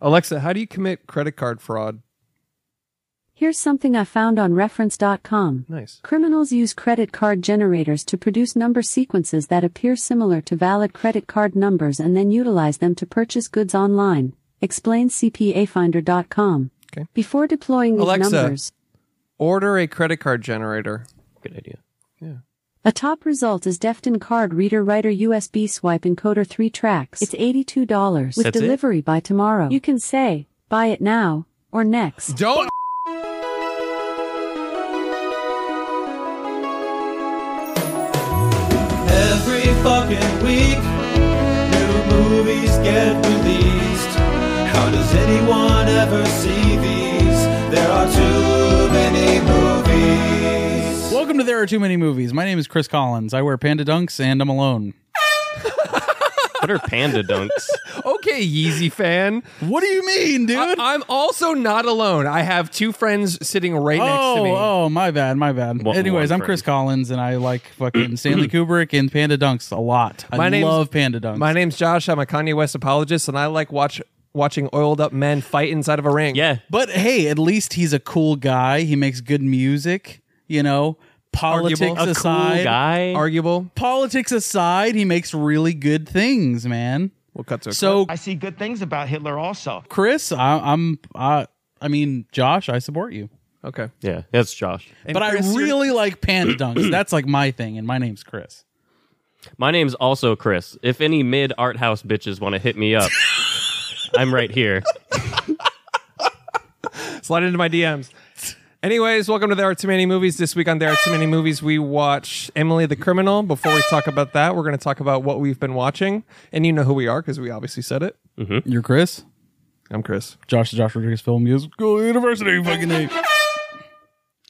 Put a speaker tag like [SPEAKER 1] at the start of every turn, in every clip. [SPEAKER 1] Alexa, how do you commit credit card fraud?
[SPEAKER 2] Here's something I found on reference.com.
[SPEAKER 1] Nice.
[SPEAKER 2] Criminals use credit card generators to produce number sequences that appear similar to valid credit card numbers and then utilize them to purchase goods online, explains CPAfinder.com.
[SPEAKER 1] Okay.
[SPEAKER 2] Before deploying these
[SPEAKER 1] Alexa.
[SPEAKER 2] numbers,
[SPEAKER 1] Order a credit card generator.
[SPEAKER 3] Good idea.
[SPEAKER 2] a top result is Defton Card Reader Writer USB Swipe Encoder 3 tracks. It's $82 with
[SPEAKER 3] That's it?
[SPEAKER 2] delivery by tomorrow. You can say, buy it now or next.
[SPEAKER 1] Don't.
[SPEAKER 4] Every fucking week, new movies get released. How does anyone ever see these? There are too many movies.
[SPEAKER 5] Welcome to There Are Too Many Movies. My name is Chris Collins. I wear panda dunks and I'm alone.
[SPEAKER 3] What are panda dunks?
[SPEAKER 1] Okay, Yeezy fan.
[SPEAKER 5] What do you mean, dude?
[SPEAKER 1] I, am also not alone. I have two friends sitting right next to me.
[SPEAKER 5] Oh, oh, my bad, my bad.
[SPEAKER 3] One-
[SPEAKER 5] Anyways,
[SPEAKER 3] one
[SPEAKER 5] I'm Chris
[SPEAKER 3] phrase.
[SPEAKER 5] Collins, and I like fucking Stanley Kubrick and Panda Dunks a lot. I
[SPEAKER 1] My name's-
[SPEAKER 5] love Panda Dunks.
[SPEAKER 1] My name's Josh. I'm a Kanye West apologist, and I like watch watching oiled up men fight inside of a ring.
[SPEAKER 3] Yeah.
[SPEAKER 5] but hey, at least he's a cool guy. He makes good music. You know, politics
[SPEAKER 1] Arguable. A cool
[SPEAKER 5] aside,
[SPEAKER 3] Guy.
[SPEAKER 1] Arguable.
[SPEAKER 5] politics aside, he makes really good things, man.
[SPEAKER 1] We'll cut to a
[SPEAKER 5] So,
[SPEAKER 6] I see good things about Hitler also.
[SPEAKER 5] Chris, I, I'm, I, I mean, Josh, I support you.
[SPEAKER 1] clip. okay.
[SPEAKER 3] yeah, that's Josh.
[SPEAKER 1] And
[SPEAKER 5] but
[SPEAKER 1] Chris,
[SPEAKER 5] I
[SPEAKER 1] you're-
[SPEAKER 5] really like Panda Dunks. That's like my thing, and my name's Chris.
[SPEAKER 3] My name's also Chris. If any mid art house bitches want to hit me up, I'm right here.
[SPEAKER 1] slide into my DMs. Anyways, welcome to There Are Too Many Movies. This week on There Are Too Many Movies, we watch Emily the Criminal. Before we talk about that, we're going to talk about what we've been watching. And you know who we are because we obviously said it.
[SPEAKER 5] You're Chris.
[SPEAKER 1] I'm Chris.
[SPEAKER 5] Josh the Josh Rodriguez Film Musical University fucking name.
[SPEAKER 3] I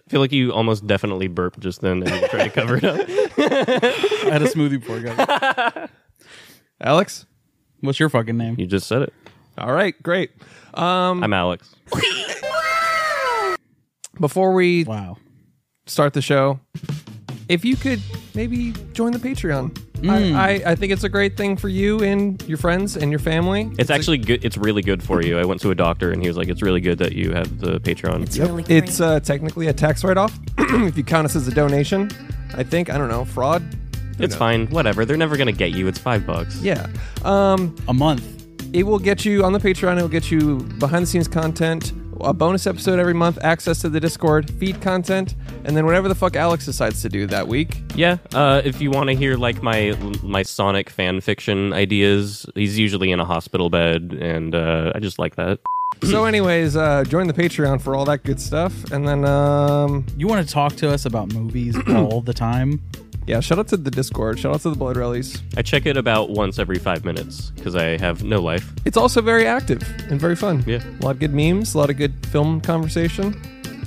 [SPEAKER 3] feel like you almost definitely burped just then and you tried to cover it up.
[SPEAKER 5] I had a smoothie before. Guys.
[SPEAKER 1] Alex?
[SPEAKER 5] What's your fucking name?
[SPEAKER 3] You just said it.
[SPEAKER 1] All right, great.
[SPEAKER 3] I'm Alex.
[SPEAKER 1] Before we
[SPEAKER 5] Wow.
[SPEAKER 1] start the show, if you could maybe join the Patreon.
[SPEAKER 3] Hmm.
[SPEAKER 1] I, I, I think it's a great thing for you and your friends and your family.
[SPEAKER 3] It's actually good. It's really good for you. I went to a doctor and he was like, "It's really good that you have the Patreon."
[SPEAKER 7] It's really great.
[SPEAKER 1] It's uh, technically a tax write off if you count us as a donation. I think, I don't know, fraud?
[SPEAKER 3] It's fine. Whatever. They're never gonna get you. It's five bucks.
[SPEAKER 1] Yeah. Um,
[SPEAKER 5] A month.
[SPEAKER 1] It will get you on the Patreon. It will get you behind the scenes content, a bonus episode every month, access to the Discord, feed content, and then whatever the fuck Alex decides to do that week.
[SPEAKER 3] Yeah. Uh, if you want to hear like my my Sonic fan fiction ideas, he's usually in a hospital bed, and uh, I just like that.
[SPEAKER 1] so, anyways, uh, join the Patreon for all that good stuff, and then um,
[SPEAKER 5] You want to talk to us about movies all the time?
[SPEAKER 1] yeah, shout out to the Discord. Shout out to the Blood Rallies.
[SPEAKER 3] I check it about once every five minutes because I have no life.
[SPEAKER 1] It's also very active and very fun.
[SPEAKER 3] Yeah.
[SPEAKER 1] a lot of good memes, a lot of good film conversation,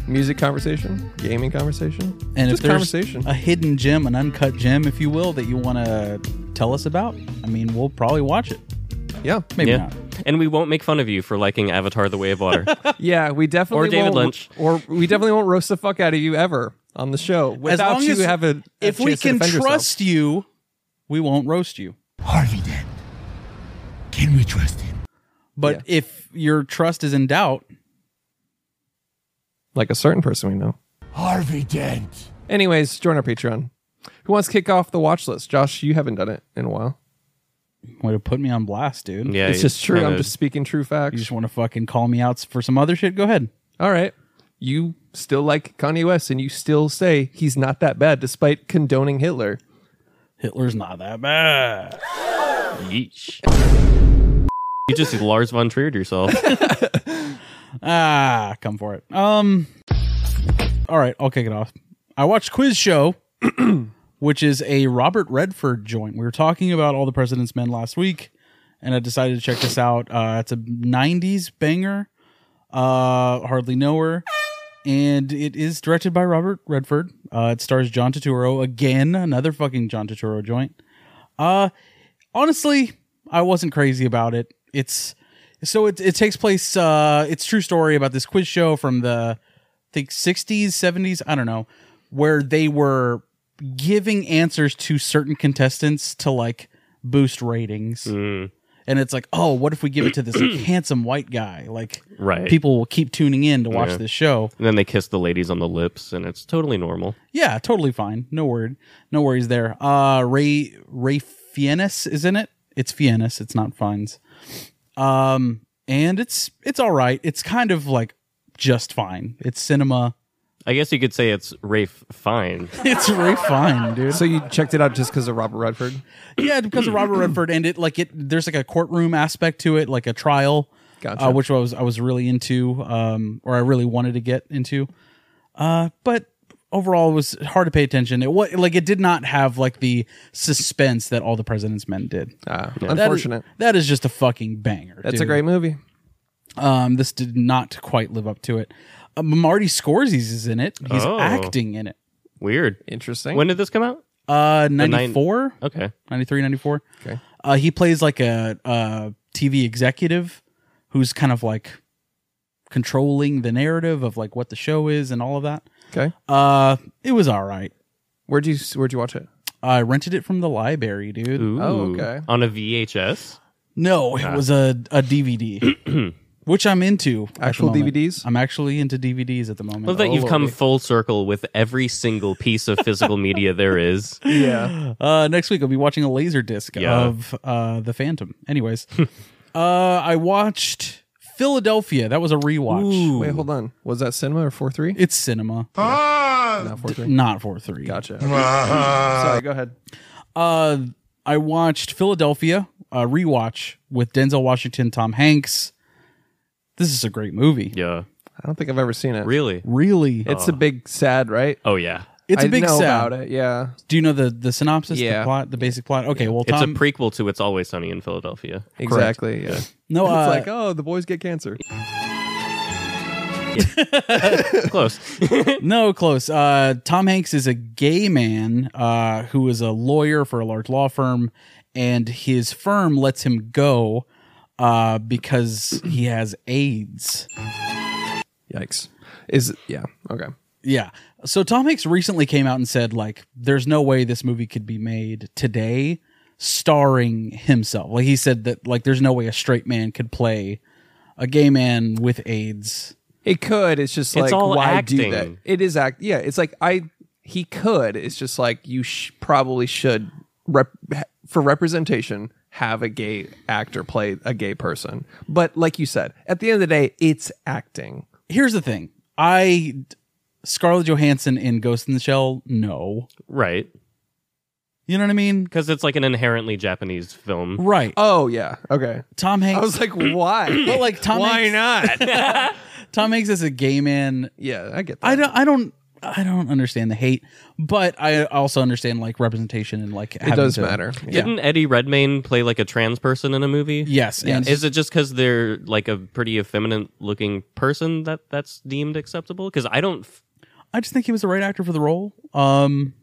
[SPEAKER 1] music conversation, gaming conversation,
[SPEAKER 5] And
[SPEAKER 1] just
[SPEAKER 5] if there's
[SPEAKER 1] conversation.
[SPEAKER 5] a hidden gem, an uncut gem, if you will, that you want to tell us about, I mean, we'll probably watch it.
[SPEAKER 1] yeah,
[SPEAKER 5] Maybe
[SPEAKER 3] Yeah.
[SPEAKER 5] not.
[SPEAKER 3] And we won't make fun of you for liking Avatar: The Way of Water.
[SPEAKER 1] yeah, we definitely
[SPEAKER 3] Or David
[SPEAKER 1] won't,
[SPEAKER 3] Lynch.
[SPEAKER 1] or we definitely won't roast the fuck out of you ever on the show
[SPEAKER 5] As
[SPEAKER 1] without
[SPEAKER 5] long
[SPEAKER 1] you
[SPEAKER 5] as-
[SPEAKER 1] have a, a
[SPEAKER 5] if we
[SPEAKER 1] chance to
[SPEAKER 5] can
[SPEAKER 1] defend yourself.
[SPEAKER 5] trust you, we won't roast you.
[SPEAKER 6] Harvey did. Can we trust him?
[SPEAKER 5] But if your trust is in doubt,
[SPEAKER 1] like a certain person we know.
[SPEAKER 6] Harvey Dent.
[SPEAKER 1] Anyways, join our Patreon. Who wants to kick off the watch list? Josh, you haven't done it in a while.
[SPEAKER 5] way to put me on blast, dude.
[SPEAKER 3] yeah,
[SPEAKER 1] it's just true. I'm
[SPEAKER 3] kinda-
[SPEAKER 1] just speaking true
[SPEAKER 5] You
[SPEAKER 1] facts.
[SPEAKER 5] just want to fucking call me out for some other shit? Go ahead.
[SPEAKER 1] All right. You still like Kanye West and you still say he's not that bad despite condoning Hitler.
[SPEAKER 5] Hitler's not that bad.
[SPEAKER 3] Yeesh. You just Lars von Trier yourself.
[SPEAKER 5] Ah, come for it. Um All right, I'll kick it off. I watched Quiz Show, which is a Robert Redford joint. We were talking about All the President's Men last week, and I decided to check this out. Uh it's a 90s banger. Uh hardly know her. And it is directed by Robert Redford. Uh it stars John Turturro again, another fucking John Turturro joint. Uh honestly, I wasn't crazy about it. It's so it, it takes place. Uh, it's true story about this quiz show from the I think sixties, seventies. I don't know where they were
[SPEAKER 3] Mm.
[SPEAKER 5] giving answers to certain contestants to like boost ratings. and it's like, oh, what if we give it to this handsome white guy? Like,
[SPEAKER 3] Right.
[SPEAKER 5] People will keep tuning in to watch
[SPEAKER 3] Yeah.
[SPEAKER 5] this show.
[SPEAKER 3] And then they kiss the ladies on the lips, and it's totally normal.
[SPEAKER 5] Yeah, totally fine. No word, no worries there. Uh, Ray Ray Fiennes is in it. It's Fiennes. It's not Fines. Um, and it's it's all right. It's kind of like just fine. It's cinema.
[SPEAKER 3] I guess you could say it's Rafe Fine.
[SPEAKER 5] It's Ray Fine, dude.
[SPEAKER 1] So you checked it out just because of Robert Redford?
[SPEAKER 5] yeah, because of Robert Redford, and it like it. There's like a courtroom aspect to it, like a trial,
[SPEAKER 1] Gotcha.
[SPEAKER 5] uh, which I was I was really into, um, or I really wanted to get into. Uh, but overall, it was hard to pay attention. It was like it did not have like the suspense that all the President's Men did.
[SPEAKER 1] Ah,
[SPEAKER 5] That is-
[SPEAKER 1] unfortunate.
[SPEAKER 5] that is just a fucking banger.
[SPEAKER 1] That's a
[SPEAKER 5] dude.
[SPEAKER 1] great movie.
[SPEAKER 5] Um, this did not quite live up to it. Uh, Marty Scorsese is in it. He's
[SPEAKER 3] Oh.
[SPEAKER 5] acting in it.
[SPEAKER 3] Weird.
[SPEAKER 1] Interesting.
[SPEAKER 3] When did this come out?
[SPEAKER 5] Uh,
[SPEAKER 3] nine-
[SPEAKER 5] 94?
[SPEAKER 3] Okay.
[SPEAKER 5] 93, 94.
[SPEAKER 1] Okay.
[SPEAKER 5] Uh, he plays like a, uh TV executive who's kind of like controlling the narrative of like what the show is and all of that.
[SPEAKER 1] okay.
[SPEAKER 5] Uh, it was all right.
[SPEAKER 1] Where'd you Where'd you watch it?
[SPEAKER 5] I rented it from the library, dude.
[SPEAKER 3] Ooh.
[SPEAKER 1] Oh, okay.
[SPEAKER 3] On a VHS.
[SPEAKER 5] No, it was a, a DVD, which I'm into. at the
[SPEAKER 1] Actual
[SPEAKER 5] moment.
[SPEAKER 1] DVDs?
[SPEAKER 5] I'm actually into DVDs at the moment.
[SPEAKER 3] Love that you've come
[SPEAKER 1] lordy.
[SPEAKER 3] full circle with every single piece of physical media there is.
[SPEAKER 1] Yeah.
[SPEAKER 5] Uh, next week I'll be watching a laser disc
[SPEAKER 3] Yeah.
[SPEAKER 5] of uh, the Phantom. Anyways, uh, I watched Philadelphia. That was a rewatch.
[SPEAKER 1] Wait, hold on. Was that cinema or four three?
[SPEAKER 5] It's cinema,
[SPEAKER 1] Not four three.
[SPEAKER 5] not four three.
[SPEAKER 1] Gotcha. Okay. Sorry. Go ahead.
[SPEAKER 5] Uh, I watched Philadelphia a rewatch with Denzel Washington, Tom Hanks. This is a great movie.
[SPEAKER 3] Yeah.
[SPEAKER 1] I don't think I've ever seen it.
[SPEAKER 3] Really?
[SPEAKER 5] Really,
[SPEAKER 1] It's a big sad, right?
[SPEAKER 3] Oh yeah.
[SPEAKER 5] it's
[SPEAKER 1] I
[SPEAKER 5] a big
[SPEAKER 1] know
[SPEAKER 5] sad.
[SPEAKER 1] about it. Yeah.
[SPEAKER 5] Do you know the the synopsis,
[SPEAKER 1] Yeah.
[SPEAKER 5] the plot, the basic plot? Okay, well,
[SPEAKER 3] It's
[SPEAKER 5] Tom,
[SPEAKER 3] a prequel to It's Always Sunny in Philadelphia.
[SPEAKER 1] Exactly. Yeah.
[SPEAKER 5] no, uh,
[SPEAKER 1] it's like, oh, the boys get cancer.
[SPEAKER 3] Close.
[SPEAKER 5] No, close. Uh, Tom Hanks is a gay man uh, who is a lawyer for a large law firm, and his firm lets him go uh, because he has AIDS.
[SPEAKER 1] Yikes. Is yeah. Okay.
[SPEAKER 5] Yeah. So Tom Hanks recently came out and said, like, there's no way this movie could be made today starring himself. Like, he said that, like, there's no way a straight man could play a gay man with AIDS.
[SPEAKER 1] It could. It's just
[SPEAKER 3] It's
[SPEAKER 1] like
[SPEAKER 3] all
[SPEAKER 1] why do
[SPEAKER 3] acting.
[SPEAKER 1] that? It is act. Yeah. It's like I. He could. It's just like you sh- probably should rep- for representation have a gay actor play a gay person. But like you said, at the end of the day, it's acting.
[SPEAKER 5] Here's the thing I. Scarlett Johansson in Ghost in the Shell? No.
[SPEAKER 3] right.
[SPEAKER 5] You know what I mean?
[SPEAKER 3] Because it's like an inherently Japanese film.
[SPEAKER 5] Right.
[SPEAKER 1] Oh yeah. Okay.
[SPEAKER 5] Tom Hanks.
[SPEAKER 1] I was like, why?
[SPEAKER 5] but like Tom
[SPEAKER 1] why
[SPEAKER 5] Hanks,
[SPEAKER 1] not?
[SPEAKER 5] Tom Hanks is a gay man.
[SPEAKER 1] yeah, I get that.
[SPEAKER 5] I don't. I don't. I don't understand the hate, but I also understand like representation and like
[SPEAKER 1] it does matter.
[SPEAKER 3] Didn't Eddie Redmayne play like a trans person in a movie?
[SPEAKER 5] Yes,
[SPEAKER 3] Yeah.
[SPEAKER 5] and-
[SPEAKER 3] Is it just because they're like a pretty effeminate looking person that that's deemed acceptable? Because I don't. f-
[SPEAKER 5] I just think he was the right actor for the role. Um,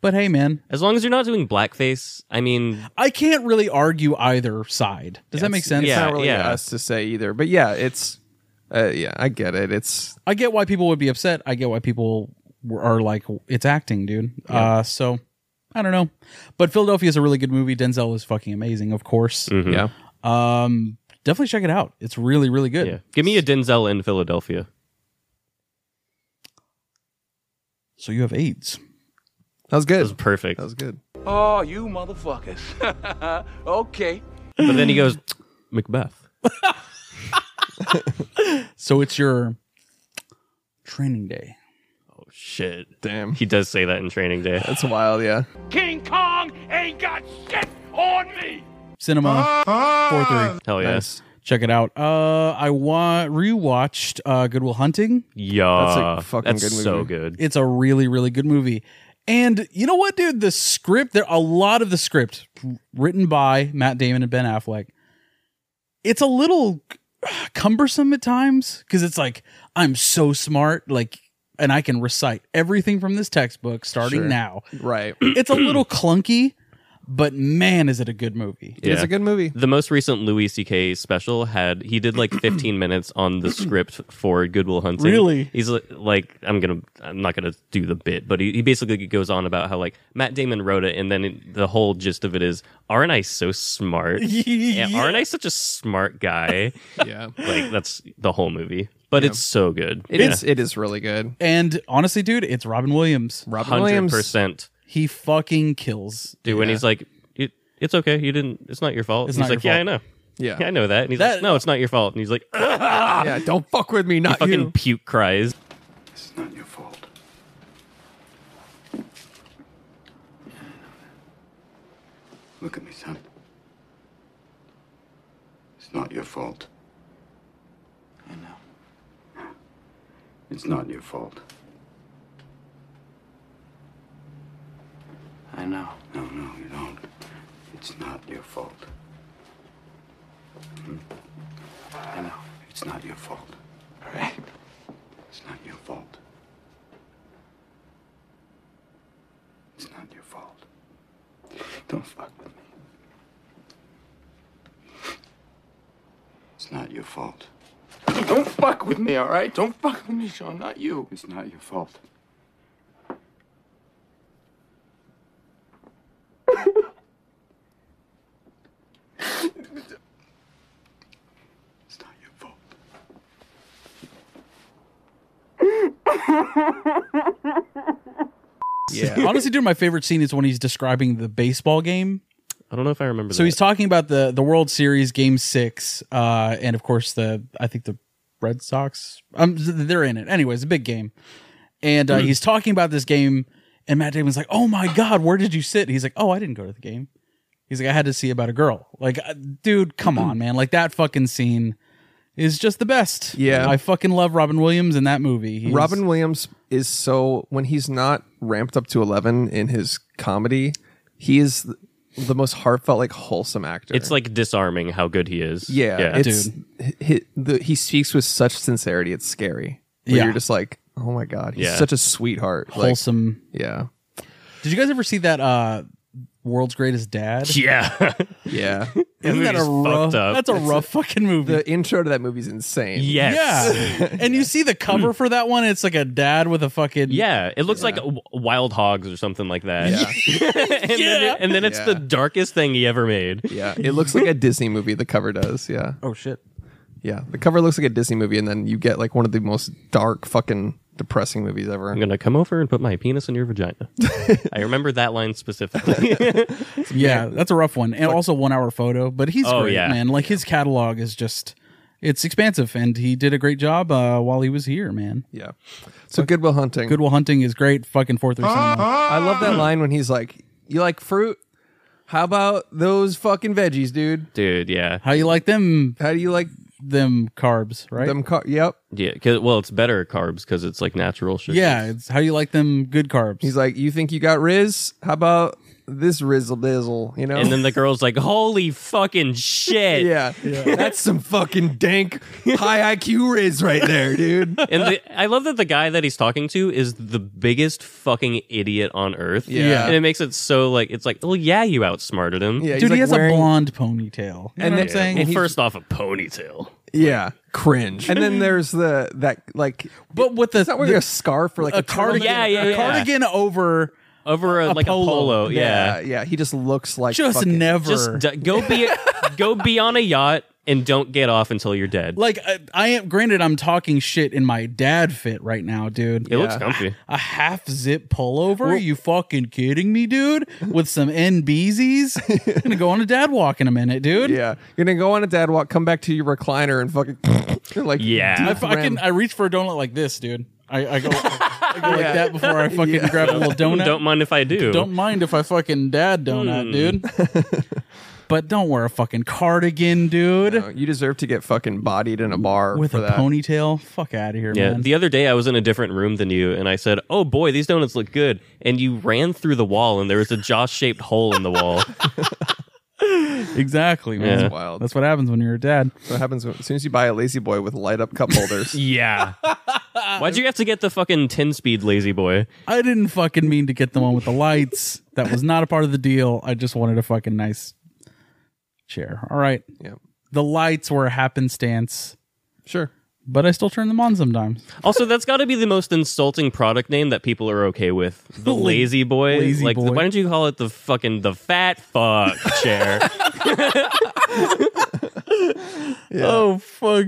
[SPEAKER 5] but hey, man,
[SPEAKER 3] As long as you're not doing blackface, I mean,
[SPEAKER 5] I can't really argue either side. Does that make sense?
[SPEAKER 1] It's
[SPEAKER 3] yeah.
[SPEAKER 1] not really us to say either. But yeah, it's uh, yeah, I get it. It's
[SPEAKER 5] I get why people would be upset. I get why people were- are like, it's acting, dude. Uh, so I don't know, but Philadelphia is a really good movie. Denzel is fucking amazing, of course.
[SPEAKER 3] Mm. Mm-hmm.
[SPEAKER 1] yeah.
[SPEAKER 5] Um, definitely check it out. It's really, really good.
[SPEAKER 3] yeah. Give me a Denzel in Philadelphia.
[SPEAKER 5] So you have AIDS.
[SPEAKER 1] That was
[SPEAKER 3] That
[SPEAKER 1] good.
[SPEAKER 3] was perfect.
[SPEAKER 1] That was good.
[SPEAKER 7] Oh, you motherfuckers. okay.
[SPEAKER 3] But then he goes, Macbeth.
[SPEAKER 5] So it's your training day.
[SPEAKER 3] Oh shit!
[SPEAKER 1] Damn.
[SPEAKER 3] He does say that in Training Day.
[SPEAKER 1] That's wild, yeah.
[SPEAKER 7] King Kong ain't got shit on me. Oh,
[SPEAKER 5] Cinema four three.
[SPEAKER 3] Hell yeah!
[SPEAKER 1] Nice.
[SPEAKER 5] Check it out. Uh, I wa- rewatched uh, Goodwill Hunting.
[SPEAKER 3] Yeah,
[SPEAKER 1] That's a fucking
[SPEAKER 3] That's
[SPEAKER 1] good movie.
[SPEAKER 3] so good.
[SPEAKER 5] It's a really really good movie. And you know what, dude? The script there a lot of the script written by Matt Damon and Ben Affleck. It's a little cumbersome at times because it's like I'm so smart, like, and I can recite everything from this textbook starting
[SPEAKER 1] Sure.
[SPEAKER 5] now.
[SPEAKER 1] Right.
[SPEAKER 5] it's a little clunky, but man, is it a good movie.
[SPEAKER 1] It's
[SPEAKER 3] Yeah.
[SPEAKER 1] a good movie.
[SPEAKER 3] The most recent Louis C.K. special had he did like 15 minutes on the script for Goodwill Hunting.
[SPEAKER 5] Really?
[SPEAKER 3] He's li- like, I'm gonna, I'm not gonna do the bit, but he, he basically goes on about how like Matt Damon wrote it, and then it- the whole gist of it is, aren't I so smart? yeah, aren't I such a smart guy?
[SPEAKER 1] Yeah.
[SPEAKER 3] like that's the whole movie, but it's so good.
[SPEAKER 1] It is. It is really good.
[SPEAKER 5] And honestly, dude, it's Robin Williams.
[SPEAKER 1] Robin
[SPEAKER 3] hundred
[SPEAKER 1] Williams.
[SPEAKER 3] percent.
[SPEAKER 5] He fucking kills.
[SPEAKER 3] Do when he's like, it, it's okay, you didn't, it's not your fault.
[SPEAKER 5] It's
[SPEAKER 3] he's
[SPEAKER 5] not
[SPEAKER 3] like,
[SPEAKER 5] your
[SPEAKER 3] yeah, I
[SPEAKER 5] fault."
[SPEAKER 3] know.
[SPEAKER 1] Yeah.
[SPEAKER 3] Yeah, I know that. And he's
[SPEAKER 5] That-
[SPEAKER 3] like, no, it's not your fault. And he's like,
[SPEAKER 1] ah, Yeah. Don't fuck with me. Not
[SPEAKER 3] fucking
[SPEAKER 1] you.
[SPEAKER 3] puke cries.
[SPEAKER 7] It's not your fault.
[SPEAKER 8] Look at me, son. It's not your fault.
[SPEAKER 7] I know.
[SPEAKER 8] It's not your fault.
[SPEAKER 7] I know.
[SPEAKER 8] No, no, you don't. It's not your fault. Hmm?
[SPEAKER 7] I know.
[SPEAKER 8] It's not your fault.
[SPEAKER 7] All right.
[SPEAKER 8] It's not your fault. It's not your fault. Don't fuck with me. It's not your fault.
[SPEAKER 7] Don't fuck with me, all right? Don't fuck with me, Sean. Not you.
[SPEAKER 8] It's not your fault. it's not your fault.
[SPEAKER 1] Yeah.
[SPEAKER 5] honestly, dude, my favorite scene is when he's describing the baseball game.
[SPEAKER 3] I don't know if I remember.
[SPEAKER 5] So he's talking about the the World Series Game Six, uh, and of course the I think the Red Sox. Um, they're in it. Anyways, a big game, and
[SPEAKER 1] Hmm.
[SPEAKER 5] uh, he's talking about this game, and Matt Damon's like, "Oh my god, where did you sit?" And he's like, "Oh, I didn't go to the game." He's like, "I had to see about a girl." Like, uh, dude,
[SPEAKER 1] Hmm.
[SPEAKER 5] come on, man! Like that fucking scene is just the best.
[SPEAKER 1] Yeah.
[SPEAKER 5] I fucking love Robin Williams in that movie. He's-
[SPEAKER 1] Robin Williams is so when he's not ramped up to eleven in his comedy, he is th- the most heartfelt, like wholesome actor.
[SPEAKER 3] It's like disarming how good he is.
[SPEAKER 1] yeah,
[SPEAKER 3] yeah.
[SPEAKER 1] it's He, he- the, he speaks with such sincerity. It's scary. Where
[SPEAKER 5] Yeah.
[SPEAKER 1] you're just like, oh my god, he's
[SPEAKER 3] Yeah.
[SPEAKER 1] such a sweetheart. Like,
[SPEAKER 5] wholesome.
[SPEAKER 1] yeah,
[SPEAKER 5] Did you guys ever see that? uh World's Greatest Dad.
[SPEAKER 3] yeah.
[SPEAKER 1] yeah.
[SPEAKER 5] Isn't that a
[SPEAKER 3] movie's
[SPEAKER 5] rough?
[SPEAKER 3] fucked up.
[SPEAKER 5] That's a rough fucking movie.
[SPEAKER 1] the intro to that movie is insane.
[SPEAKER 3] yes. Yeah.
[SPEAKER 5] Yeah. and you see the cover for that one. It's like a dad with a fucking.
[SPEAKER 3] it looks like w- Wild Hogs or something like that. and,
[SPEAKER 5] Yeah.
[SPEAKER 3] Then it- and then it's the
[SPEAKER 1] Yeah.
[SPEAKER 3] darkest thing he ever made.
[SPEAKER 1] Yeah, it looks like a Disney movie. The cover does. Yeah,
[SPEAKER 5] Oh, shit.
[SPEAKER 1] yeah. The cover looks like a Disney movie, and then you get like one of the most dark, fucking depressing movies ever.
[SPEAKER 3] I'm gonna come over and put my penis in your vagina. I remember that line specifically.
[SPEAKER 5] Yeah, that's a rough one. And also one hour photo. But he's
[SPEAKER 3] Oh,
[SPEAKER 5] great,
[SPEAKER 3] yeah.
[SPEAKER 5] man. Like his catalog is just. It's expansive, and he did a great job uh, while he was here, man.
[SPEAKER 1] Yeah. So Goodwill Hunting.
[SPEAKER 5] Goodwill Hunting is great. Fucking fourth or something.
[SPEAKER 1] I love that line when he's like, "You like fruit? How about those fucking veggies, dude?
[SPEAKER 3] Dude, yeah,
[SPEAKER 5] How you like them?
[SPEAKER 1] How do you like
[SPEAKER 5] Them carbs, right?
[SPEAKER 1] them? Car- yep."
[SPEAKER 3] yeah. 'cause- well, it's better carbs because it's like natural sugar.
[SPEAKER 5] yeah, it's how you like them good carbs.
[SPEAKER 1] He's like, "You think you got Riz? How about this Rizzle Dizzle? You know?"
[SPEAKER 3] And then the girl's like, "Holy fucking shit!"
[SPEAKER 1] yeah. that's some fucking dank high IQ Riz right there, dude.
[SPEAKER 3] And the, I love that the guy that he's talking to is the biggest fucking idiot on earth.
[SPEAKER 1] Yeah.
[SPEAKER 3] And it makes it so like it's like, well, yeah, you outsmarted him.
[SPEAKER 1] Yeah, he's
[SPEAKER 5] Dude,
[SPEAKER 1] like
[SPEAKER 5] he has
[SPEAKER 1] wearing-
[SPEAKER 5] a blonde ponytail. You
[SPEAKER 1] And
[SPEAKER 5] know what
[SPEAKER 1] then-
[SPEAKER 5] I'm saying?
[SPEAKER 3] Well,
[SPEAKER 1] he's-
[SPEAKER 3] first off, a ponytail.
[SPEAKER 1] Yeah, cringe. And then there's the that like,
[SPEAKER 5] but with the,
[SPEAKER 1] it's not wearing
[SPEAKER 5] the-
[SPEAKER 1] a scarf or like
[SPEAKER 5] a cardigan,
[SPEAKER 3] Yeah, yeah,
[SPEAKER 5] a
[SPEAKER 3] yeah.
[SPEAKER 5] cardigan over
[SPEAKER 3] Over a, like
[SPEAKER 5] polo.
[SPEAKER 3] a polo. Yeah.
[SPEAKER 1] Yeah, yeah. He just looks like
[SPEAKER 5] just
[SPEAKER 1] fucking-
[SPEAKER 5] never
[SPEAKER 3] Just d- go be go be on a yacht and don't get off until you're dead.
[SPEAKER 5] like I, I am granted i'm talking shit in my dad fit right now dude
[SPEAKER 3] it looks comfy.
[SPEAKER 5] a half zip pullover are you fucking kidding me dude with some nbz's I'm gonna go on a dad walk in a minute dude
[SPEAKER 1] Yeah, you're gonna go on a dad walk, come back to your recliner, and fucking like
[SPEAKER 3] Yeah.
[SPEAKER 5] i
[SPEAKER 1] deep rim.
[SPEAKER 5] fucking i reach for a donut like this dude i, I go, I go like that before i fucking grab a little donut
[SPEAKER 3] Don't mind if I do.
[SPEAKER 5] Don't mind if i fucking dad donut dude
[SPEAKER 3] Hmm.
[SPEAKER 5] but don't wear a fucking cardigan dude
[SPEAKER 1] No, you deserve to get fucking bodied in a bar
[SPEAKER 5] with
[SPEAKER 1] for
[SPEAKER 5] a
[SPEAKER 1] that.
[SPEAKER 5] ponytail fuck out of here
[SPEAKER 3] yeah.
[SPEAKER 5] man
[SPEAKER 3] The other day I was in a different room than you and I said, "Oh boy, these donuts look good." And you ran through the wall and there was a jaw-shaped hole in the wall.
[SPEAKER 5] exactly man
[SPEAKER 3] That's
[SPEAKER 1] wild.
[SPEAKER 5] that's what happens when you're a dad
[SPEAKER 1] What happens when, as soon as you buy a lazy boy with light up cup holders?
[SPEAKER 3] yeah. Why'd you have to get the fucking 10 speed lazy boy?
[SPEAKER 5] I didn't fucking mean to get the one with the lights. That was not a part of the deal. I just wanted a fucking nice chair. All right.
[SPEAKER 1] Yeah.
[SPEAKER 5] The lights were a happenstance,
[SPEAKER 1] Sure.
[SPEAKER 5] but I still turn them on sometimes.
[SPEAKER 3] Also, that's got to be the most insulting product name that people are okay with. The lazy boy.
[SPEAKER 5] Lazy
[SPEAKER 3] like,
[SPEAKER 5] Boy.
[SPEAKER 3] why don't you call it the fucking the fat fuck chair?
[SPEAKER 5] Oh fuck.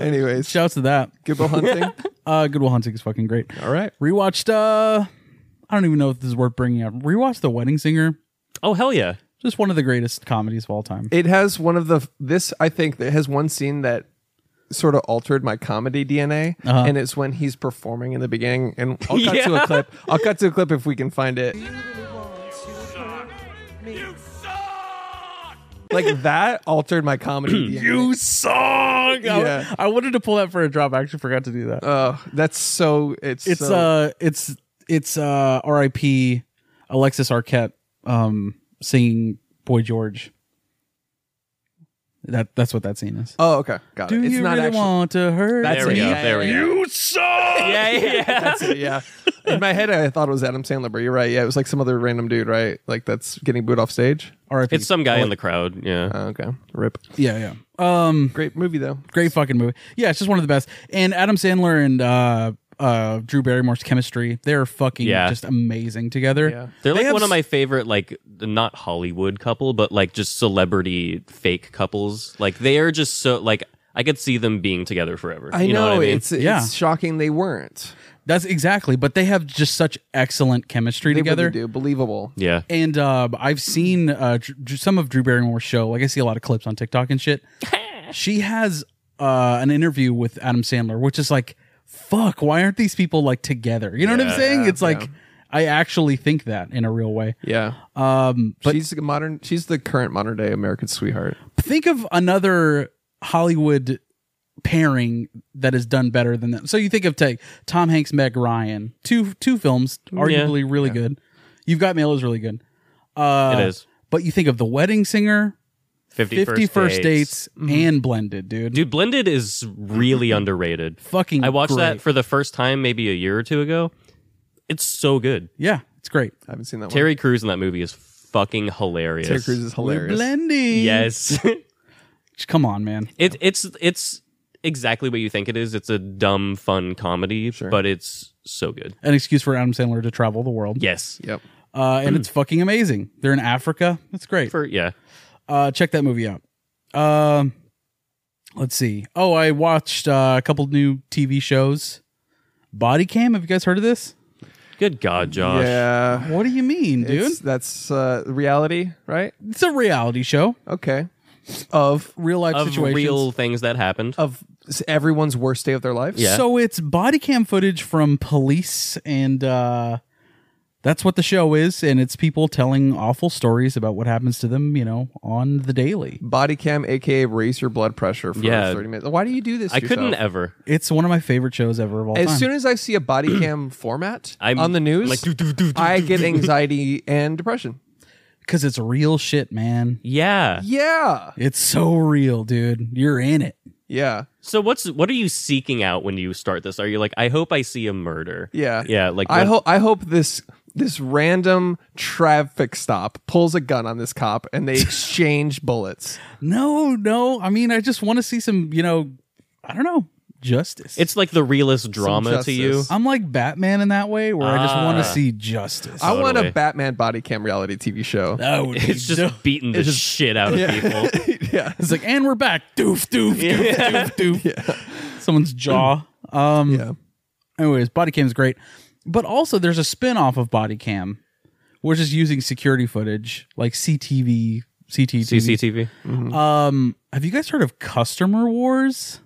[SPEAKER 1] Anyways,
[SPEAKER 5] Shouts to that.
[SPEAKER 1] good will hunting.
[SPEAKER 5] Uh Goodwill Hunting is fucking great.
[SPEAKER 1] All right.
[SPEAKER 5] Rewatched uh I don't even know if this is worth bringing up. Rewatched The Wedding Singer.
[SPEAKER 3] oh, hell yeah.
[SPEAKER 5] Just one of the greatest comedies of all time.
[SPEAKER 1] It has one of the this I think that has one scene that sort of altered my comedy DNA,
[SPEAKER 5] Uh-huh.
[SPEAKER 1] and it's when he's performing in the beginning. And I'll cut to a
[SPEAKER 3] Yeah.
[SPEAKER 1] clip. I'll cut to a clip if we can find it.
[SPEAKER 7] You suck!
[SPEAKER 1] Like that altered my comedy. DNA.
[SPEAKER 5] You song.
[SPEAKER 1] Yeah.
[SPEAKER 5] I, I wanted to pull that for a drop. I actually forgot to do that.
[SPEAKER 1] Oh, that's so. It's
[SPEAKER 5] it's
[SPEAKER 1] so-
[SPEAKER 5] uh it's it's uh R.I.P. Alexis Arquette um singing Boy George. That that's what that scene is.
[SPEAKER 1] Oh, okay, got
[SPEAKER 5] Do
[SPEAKER 1] it. It's
[SPEAKER 5] you
[SPEAKER 1] not
[SPEAKER 5] really
[SPEAKER 1] actually.
[SPEAKER 5] want to hurt?
[SPEAKER 1] That's
[SPEAKER 3] There we
[SPEAKER 1] it.
[SPEAKER 3] go.
[SPEAKER 1] Yeah,
[SPEAKER 3] There we go. You suck! Yeah, yeah, yeah.
[SPEAKER 1] That's it, yeah. In my head, I thought it was Adam Sandler, but you're right. Yeah, it was like some other random dude, right? Like that's getting booed off stage.
[SPEAKER 5] R.I.P.
[SPEAKER 3] It's some guy in the crowd. Yeah.
[SPEAKER 1] Oh, okay, rip.
[SPEAKER 5] yeah yeah. Um,
[SPEAKER 1] Great movie though.
[SPEAKER 5] great fucking movie. Yeah, it's just one of the best. And Adam Sandler and uh uh Drew Barrymore's chemistry, they're fucking
[SPEAKER 3] Yeah.
[SPEAKER 5] just amazing together.
[SPEAKER 1] Yeah.
[SPEAKER 3] They're
[SPEAKER 5] They
[SPEAKER 3] like
[SPEAKER 5] have
[SPEAKER 3] one
[SPEAKER 5] s-
[SPEAKER 3] of my favorite, like not Hollywood couple, but like just celebrity fake couples. Like they are just so like I could see them being together forever.
[SPEAKER 1] I
[SPEAKER 3] you know,
[SPEAKER 1] know,
[SPEAKER 3] what I mean?
[SPEAKER 1] it's it's
[SPEAKER 5] Yeah.
[SPEAKER 1] shocking they weren't.
[SPEAKER 5] That's exactly, but they have just such excellent chemistry
[SPEAKER 1] They
[SPEAKER 5] together.
[SPEAKER 1] really do believable.
[SPEAKER 3] yeah.
[SPEAKER 5] And uh, I've seen uh, Dr- Dr- some of Drew Barrymore's show. Like I see a lot of clips on TikTok and shit. she has uh, an interview with Adam Sandler, which is like, fuck, why aren't these people like together? You know what I'm saying? It's like I actually think that in a real way.
[SPEAKER 1] Yeah,
[SPEAKER 5] Um, but
[SPEAKER 1] she's the modern. She's the current modern day American sweetheart.
[SPEAKER 5] think of another Hollywood pairing that is done better than that. So you think of take Tom Hanks, Meg Ryan, two two films,
[SPEAKER 3] Mm,
[SPEAKER 5] arguably really good. You've got Mail is really good. Uh,
[SPEAKER 3] it is.
[SPEAKER 5] But you think of The Wedding Singer,
[SPEAKER 3] 50
[SPEAKER 5] Fifty First Dates, and Blended, dude.
[SPEAKER 3] Mm-hmm. Dude, Blended is
[SPEAKER 1] Mm-hmm.
[SPEAKER 3] really underrated.
[SPEAKER 5] fucking.
[SPEAKER 3] I watched that
[SPEAKER 5] great.
[SPEAKER 3] for the first time maybe a year or two ago. It's so good.
[SPEAKER 5] yeah, it's great.
[SPEAKER 1] I haven't seen that
[SPEAKER 3] Terry Crews in that movie is fucking hilarious.
[SPEAKER 1] one. Terry Crews is hilarious.
[SPEAKER 5] Blending.
[SPEAKER 3] Yes.
[SPEAKER 5] Come on, man.
[SPEAKER 3] it, it's it's exactly what you think it is. It's a dumb, fun comedy, but it's so good.
[SPEAKER 5] An excuse for Adam Sandler to travel the world.
[SPEAKER 3] Yes.
[SPEAKER 1] Yep.
[SPEAKER 5] Uh, and it's fucking amazing. They're in Africa. That's great.
[SPEAKER 3] For yeah.
[SPEAKER 5] uh, check that movie out. Um, let's see. Oh, I watched uh, a couple new TV shows. Body Cam. Have you guys heard of this?
[SPEAKER 3] Good God, Josh.
[SPEAKER 1] Yeah,
[SPEAKER 5] What do you mean, dude?
[SPEAKER 1] It's-
[SPEAKER 5] It's,
[SPEAKER 1] that's uh, reality, right?
[SPEAKER 5] a reality show.
[SPEAKER 1] Okay, of
[SPEAKER 5] Real life
[SPEAKER 3] Of
[SPEAKER 5] situations.
[SPEAKER 3] real things that happened.
[SPEAKER 1] of s- everyone's worst day of their life.
[SPEAKER 3] Yeah.
[SPEAKER 5] So it's body cam footage from police, and uh, that's what the show is. And it's people telling awful stories about what happens to them, you know, on the daily.
[SPEAKER 1] Body cam, aka raise your blood pressure for
[SPEAKER 3] Yeah.
[SPEAKER 1] thirty minutes. Why do you do this?
[SPEAKER 3] I couldn't
[SPEAKER 1] yourself?
[SPEAKER 3] ever.
[SPEAKER 5] It's one of my favorite shows ever of all time.
[SPEAKER 1] As soon as I see a body cam format
[SPEAKER 3] I'm
[SPEAKER 1] on the news,
[SPEAKER 3] like, "Do, do, do, do,
[SPEAKER 1] I
[SPEAKER 3] do,
[SPEAKER 1] get
[SPEAKER 3] do, do."
[SPEAKER 1] anxiety and depression.
[SPEAKER 5] Because it's real shit, man.
[SPEAKER 3] Yeah.
[SPEAKER 1] Yeah,
[SPEAKER 5] It's so real, dude. You're in it.
[SPEAKER 1] yeah,
[SPEAKER 3] So what's what are you seeking out when you start this? Are you like, I hope I see a murder?
[SPEAKER 1] yeah,
[SPEAKER 3] Yeah. Like
[SPEAKER 1] I
[SPEAKER 3] what-
[SPEAKER 1] hope I hope this this random traffic stop pulls a gun on this cop and they exchange bullets.
[SPEAKER 5] No, no. I mean, I just want to see some, you know, I don't know, justice.
[SPEAKER 3] It's like the realest drama to
[SPEAKER 1] justice.
[SPEAKER 3] you.
[SPEAKER 5] I'm like Batman in that way, where I just want to
[SPEAKER 3] Ah.
[SPEAKER 5] see justice.
[SPEAKER 1] I want a
[SPEAKER 3] Totally.
[SPEAKER 1] Batman body cam reality TV show.
[SPEAKER 5] that would be
[SPEAKER 3] It's just
[SPEAKER 5] dope.
[SPEAKER 3] beating the shit out of people.
[SPEAKER 1] yeah,
[SPEAKER 5] It's like, and we're back. Doof, doof, doof, doof, doof. Someone's jaw. Um,
[SPEAKER 1] yeah.
[SPEAKER 5] Anyways, body cam is great. But also, there's a spin off of body cam, which is using security footage, like CTV, CTV.
[SPEAKER 3] CCTV.
[SPEAKER 5] Um, have you guys heard of Customer Wars?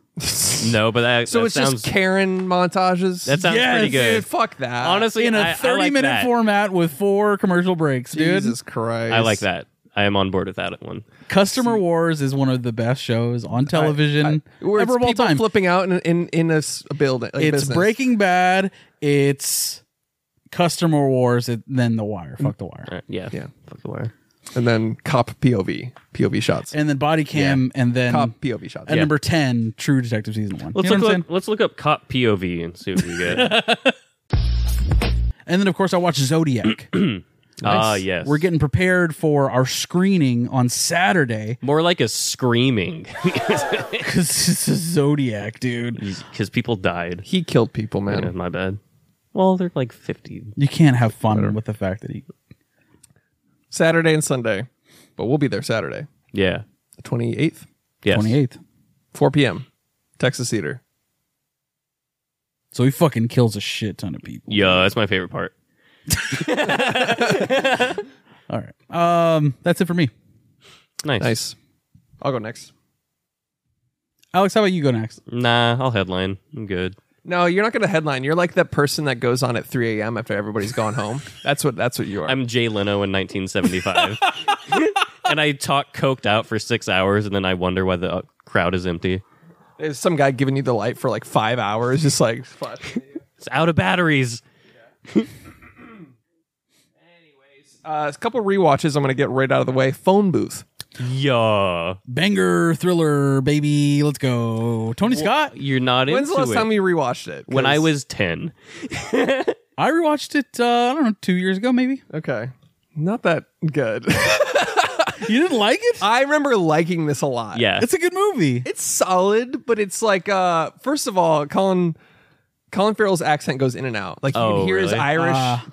[SPEAKER 3] No, but that,
[SPEAKER 1] So
[SPEAKER 3] that
[SPEAKER 1] it's
[SPEAKER 3] sounds
[SPEAKER 1] just Karen montages.
[SPEAKER 3] that sounds
[SPEAKER 5] Yes,
[SPEAKER 3] pretty good.
[SPEAKER 1] Dude, fuck that.
[SPEAKER 3] Honestly,
[SPEAKER 5] in a
[SPEAKER 3] I- I like
[SPEAKER 5] 30 minute
[SPEAKER 3] that.
[SPEAKER 5] format with four commercial breaks, dude.
[SPEAKER 1] Jesus Christ.
[SPEAKER 3] I like that. I am on board with that one.
[SPEAKER 5] Customer Wars is one of the best shows on television
[SPEAKER 1] Where it's
[SPEAKER 5] ever of all
[SPEAKER 1] people
[SPEAKER 5] time.
[SPEAKER 1] flipping out in in, in a, s- a building. like
[SPEAKER 5] it's
[SPEAKER 1] business.
[SPEAKER 5] Breaking Bad. It's Customer Wars. It, then The Wire. Fuck The Wire.
[SPEAKER 1] Mm.
[SPEAKER 3] All right, yeah.
[SPEAKER 1] Yeah.
[SPEAKER 3] Fuck the wire.
[SPEAKER 1] and then cop POV POV shots
[SPEAKER 5] and then body cam, and then
[SPEAKER 1] cop POV shots.
[SPEAKER 5] and number ten, True Detective season one.
[SPEAKER 3] Let's
[SPEAKER 5] you know what
[SPEAKER 3] look
[SPEAKER 5] I'm
[SPEAKER 3] up, let's look up cop POV and see what we get. Ah,
[SPEAKER 5] saying? And then of course I watched Zodiac.
[SPEAKER 3] Ah, yes.
[SPEAKER 5] We're getting prepared for our screening on Saturday
[SPEAKER 3] more like a screaming
[SPEAKER 5] because it's a Zodiac, dude.
[SPEAKER 3] because people died.
[SPEAKER 1] he killed people,
[SPEAKER 3] Yeah,
[SPEAKER 1] man.
[SPEAKER 3] my bad. Well, they're like 50.
[SPEAKER 5] You can't have fun with the fact that he.
[SPEAKER 1] Saturday and Sunday, but we'll be there Saturday,
[SPEAKER 3] Yeah.
[SPEAKER 1] the twenty eighth,
[SPEAKER 3] Yes.
[SPEAKER 5] Twenty eighth.
[SPEAKER 1] four p.m. Texas Theater.
[SPEAKER 5] So he fucking kills a shit ton of people.
[SPEAKER 3] Yeah, that's my favorite part.
[SPEAKER 5] All right. Um, that's it for me.
[SPEAKER 3] Nice.
[SPEAKER 1] Nice. I'll go next.
[SPEAKER 5] Alex, how about you go next?
[SPEAKER 3] Nah, I'll headline. I'm good.
[SPEAKER 1] No, you're not going to headline. You're like that person that goes on at 3 a.m. after everybody's gone home. That's what. That's what you are.
[SPEAKER 3] I'm Jay Leno in 1975. and I talk coked out for six hours, and then I wonder why the uh, crowd is empty.
[SPEAKER 1] There's some guy giving you the light for like five hours, just like fuck.
[SPEAKER 3] It's out of batteries.
[SPEAKER 1] Uh, a couple rewatches. I'm going to get right out of the way. Phone booth.
[SPEAKER 3] Yeah.
[SPEAKER 5] Banger, thriller, baby. Let's go. Tony Scott.
[SPEAKER 3] You're not
[SPEAKER 1] When's the
[SPEAKER 3] into
[SPEAKER 1] last
[SPEAKER 3] it.
[SPEAKER 1] time you rewatched it?
[SPEAKER 3] when I
[SPEAKER 1] 'Cause-
[SPEAKER 3] was 10.
[SPEAKER 5] I rewatched it. Uh, I don't know, two years ago maybe.
[SPEAKER 1] okay, not that good.
[SPEAKER 5] You didn't like it?
[SPEAKER 1] I remember liking this a lot.
[SPEAKER 3] Yeah.
[SPEAKER 5] Uh, It's a good movie.
[SPEAKER 1] Uh,
[SPEAKER 3] Oh,
[SPEAKER 1] it's solid, but it's like uh first of all, Colin Colin Farrell's accent goes in and out. Like you
[SPEAKER 3] Oh,
[SPEAKER 1] can hear his
[SPEAKER 3] really?
[SPEAKER 1] Irish
[SPEAKER 5] Ah.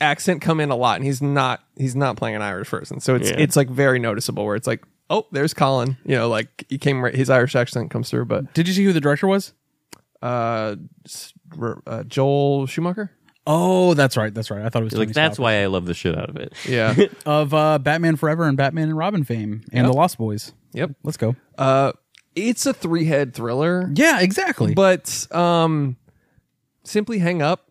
[SPEAKER 1] accent come in a lot, and he's not he's not playing an Irish person, so it's
[SPEAKER 3] Yeah.
[SPEAKER 1] it's like very noticeable. Where it's like, oh, there's Colin. You know, like he came right- his Irish accent comes through, but
[SPEAKER 5] Did you see who the director was?
[SPEAKER 1] uh, s- r- uh Joel Schumacher.
[SPEAKER 5] Oh, that's right. That's right. I thought it was
[SPEAKER 3] like,
[SPEAKER 5] Tony
[SPEAKER 3] that's
[SPEAKER 5] Scott.
[SPEAKER 3] why I love the shit out of it.
[SPEAKER 1] Yeah.
[SPEAKER 5] of uh, Batman Forever and Batman and Robin fame and the Lost Boys.
[SPEAKER 1] Yep.
[SPEAKER 5] Let's go.
[SPEAKER 1] uh, it's a three head thriller.
[SPEAKER 5] Yeah, exactly.
[SPEAKER 1] But um, simply hang up.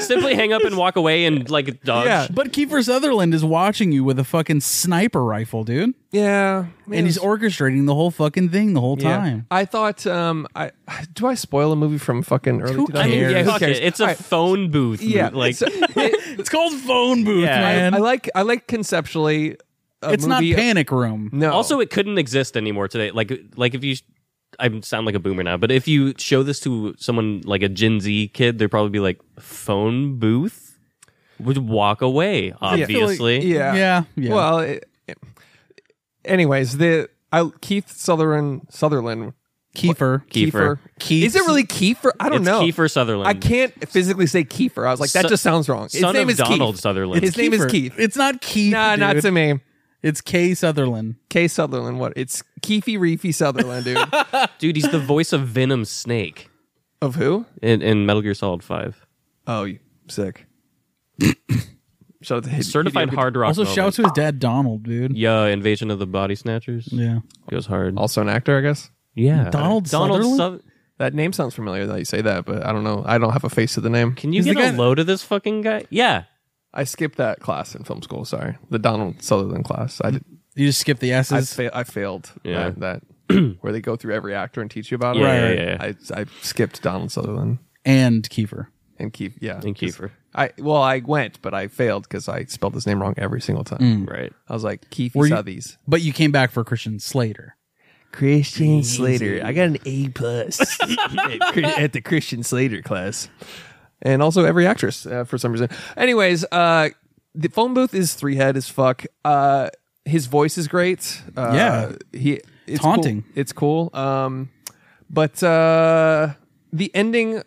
[SPEAKER 3] Simply hang up and walk away and, like, dodge.
[SPEAKER 1] Yeah.
[SPEAKER 5] but Kiefer Sutherland is watching you with a fucking sniper rifle, dude,
[SPEAKER 1] Yeah,
[SPEAKER 5] and he's orchestrating the whole fucking thing the whole
[SPEAKER 1] Yeah.
[SPEAKER 5] time.
[SPEAKER 1] I thought um I do I spoil a movie from fucking early
[SPEAKER 5] Who
[SPEAKER 1] 2000s?
[SPEAKER 3] I mean,
[SPEAKER 5] cares?
[SPEAKER 3] yeah,
[SPEAKER 1] Who
[SPEAKER 3] fuck
[SPEAKER 1] cares?
[SPEAKER 3] it. It's a
[SPEAKER 1] All right.
[SPEAKER 3] phone booth.
[SPEAKER 1] yeah,
[SPEAKER 3] Like,
[SPEAKER 1] it's, it-
[SPEAKER 5] It's called phone booth,
[SPEAKER 3] Yeah.
[SPEAKER 5] man.
[SPEAKER 1] I like I like conceptually a
[SPEAKER 5] it's not
[SPEAKER 1] movie-
[SPEAKER 5] Panic Room.
[SPEAKER 1] No.
[SPEAKER 3] Also, it couldn't exist anymore today. Like, like if you, I sound like a boomer now, but if you show this to someone like a Gen Z kid, they'd probably be like, "Phone booth," would walk away. Obviously,
[SPEAKER 1] yeah.
[SPEAKER 5] Yeah, yeah.
[SPEAKER 1] Well, it, it- anyways, the I, Keith Sutherland Sutherland
[SPEAKER 5] Kiefer.
[SPEAKER 3] Kiefer.
[SPEAKER 5] Keith-
[SPEAKER 1] Is it really Kiefer? I don't
[SPEAKER 3] it's
[SPEAKER 1] know.
[SPEAKER 3] Kiefer Sutherland.
[SPEAKER 1] I can't physically say Kiefer. I was like, that
[SPEAKER 3] Son-
[SPEAKER 1] just sounds wrong. His
[SPEAKER 3] son
[SPEAKER 1] name
[SPEAKER 3] of
[SPEAKER 1] is
[SPEAKER 3] Donald
[SPEAKER 1] Keith.
[SPEAKER 3] Sutherland.
[SPEAKER 1] His name is
[SPEAKER 5] Kiefer.
[SPEAKER 1] Keith.
[SPEAKER 5] It's not Keith.
[SPEAKER 1] Nah,
[SPEAKER 5] dude.
[SPEAKER 1] not to me.
[SPEAKER 5] It's Kay Sutherland.
[SPEAKER 1] K Sutherland. What? It's Keefy Reefy Sutherland, dude.
[SPEAKER 3] Dude, he's the voice of Venom Snake
[SPEAKER 1] of who?
[SPEAKER 3] in, in Metal Gear Solid Five.
[SPEAKER 1] Oh, you- sick. Shout out to Hid-
[SPEAKER 3] Certified
[SPEAKER 1] Hideo Kojima.
[SPEAKER 3] hard rock.
[SPEAKER 5] Also,
[SPEAKER 3] moment.
[SPEAKER 5] shout out to his dad, Donald, dude.
[SPEAKER 3] yeah, Invasion of the Body Snatchers.
[SPEAKER 5] Yeah.
[SPEAKER 3] goes hard.
[SPEAKER 1] Also an actor, I guess.
[SPEAKER 3] yeah,
[SPEAKER 5] Donald Sutherland?
[SPEAKER 3] Su-
[SPEAKER 1] That name sounds familiar that you say that, but I don't know. I don't have a face to the name.
[SPEAKER 3] Can you
[SPEAKER 5] He's the
[SPEAKER 3] get a
[SPEAKER 5] guy-
[SPEAKER 3] load of this fucking guy? Yeah,
[SPEAKER 1] I skipped that class in film school. Sorry, the Donald Sutherland class. I did,
[SPEAKER 5] You just skip the
[SPEAKER 1] I,
[SPEAKER 5] S's.
[SPEAKER 1] fa- I failed.
[SPEAKER 3] Yeah.
[SPEAKER 1] that, that- where they go through every actor and teach you about it.
[SPEAKER 3] Yeah, Right. yeah, yeah.
[SPEAKER 1] I I skipped Donald Sutherland
[SPEAKER 5] and Kiefer.
[SPEAKER 1] and Keith. Yeah,
[SPEAKER 3] and Kiefer.
[SPEAKER 1] I well, I went, but I failed because I spelled his name wrong every single time.
[SPEAKER 3] Right.
[SPEAKER 1] I was like Keith
[SPEAKER 5] Were you-
[SPEAKER 1] Southies.
[SPEAKER 5] But you came back for Christian Slater.
[SPEAKER 1] Christian Slater. I got an A plus at the Christian Slater class, and also every actress uh, for some reason. Anyways, uh, the phone booth is three head as fuck. Uh, his voice is great. Uh,
[SPEAKER 5] Yeah.
[SPEAKER 1] he it's
[SPEAKER 5] Taunting.
[SPEAKER 1] cool. It's cool. Um, but uh, the ending,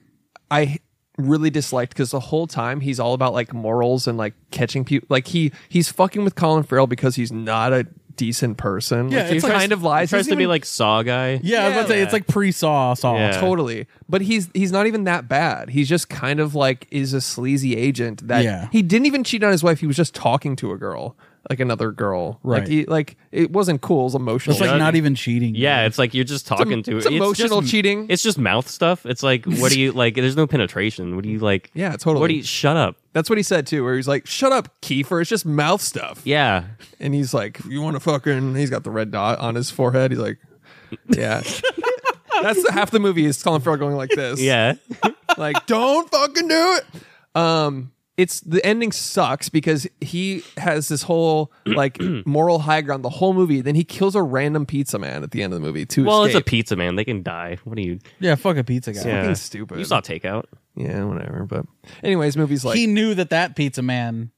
[SPEAKER 1] I really disliked because the whole time he's all about like morals and like catching people. Like he he's fucking with Colin Farrell because he's not a decent person.
[SPEAKER 5] Yeah,
[SPEAKER 1] Like, he
[SPEAKER 5] it's like-
[SPEAKER 1] kind of lies.
[SPEAKER 3] Tries
[SPEAKER 1] He's
[SPEAKER 3] to be
[SPEAKER 1] even-
[SPEAKER 3] like Saw guy.
[SPEAKER 5] Yeah, I was about to say it's like pre-Saw Saw.
[SPEAKER 3] Yeah.
[SPEAKER 1] totally but he's he's not even that bad he's just kind of like is a sleazy agent that
[SPEAKER 5] Yeah.
[SPEAKER 1] he didn't even cheat on his wife he was just talking to a girl like another girl
[SPEAKER 5] Right.
[SPEAKER 1] like, he, like it wasn't cool it was emotional
[SPEAKER 5] It's like not even cheating.
[SPEAKER 3] Yeah, it's like you're just talking to
[SPEAKER 1] it's emotional
[SPEAKER 3] just-
[SPEAKER 1] cheating.
[SPEAKER 3] It's just mouth stuff. It's like what do you like? There's no penetration. What do you like?
[SPEAKER 1] Yeah, totally.
[SPEAKER 3] What do you? Shut up.
[SPEAKER 1] that's what he said too where he's like shut up kiefer it's just mouth stuff
[SPEAKER 3] Yeah,
[SPEAKER 1] and he's like you want to fucking he's got the red dot on his forehead he's like yeah that's the, half the movie is colin farrell going like this
[SPEAKER 3] yeah.
[SPEAKER 1] like don't fucking do it um it's the ending sucks because he has this whole like moral high ground the whole movie. Then he kills a random pizza man at the end of the movie to
[SPEAKER 3] Well, it's a
[SPEAKER 1] escape.
[SPEAKER 3] pizza man. They can die. What are you?
[SPEAKER 5] Yeah, fuck a pizza guy.
[SPEAKER 3] Yeah.
[SPEAKER 1] Fucking stupid.
[SPEAKER 3] You saw takeout.
[SPEAKER 1] yeah, whatever. But anyways, movies like
[SPEAKER 5] he knew that that pizza man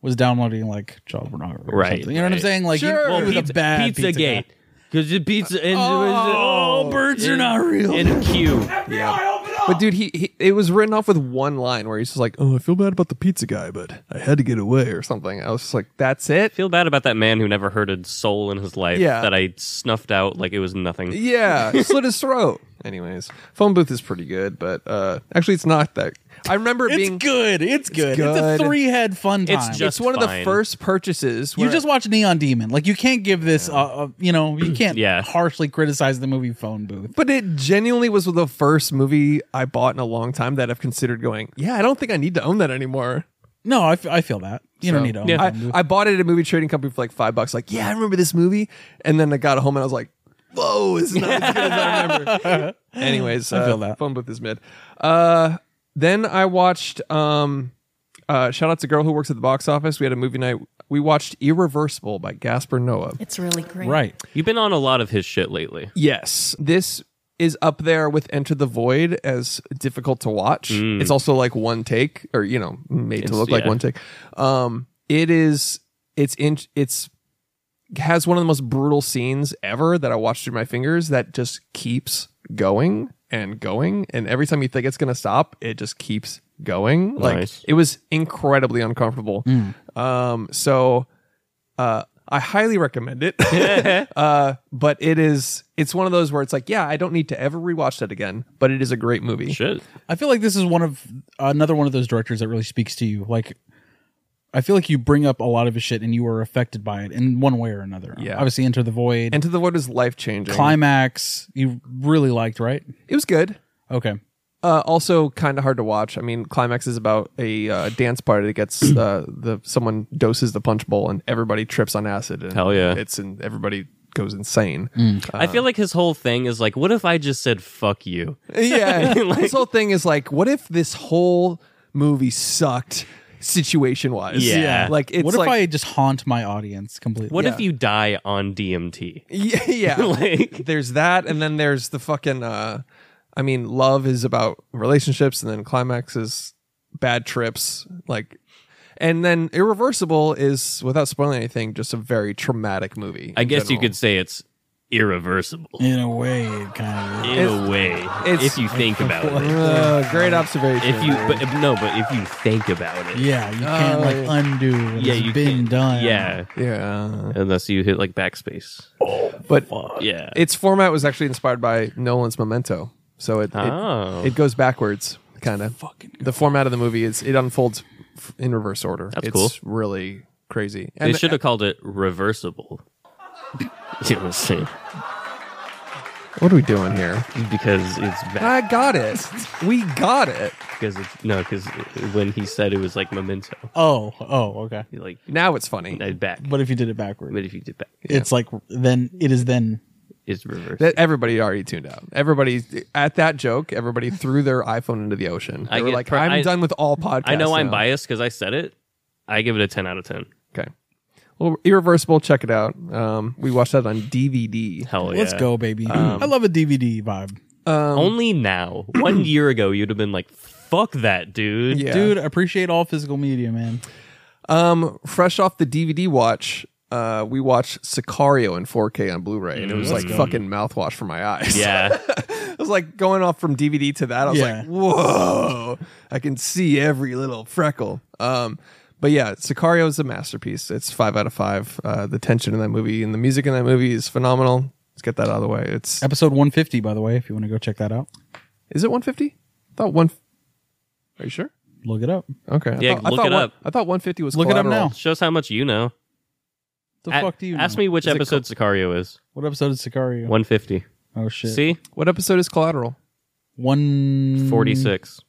[SPEAKER 5] was downloading like child pornography. Or
[SPEAKER 3] Right,
[SPEAKER 5] something. You know what I'm
[SPEAKER 3] right.
[SPEAKER 5] saying? Like,
[SPEAKER 1] Sure.
[SPEAKER 5] he,
[SPEAKER 1] Well,
[SPEAKER 5] he was Oh, a bad pizza, guy.
[SPEAKER 3] Gate. Because the pizza and
[SPEAKER 5] Oh, birds are not real.
[SPEAKER 3] And Q.
[SPEAKER 1] But dude, he, he it was written off with one line where he's just like, "Oh, I feel bad about the pizza guy, but I had to get away or something." I was just like, "That's it."
[SPEAKER 3] Feel bad about that man who never heard a soul in his life.
[SPEAKER 1] Yeah.
[SPEAKER 3] That I snuffed out like it was nothing.
[SPEAKER 1] Yeah, he slit his throat. Anyways, phone booth is pretty good, but uh actually, it's not that. I remember it
[SPEAKER 5] It's
[SPEAKER 1] being.
[SPEAKER 5] good. It's good. It's,
[SPEAKER 1] good.
[SPEAKER 5] a three head fun time.
[SPEAKER 3] It's just-
[SPEAKER 1] It's one of the
[SPEAKER 3] fine.
[SPEAKER 1] first purchases.
[SPEAKER 5] you
[SPEAKER 1] where-
[SPEAKER 5] just watch Neon Demon. Like you can't give this. Uh, uh, you know you can't
[SPEAKER 3] Yeah.
[SPEAKER 5] harshly criticize the movie Phone Booth.
[SPEAKER 1] But it genuinely was the first movie I bought in a long time that I've considered going, yeah, I don't think I need to own that anymore.
[SPEAKER 5] No, I, f- I feel that. You don't need to. own
[SPEAKER 3] Yeah.
[SPEAKER 5] Phone
[SPEAKER 1] I,
[SPEAKER 5] Booth.
[SPEAKER 1] I bought it at a movie trading company for like five bucks. Like, yeah, I remember this movie. And then I got home and I was like, whoa, it's not as good as I remember. Anyways, I
[SPEAKER 5] feel that.
[SPEAKER 1] Phone booth is mid. Uh, then I watched, um, uh, shout out to Girl Who Works at the Box Office. We had a movie night. We watched Irreversible by Gaspar Noah.
[SPEAKER 9] It's really great.
[SPEAKER 5] right.
[SPEAKER 3] You've been on a lot of his shit lately.
[SPEAKER 1] Yes. This is up there with Enter the Void as difficult to watch. It's also like one take or you know, made to
[SPEAKER 3] Mm. It's-
[SPEAKER 1] look like
[SPEAKER 3] yeah.
[SPEAKER 1] one take. Um it is it's in it's has one of the most brutal scenes ever that I watched through my fingers that just keeps going and going and every time you think it's going to stop, it just keeps going. Like
[SPEAKER 3] Nice.
[SPEAKER 1] it was incredibly uncomfortable. Um so uh, I highly recommend it. uh, but it is it's one of those where it's like, yeah, I don't need to ever rewatch that again, but it is a great movie.
[SPEAKER 3] Shit.
[SPEAKER 5] I feel like this is one of another one of those directors that really speaks to you. Like, I feel like you bring up a lot of his shit and you are affected by it in one way or another.
[SPEAKER 1] Yeah.
[SPEAKER 5] Obviously, Enter the Void,
[SPEAKER 1] Into the Void is life changing.
[SPEAKER 5] Climax. You really liked, right?
[SPEAKER 1] It was good.
[SPEAKER 5] Okay.
[SPEAKER 1] Uh, also, kind of hard to watch. I mean, Climax is about a uh, dance party that gets uh, the someone doses the punch bowl and everybody trips on acid. And
[SPEAKER 3] Hell yeah.
[SPEAKER 1] It's and everybody goes insane. Uh,
[SPEAKER 3] I feel like his whole thing is like, what if I just said fuck you?
[SPEAKER 1] Yeah. this whole thing is like, what if this whole movie sucked situation wise?
[SPEAKER 3] Yeah. Yeah.
[SPEAKER 1] Like it's
[SPEAKER 5] what if
[SPEAKER 1] like,
[SPEAKER 5] I just haunt my audience completely?
[SPEAKER 3] What
[SPEAKER 1] Yeah.
[SPEAKER 3] if you die on DMT?
[SPEAKER 1] Yeah, yeah.
[SPEAKER 3] Like-
[SPEAKER 1] there's that, and then there's the fucking. Uh, I mean, love is about relationships, and then climax is bad trips, like, and then irreversible is without spoiling anything, just a very traumatic movie.
[SPEAKER 3] I
[SPEAKER 1] in
[SPEAKER 3] guess you
[SPEAKER 1] general.
[SPEAKER 3] could say it's irreversible
[SPEAKER 5] In a way, it kind of.
[SPEAKER 3] in a way
[SPEAKER 1] it's-
[SPEAKER 3] if you think about it.
[SPEAKER 1] Uh, great observation.
[SPEAKER 3] If you, but no, but if you think about it,
[SPEAKER 5] Yeah, you can't like undo what
[SPEAKER 3] yeah,
[SPEAKER 5] has
[SPEAKER 3] you
[SPEAKER 5] been
[SPEAKER 3] can-
[SPEAKER 5] done.
[SPEAKER 3] Yeah,
[SPEAKER 1] yeah,
[SPEAKER 3] unless you hit like backspace.
[SPEAKER 1] but
[SPEAKER 3] Yeah.
[SPEAKER 1] its format was actually inspired by Nolan's Memento, so it
[SPEAKER 3] Oh.
[SPEAKER 1] it, it goes backwards, kind of. The format of the movie is it unfolds f- in reverse order.
[SPEAKER 3] That's
[SPEAKER 1] it's
[SPEAKER 3] cool.
[SPEAKER 1] Really crazy.
[SPEAKER 3] they
[SPEAKER 1] And-
[SPEAKER 3] should have called it reversible. you know what I'm saying?
[SPEAKER 1] What are we doing here?
[SPEAKER 3] Because it's
[SPEAKER 1] I
[SPEAKER 3] back.
[SPEAKER 1] got it. We got it.
[SPEAKER 3] Because it's no. Because when he said it was like memento,
[SPEAKER 5] Oh, oh, okay.
[SPEAKER 3] he, like
[SPEAKER 1] Now it's funny.
[SPEAKER 3] I back. But,
[SPEAKER 5] But if you did it backward,
[SPEAKER 3] if you did back,
[SPEAKER 5] it's like then it is then.
[SPEAKER 3] it's reverse.
[SPEAKER 1] That everybody already tuned out. Everybody at that joke, everybody threw their iPhone into the ocean. They
[SPEAKER 3] I
[SPEAKER 1] were
[SPEAKER 3] get
[SPEAKER 1] like,
[SPEAKER 3] per-
[SPEAKER 1] "I'm
[SPEAKER 3] I-
[SPEAKER 1] done with all podcasts."
[SPEAKER 3] I know I'm
[SPEAKER 1] now."
[SPEAKER 3] biased because I said it. I give it a ten out of ten.
[SPEAKER 1] Okay, well, irreversible. Check it out. Um, we watched that on DVD.
[SPEAKER 3] Hell Oh, yeah. Um,
[SPEAKER 5] Let's go, baby. I love a DVD vibe.
[SPEAKER 1] Um,
[SPEAKER 3] Only now. One year ago, you'd have been like, "Fuck that, dude."
[SPEAKER 1] Yeah.
[SPEAKER 5] Dude, appreciate all physical media, man.
[SPEAKER 1] Um, fresh off the DVD watch, uh, we watched Sicario in 4K on Blu-ray, and it was like fucking mouthwash for my eyes.
[SPEAKER 3] Mm, Yeah.
[SPEAKER 1] It was like going off from DVD to that. I was
[SPEAKER 5] Yeah.
[SPEAKER 1] like, whoa, I can see every little freckle. Um, but yeah, Sicario is a masterpiece. It's five out of five. Uh, the tension in that movie and the music in that movie is phenomenal. Let's get that out of the way. It's
[SPEAKER 5] Episode 150, by the way, if you want to go check that out,
[SPEAKER 1] is it 150? I thought one. Are you sure?
[SPEAKER 5] look it up.
[SPEAKER 1] Okay. I
[SPEAKER 3] Yeah,
[SPEAKER 1] thought, I
[SPEAKER 3] look
[SPEAKER 1] thought
[SPEAKER 3] it
[SPEAKER 1] one-
[SPEAKER 3] up.
[SPEAKER 1] I thought 150 was.
[SPEAKER 5] Look it up
[SPEAKER 1] collateral.
[SPEAKER 5] now.
[SPEAKER 3] Shows how much you know.
[SPEAKER 5] The
[SPEAKER 3] A-
[SPEAKER 5] fuck do you
[SPEAKER 3] ask
[SPEAKER 5] know?
[SPEAKER 3] me which
[SPEAKER 1] Is it
[SPEAKER 3] episode Sicario is.
[SPEAKER 5] What episode is Sicario?
[SPEAKER 3] 150.
[SPEAKER 5] oh shit.
[SPEAKER 3] See?
[SPEAKER 1] What episode is Collateral? Mm.
[SPEAKER 5] one
[SPEAKER 3] 46.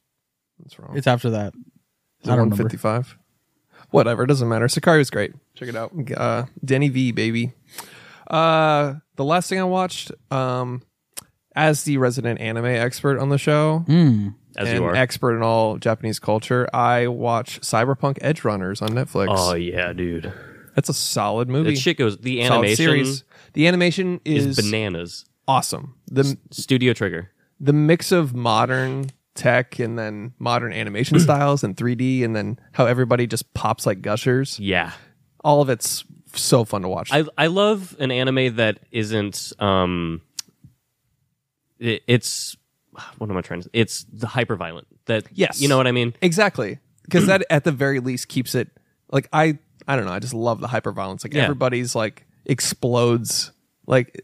[SPEAKER 1] That's wrong.
[SPEAKER 5] It's after that.
[SPEAKER 1] Is it
[SPEAKER 5] I don't remember.
[SPEAKER 1] 155. Whatever, it doesn't matter. Sicario's great. Check it out. Uh, Denny V, baby. Uh, the last thing I watched, um, as the resident anime expert on the show,
[SPEAKER 3] Mm. as
[SPEAKER 1] an
[SPEAKER 3] you are.
[SPEAKER 1] expert in all Japanese culture, I watch Cyberpunk Edge Runners on Netflix.
[SPEAKER 3] oh yeah, dude.
[SPEAKER 1] That's a solid movie.
[SPEAKER 3] That shit goes. The
[SPEAKER 1] Solid
[SPEAKER 3] animation
[SPEAKER 1] series. The animation
[SPEAKER 3] is
[SPEAKER 1] is,
[SPEAKER 3] bananas.
[SPEAKER 1] awesome. The
[SPEAKER 3] Studio Trigger.
[SPEAKER 1] the mix of modern tech and then modern animation styles and 3D and then how everybody just pops like gushers.
[SPEAKER 3] Yeah.
[SPEAKER 1] All of it's so fun to watch.
[SPEAKER 3] I I love an anime that isn't um it, it's what am I trying to it's the hyper violent. That
[SPEAKER 1] Yes.
[SPEAKER 3] You know what I mean?
[SPEAKER 1] exactly. Because that at the very least keeps it like I I don't know, I just love the hyper violence. Like
[SPEAKER 3] Yeah.
[SPEAKER 1] everybody's like explodes like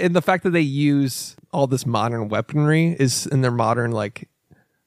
[SPEAKER 1] and the fact that they use all this modern weaponry is in their modern like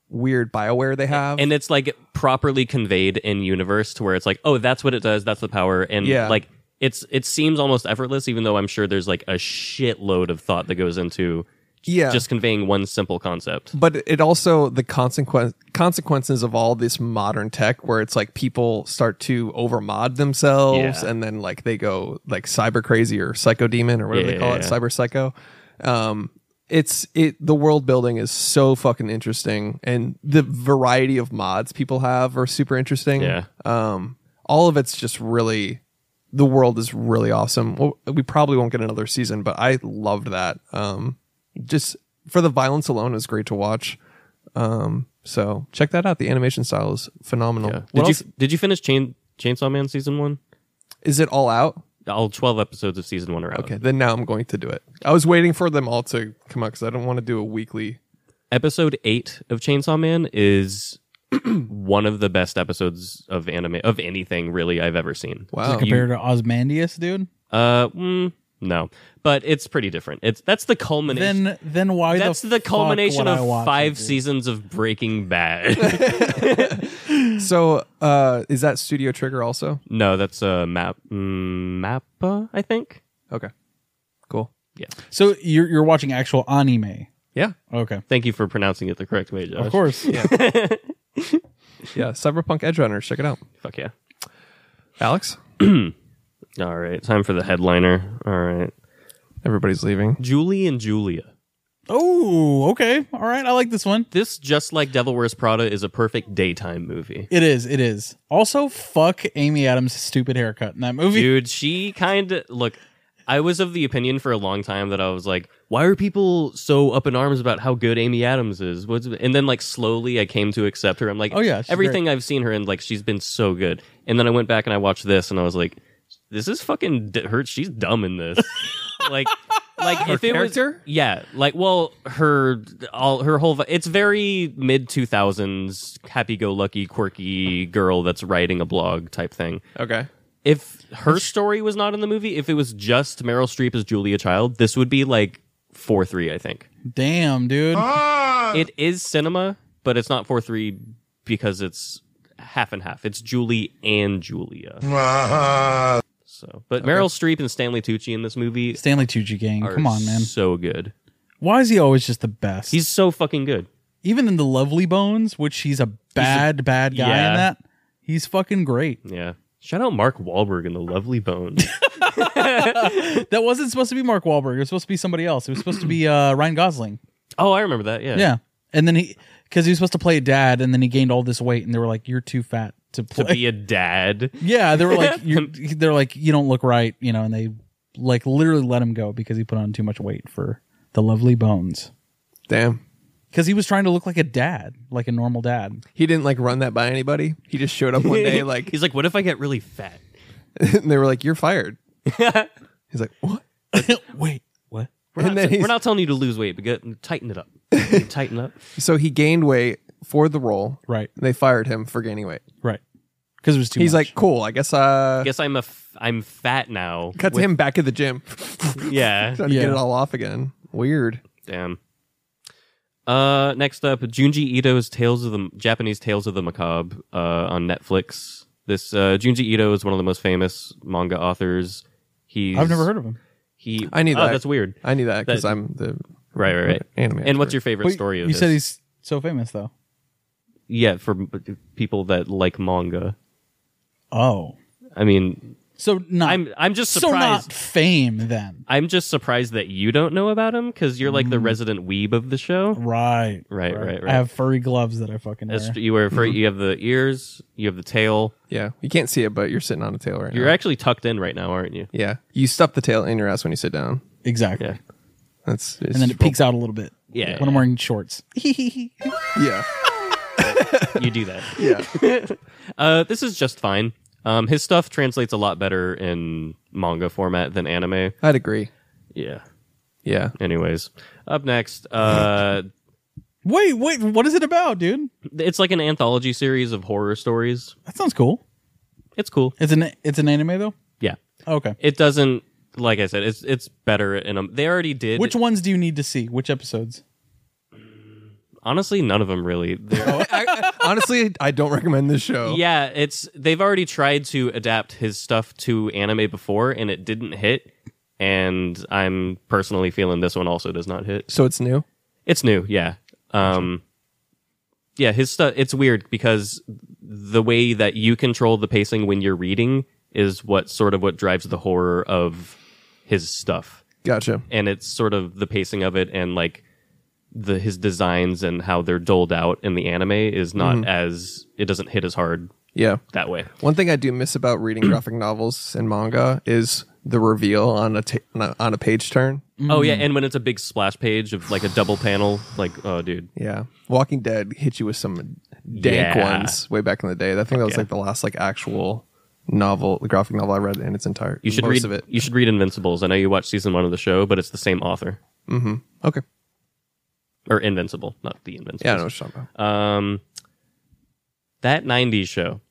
[SPEAKER 1] weird bioware they have.
[SPEAKER 3] And it's like properly conveyed in universe to where it's like, oh, that's what it does, that's the power. And
[SPEAKER 1] Yeah.
[SPEAKER 3] like it's it seems almost effortless, even though I'm sure there's like a shitload of thought that goes into
[SPEAKER 1] yeah.
[SPEAKER 3] just conveying one simple concept.
[SPEAKER 1] but it also the consequence consequences of all this modern tech where it's like people start to overmod themselves
[SPEAKER 3] Yeah.
[SPEAKER 1] and then like they go like cyber crazy or psycho demon or whatever they
[SPEAKER 3] Yeah,
[SPEAKER 1] call
[SPEAKER 3] yeah,
[SPEAKER 1] it
[SPEAKER 3] yeah.
[SPEAKER 1] cyber psycho um it's it the world building is so fucking interesting and the variety of mods people have are super interesting
[SPEAKER 3] Yeah.
[SPEAKER 1] um all of it's just really the world is really awesome. Well, we probably won't get another season, but I loved that. Um, just for the violence alone, it was great to watch. Um, so check that out. The animation style is phenomenal. What
[SPEAKER 3] Did you
[SPEAKER 1] else-
[SPEAKER 3] did you finish Chain Chainsaw Man season one?
[SPEAKER 1] is it all out?
[SPEAKER 3] All twelve episodes of season one are out.
[SPEAKER 1] Okay, then now I'm going to do it. I was waiting for them all to come out because I don't want to do a weekly.
[SPEAKER 3] episode eight of Chainsaw Man is one of the best episodes of anime of anything really I've ever seen.
[SPEAKER 1] Wow.
[SPEAKER 5] compared to Osmandius, dude.
[SPEAKER 3] Uh, mm, no, but it's pretty different. It's that's the culmination.
[SPEAKER 5] Then then why
[SPEAKER 3] that's
[SPEAKER 5] the,
[SPEAKER 3] the,
[SPEAKER 5] fuck
[SPEAKER 3] culmination
[SPEAKER 5] would I
[SPEAKER 3] of
[SPEAKER 5] watch it,
[SPEAKER 3] five
[SPEAKER 5] dude?
[SPEAKER 3] seasons of Breaking Bad.
[SPEAKER 1] So uh, is that Studio Trigger also?
[SPEAKER 3] no, that's a map mm, mappa, I think.
[SPEAKER 1] Okay, cool.
[SPEAKER 5] So you're you're watching actual anime.
[SPEAKER 1] Yeah,
[SPEAKER 5] Okay.
[SPEAKER 3] Thank you for pronouncing it the correct way, Josh.
[SPEAKER 5] Of course.
[SPEAKER 1] yeah. Cyberpunk Edge Runners. Check it out,
[SPEAKER 3] Fuck yeah.
[SPEAKER 1] Alex.
[SPEAKER 3] All right, time for the headliner. All right,
[SPEAKER 1] Everybody's leaving.
[SPEAKER 3] Julie and Julia.
[SPEAKER 5] oh, okay. All right. I like this one.
[SPEAKER 3] This just like Devil Wears Prada is a perfect daytime movie.
[SPEAKER 5] It is. It is. Also, fuck Amy Adams' stupid haircut in that movie.
[SPEAKER 3] dude she kind of look i was of the opinion for a long time that i was like why are people so up in arms about how good amy adams is What's, and then like slowly i came to accept her i'm like
[SPEAKER 5] Oh, yeah, she's
[SPEAKER 3] everything i've seen her in like she's been so good and then i went back and i watched this and i was like this is fucking d- her she's dumb in this like like if it
[SPEAKER 1] character?
[SPEAKER 3] was yeah like well her all her whole vi- it's very mid 2000s happy go lucky quirky girl that's writing a blog type thing
[SPEAKER 1] Okay.
[SPEAKER 3] if her story was not in the movie, if it was just Meryl Streep as Julia Child, this would be like four three. I think
[SPEAKER 5] Damn, dude. Uh.
[SPEAKER 3] it is cinema, but it's not four three because it's half and half. It's Julie and Julia.
[SPEAKER 5] Ah.
[SPEAKER 3] so, but Meryl Streep and Stanley Tucci in this movie
[SPEAKER 5] Stanley Tucci gang.
[SPEAKER 3] are
[SPEAKER 5] Come on, man.
[SPEAKER 3] so good.
[SPEAKER 5] Why is he always just the best?
[SPEAKER 3] He's so fucking good.
[SPEAKER 5] even in the Lovely Bones, which he's a bad, bad guy
[SPEAKER 3] yeah.
[SPEAKER 5] in that. He's fucking great.
[SPEAKER 3] Yeah. Shout out Mark Wahlberg and the Lovely Bones.
[SPEAKER 5] That wasn't supposed to be Mark Wahlberg. It was supposed to be somebody else. It was supposed to be uh, Ryan Gosling.
[SPEAKER 3] oh, I remember that. Yeah.
[SPEAKER 5] Yeah, and then he because he was supposed to play a dad, and then he gained all this weight, and they were like, "You're too fat to
[SPEAKER 3] To
[SPEAKER 5] play."
[SPEAKER 3] be a dad.
[SPEAKER 5] yeah, they were like, You're, "They're like, you don't look right," you know, and they like literally let him go because he put on too much weight for the Lovely Bones.
[SPEAKER 1] Damn.
[SPEAKER 5] Because he was trying to look like a dad, like a normal dad.
[SPEAKER 1] He didn't like run that by anybody. He just showed up one day like
[SPEAKER 3] He's like, what if I get really fat?
[SPEAKER 1] and they were like, "You're fired." he's like, "What?"
[SPEAKER 5] Wait, what?
[SPEAKER 3] We're not,
[SPEAKER 1] and then he's,
[SPEAKER 3] we're not telling you to lose weight, but get, tighten it up. tighten up.
[SPEAKER 1] so he gained weight for the role,
[SPEAKER 5] Right,
[SPEAKER 1] and they fired him for gaining weight.
[SPEAKER 5] right. Because it was too.
[SPEAKER 1] he's
[SPEAKER 5] much.
[SPEAKER 1] like, "Cool, I guess." Uh,
[SPEAKER 3] Guess I'm a f- I'm fat now.
[SPEAKER 1] cut to him back at the gym,
[SPEAKER 3] Yeah.
[SPEAKER 1] trying to get
[SPEAKER 5] Yeah.
[SPEAKER 1] it all off again. Weird.
[SPEAKER 3] Damn. Uh, next up, Junji Ito's Tales of the Japanese Tales of the Macabre uh, on Netflix. This uh, Junji Ito is one of the most famous manga authors. He's
[SPEAKER 5] I've never heard of him.
[SPEAKER 3] He
[SPEAKER 1] I knew
[SPEAKER 3] oh,
[SPEAKER 1] that.
[SPEAKER 3] That's weird.
[SPEAKER 1] I knew that because
[SPEAKER 3] That-
[SPEAKER 1] I'm the
[SPEAKER 3] Right, right, right.
[SPEAKER 1] Anime
[SPEAKER 3] And what's
[SPEAKER 1] expert.
[SPEAKER 3] your favorite
[SPEAKER 5] Wait,
[SPEAKER 3] story? Of
[SPEAKER 5] you
[SPEAKER 3] this?
[SPEAKER 5] said he's so famous though.
[SPEAKER 3] yeah for people that like manga.
[SPEAKER 5] Oh,
[SPEAKER 3] I mean,
[SPEAKER 5] So not.
[SPEAKER 3] I'm I'm just
[SPEAKER 5] so
[SPEAKER 3] surprised.
[SPEAKER 5] not fame then.
[SPEAKER 3] I'm just surprised that you don't know about him because you're like the resident weeb of the show.
[SPEAKER 5] Mm-hmm. Right.
[SPEAKER 3] Right, right, right.
[SPEAKER 5] I have furry gloves that I fucking wear.
[SPEAKER 3] That's tr- you wear fur.
[SPEAKER 5] Mm-hmm.
[SPEAKER 3] You have the ears. You have the tail.
[SPEAKER 1] Yeah, you can't see it, but you're sitting on a tail right
[SPEAKER 3] You're
[SPEAKER 1] now.
[SPEAKER 3] actually tucked in right now, aren't you?
[SPEAKER 1] Yeah, you stuff the tail in your ass when you sit down.
[SPEAKER 5] exactly.
[SPEAKER 3] Yeah.
[SPEAKER 1] That's it's
[SPEAKER 5] And then it
[SPEAKER 1] full-
[SPEAKER 5] peeks out a little bit.
[SPEAKER 3] Yeah.
[SPEAKER 5] When I'm wearing shorts.
[SPEAKER 1] Yeah,
[SPEAKER 3] You do that.
[SPEAKER 1] yeah.
[SPEAKER 3] Uh, this is just fine. Um, his stuff translates a lot better in manga format than anime.
[SPEAKER 1] I'd agree.
[SPEAKER 3] Yeah.
[SPEAKER 1] Yeah,
[SPEAKER 3] Anyways, up next, uh,
[SPEAKER 5] Wait, wait. What is it about, dude?
[SPEAKER 3] it's like an anthology series of horror stories.
[SPEAKER 5] That sounds cool.
[SPEAKER 3] It's cool.
[SPEAKER 5] It's an it's an anime though.
[SPEAKER 3] Yeah.
[SPEAKER 5] Okay.
[SPEAKER 3] It doesn't. Like I said, it's it's better in um. They already did.
[SPEAKER 5] Which ones do you need to see? Which episodes?
[SPEAKER 3] honestly, none of them really. They're-
[SPEAKER 1] Oh, I, honestly, I don't recommend this show.
[SPEAKER 3] yeah, it's they've already tried to adapt his stuff to anime before, and it didn't hit. And I'm personally feeling this one also does not hit.
[SPEAKER 1] So it's new.
[SPEAKER 3] It's new, yeah. Um, yeah, his stuff. It's weird because the way that you control the pacing when you're reading is what sort of what drives the horror of his stuff,
[SPEAKER 1] Gotcha.
[SPEAKER 3] and it's sort of the pacing of it and like the his designs and how they're doled out in the anime is not as it doesn't hit as hard
[SPEAKER 1] Yeah.
[SPEAKER 3] that way.
[SPEAKER 1] One thing I do miss about reading graphic novels and manga is the reveal on a ta- on a- on a page turn.
[SPEAKER 3] Oh
[SPEAKER 1] Hmm.
[SPEAKER 3] yeah, and when it's a big splash page of like a double panel, like oh dude,
[SPEAKER 1] Yeah, Walking Dead hit you with some dank
[SPEAKER 3] Yeah.
[SPEAKER 1] ones way back in the day. I think that was
[SPEAKER 3] yeah.
[SPEAKER 1] like the last like actual novel, the graphic novel I read in its entire.
[SPEAKER 3] you should
[SPEAKER 1] most
[SPEAKER 3] read
[SPEAKER 1] of it.
[SPEAKER 3] you should read Invincibles. I know you watched season one of the show, but it's the same author
[SPEAKER 1] Mm-hmm. Okay.
[SPEAKER 3] or Invincible, not the Invincibles.
[SPEAKER 1] Yeah, I know what you're talking about.
[SPEAKER 3] um that 90s show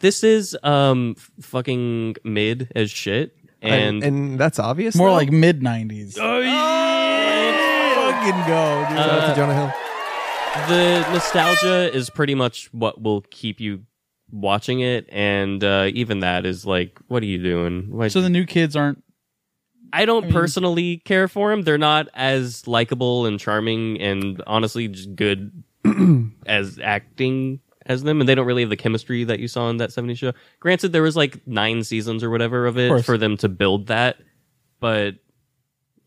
[SPEAKER 3] this is um f- fucking mid as shit and,
[SPEAKER 1] and, and that's obvious.
[SPEAKER 5] More
[SPEAKER 1] though?
[SPEAKER 5] like mid nineties.
[SPEAKER 3] Oh, yeah.
[SPEAKER 5] Fucking go,
[SPEAKER 3] Uh,
[SPEAKER 5] dude.
[SPEAKER 1] Shout out to Jonah Hill.
[SPEAKER 3] the nostalgia is pretty much what will keep you watching it and uh even that is like what are you doing Why-
[SPEAKER 5] so the new kids aren't
[SPEAKER 3] i don't personally care for them they're not as likable and charming and honestly just good as acting as them and they don't really have the chemistry that you saw in that 70s show granted there was like nine seasons or whatever of it
[SPEAKER 5] course.
[SPEAKER 3] for them to build that but